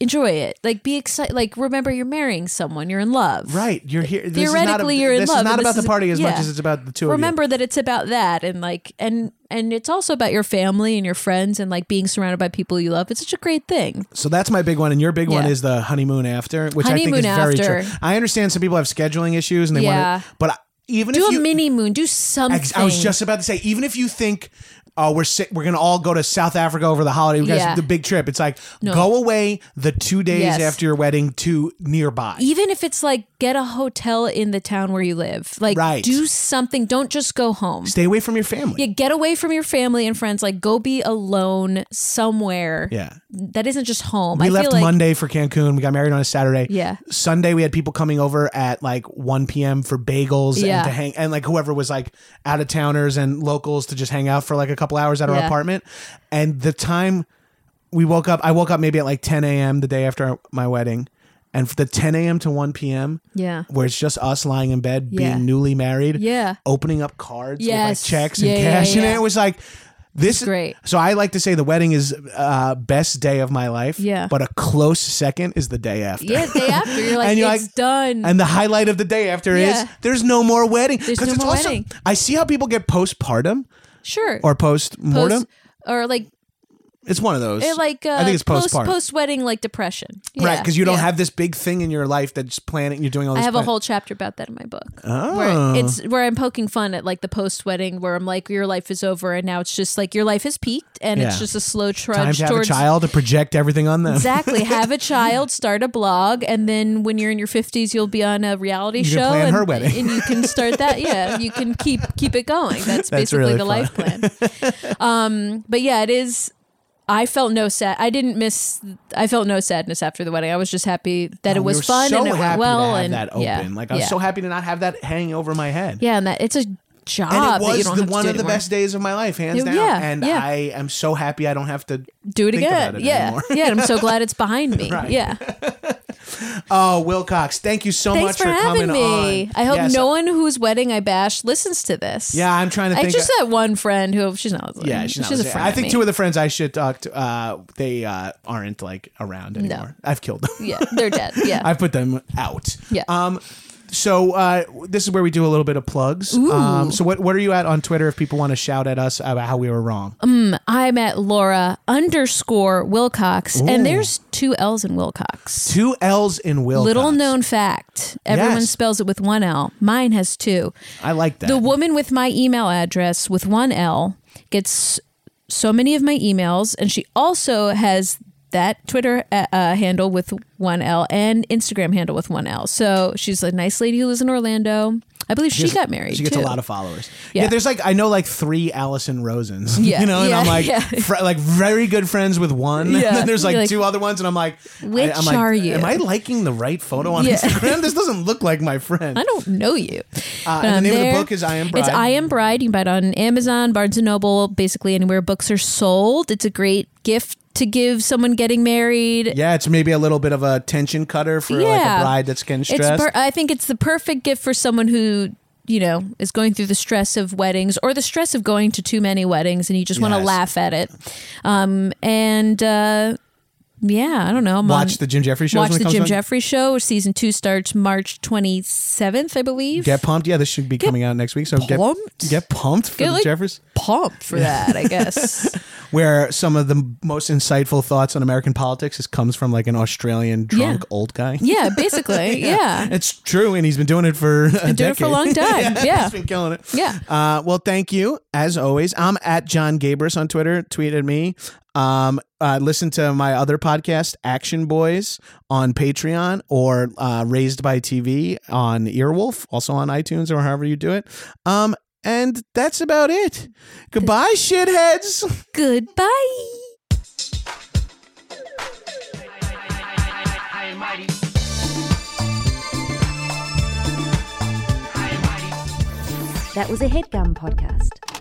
[SPEAKER 2] enjoy it. Like, be excited. Like, remember you're marrying someone. You're in love.
[SPEAKER 1] Right. You're here. This is not, a-
[SPEAKER 2] theoretically you're in
[SPEAKER 1] this
[SPEAKER 2] love
[SPEAKER 1] is
[SPEAKER 2] and
[SPEAKER 1] not
[SPEAKER 2] this
[SPEAKER 1] about the
[SPEAKER 2] is-
[SPEAKER 1] party as much
[SPEAKER 2] yeah.
[SPEAKER 1] as it's about the two
[SPEAKER 2] remember that it's about that and like and and it's also about your family and your friends and like being surrounded by people you love it's such a great thing
[SPEAKER 1] of you. So that's my big one. And your big one
[SPEAKER 2] Yeah.
[SPEAKER 1] is the honeymoon after, which I think
[SPEAKER 2] Honeymoon
[SPEAKER 1] is very
[SPEAKER 2] after.
[SPEAKER 1] true. I understand some people have scheduling issues and they
[SPEAKER 2] Yeah.
[SPEAKER 1] want to, but I- even
[SPEAKER 2] do
[SPEAKER 1] if
[SPEAKER 2] a
[SPEAKER 1] you,
[SPEAKER 2] mini moon do something
[SPEAKER 1] Ex- I was just about to say, even if you think uh, we're si- we're gonna all go to South Africa over the holiday, we
[SPEAKER 2] Yeah.
[SPEAKER 1] guys, the big trip. It's like go away the two days
[SPEAKER 2] Yes.
[SPEAKER 1] after your wedding to nearby.
[SPEAKER 2] even if it's like get a hotel in the town where you live like
[SPEAKER 1] Right.
[SPEAKER 2] do something don't just go home
[SPEAKER 1] Stay away from your family.
[SPEAKER 2] yeah, get away from your family and friends. Like, go be alone somewhere.
[SPEAKER 1] Yeah.
[SPEAKER 2] that isn't just home.
[SPEAKER 1] We
[SPEAKER 2] I
[SPEAKER 1] left
[SPEAKER 2] feel like,
[SPEAKER 1] Monday for Cancun. We got married on a Saturday.
[SPEAKER 2] Yeah.
[SPEAKER 1] Sunday we had people coming over at like 1 p.m. for bagels
[SPEAKER 2] Yeah.
[SPEAKER 1] and to hang and like whoever was like out of towners and locals to just hang out for like a couple hours at our
[SPEAKER 2] Yeah.
[SPEAKER 1] apartment. And the time we woke up, I woke up maybe at like 10 a.m. the day after my wedding. And for the 10 a.m. to 1 p.m.
[SPEAKER 2] Yeah.
[SPEAKER 1] where it's just us lying in bed
[SPEAKER 2] Yeah.
[SPEAKER 1] being newly married.
[SPEAKER 2] Yeah.
[SPEAKER 1] Opening up cards with
[SPEAKER 2] Yes.
[SPEAKER 1] like checks and
[SPEAKER 2] Yeah, yeah,
[SPEAKER 1] cash.
[SPEAKER 2] yeah.
[SPEAKER 1] And it was like this is
[SPEAKER 2] great.
[SPEAKER 1] So I like to say the wedding is uh, best day of my life.
[SPEAKER 2] Yeah.
[SPEAKER 1] But a close second is the day after.
[SPEAKER 2] Yeah, day after you're like,
[SPEAKER 1] And you're
[SPEAKER 2] it's
[SPEAKER 1] like-
[SPEAKER 2] done.
[SPEAKER 1] And the highlight of the day after
[SPEAKER 2] Yeah.
[SPEAKER 1] is there's no more wedding.
[SPEAKER 2] There's
[SPEAKER 1] 'Cause
[SPEAKER 2] no
[SPEAKER 1] it's
[SPEAKER 2] more
[SPEAKER 1] also-
[SPEAKER 2] wedding.
[SPEAKER 1] I see how people get postpartum
[SPEAKER 2] sure,
[SPEAKER 1] or post-mortem.
[SPEAKER 2] post or like
[SPEAKER 1] it's one of those.
[SPEAKER 2] It like uh,
[SPEAKER 1] I think it's
[SPEAKER 2] post
[SPEAKER 1] postpartum.
[SPEAKER 2] post wedding like depression.
[SPEAKER 1] right, because you don't
[SPEAKER 2] yeah.
[SPEAKER 1] have this big thing in your life that's planning. You're doing all
[SPEAKER 2] I
[SPEAKER 1] this.
[SPEAKER 2] have a
[SPEAKER 1] plan-
[SPEAKER 2] whole chapter about that in my book.
[SPEAKER 1] Oh.
[SPEAKER 2] Where it's where I'm poking fun at like the post wedding, where I'm like, your life is over, and now it's just like your life has peaked, and it's
[SPEAKER 1] Yeah.
[SPEAKER 2] just a slow trudge
[SPEAKER 1] time to have a
[SPEAKER 2] towards
[SPEAKER 1] child to project everything on them.
[SPEAKER 2] exactly have a child, start a blog, and then when you're in your 50s, you'll be on a reality
[SPEAKER 1] You can
[SPEAKER 2] show,
[SPEAKER 1] plan
[SPEAKER 2] and,
[SPEAKER 1] her wedding.
[SPEAKER 2] and you can start that. Yeah, you can keep keep it going.
[SPEAKER 1] That's
[SPEAKER 2] That's, basically
[SPEAKER 1] really
[SPEAKER 2] the life plan. Um, but yeah, it is. I felt no sad. I didn't miss. I felt no sadness after the wedding. I was just happy that
[SPEAKER 1] Oh,
[SPEAKER 2] it
[SPEAKER 1] we
[SPEAKER 2] was
[SPEAKER 1] were
[SPEAKER 2] fun
[SPEAKER 1] so
[SPEAKER 2] and it
[SPEAKER 1] happy
[SPEAKER 2] went well.
[SPEAKER 1] to have
[SPEAKER 2] and
[SPEAKER 1] that open.
[SPEAKER 2] yeah,
[SPEAKER 1] like I was
[SPEAKER 2] yeah.
[SPEAKER 1] so happy to not have that hanging over my head.
[SPEAKER 2] yeah, and that it's a job.
[SPEAKER 1] And it
[SPEAKER 2] that you
[SPEAKER 1] was
[SPEAKER 2] don't
[SPEAKER 1] the
[SPEAKER 2] have to
[SPEAKER 1] one
[SPEAKER 2] do
[SPEAKER 1] of the
[SPEAKER 2] anymore.
[SPEAKER 1] best days of my life, hands
[SPEAKER 2] Yeah,
[SPEAKER 1] down.
[SPEAKER 2] yeah,
[SPEAKER 1] and
[SPEAKER 2] yeah.
[SPEAKER 1] I am so happy I don't have to
[SPEAKER 2] Do it
[SPEAKER 1] think
[SPEAKER 2] again.
[SPEAKER 1] about it
[SPEAKER 2] yeah,
[SPEAKER 1] anymore.
[SPEAKER 2] yeah. And I'm so glad it's behind me.
[SPEAKER 1] Right.
[SPEAKER 2] Yeah.
[SPEAKER 1] Oh, Wilcox, thank you so much
[SPEAKER 2] Thanks for having
[SPEAKER 1] coming
[SPEAKER 2] me.
[SPEAKER 1] on.
[SPEAKER 2] I hope
[SPEAKER 1] Yes,
[SPEAKER 2] no one whose wedding I bash listens to this.
[SPEAKER 1] Yeah, I'm trying to
[SPEAKER 2] I
[SPEAKER 1] think.
[SPEAKER 2] just that one friend who she's not. Listening.
[SPEAKER 1] yeah, she's, not
[SPEAKER 2] a
[SPEAKER 1] listening.
[SPEAKER 2] friend.
[SPEAKER 1] I
[SPEAKER 2] of
[SPEAKER 1] think
[SPEAKER 2] me.
[SPEAKER 1] two of the friends I should talk to, uh, they uh, aren't like around anymore. I've killed them.
[SPEAKER 2] yeah, they're dead. Yeah.
[SPEAKER 1] I've put them out.
[SPEAKER 2] Yeah.
[SPEAKER 1] Um, so uh, this is where we do a little bit of plugs. Um, so what what are you at on Twitter if people want to shout at us about how we were wrong?
[SPEAKER 2] Um, I'm at Laura underscore Wilcox,
[SPEAKER 1] Ooh.
[SPEAKER 2] and there's two L's in Wilcox.
[SPEAKER 1] Two L's in Will.
[SPEAKER 2] Little known fact: everyone
[SPEAKER 1] Yes.
[SPEAKER 2] spells it with one L. Mine has two.
[SPEAKER 1] I like that.
[SPEAKER 2] The woman with my email address with one L gets so many of my emails, and she also has that Twitter uh, uh, handle with one L and Instagram handle with one L. So she's a nice lady who lives in Orlando. I believe she,
[SPEAKER 1] Yes,
[SPEAKER 2] got married.
[SPEAKER 1] She gets
[SPEAKER 2] too.
[SPEAKER 1] a lot of followers. Yeah.
[SPEAKER 2] Yeah.
[SPEAKER 1] there's like I know like three Allison Rosens.
[SPEAKER 2] Yeah,
[SPEAKER 1] you know, and
[SPEAKER 2] yeah,
[SPEAKER 1] I'm like
[SPEAKER 2] yeah.
[SPEAKER 1] fr- like very good friends with one.
[SPEAKER 2] Yeah.
[SPEAKER 1] And then there's like,
[SPEAKER 2] You're like,
[SPEAKER 1] two other ones, and I'm like, I-
[SPEAKER 2] "Which
[SPEAKER 1] I'm like,
[SPEAKER 2] are you?"
[SPEAKER 1] Am I liking the right photo on
[SPEAKER 2] Yeah.
[SPEAKER 1] Instagram? This doesn't look like my friend. Uh,
[SPEAKER 2] I don't know you.
[SPEAKER 1] and
[SPEAKER 2] But
[SPEAKER 1] the
[SPEAKER 2] I'm
[SPEAKER 1] name of the book is I Am
[SPEAKER 2] It's
[SPEAKER 1] Bride.
[SPEAKER 2] I Am Bride. You can buy it on Amazon, Barnes and Noble, basically anywhere books are sold. It's a great gift to give someone getting married.
[SPEAKER 1] Yeah, it's maybe a little bit of a tension cutter for like a
[SPEAKER 2] Yeah.
[SPEAKER 1] bride that's getting
[SPEAKER 2] It's
[SPEAKER 1] stressed.
[SPEAKER 2] per- I think it's the perfect gift for someone who you know is going through the stress of weddings or the stress of going to too many weddings and you just want to
[SPEAKER 1] Yes.
[SPEAKER 2] laugh at it. Um, and uh, yeah, I don't know. I'm
[SPEAKER 1] Watch
[SPEAKER 2] on-
[SPEAKER 1] the Jim Jeffrey show.
[SPEAKER 2] watch
[SPEAKER 1] when it
[SPEAKER 2] the
[SPEAKER 1] comes
[SPEAKER 2] Jim
[SPEAKER 1] out.
[SPEAKER 2] Jeffries show. Season two starts March 27th, I believe.
[SPEAKER 1] Get pumped. Yeah, this should be coming out next week. So get
[SPEAKER 2] pumped?
[SPEAKER 1] Get pumped for
[SPEAKER 2] Get,
[SPEAKER 1] the
[SPEAKER 2] like,
[SPEAKER 1] Jeffers,
[SPEAKER 2] pumped for that, I guess.
[SPEAKER 1] where some of the m- most insightful thoughts on American politics is comes from like an Australian drunk
[SPEAKER 2] Yeah.
[SPEAKER 1] old guy.
[SPEAKER 2] yeah, basically. Yeah.
[SPEAKER 1] It's true, and he's been doing it for a
[SPEAKER 2] doing it for a
[SPEAKER 1] decade.
[SPEAKER 2] long time. Yeah.
[SPEAKER 1] he's been killing it.
[SPEAKER 2] Yeah.
[SPEAKER 1] Uh, well, thank you as always. I'm at John Gabris on Twitter. Tweet at me. Um, uh, listen to my other podcast, Action Boys, on Patreon or uh, Raised by TV on Earwolf, also on iTunes or however you do it. Um, and that's about it. Goodbye, shitheads.
[SPEAKER 2] Goodbye.
[SPEAKER 3] That was a headgum podcast.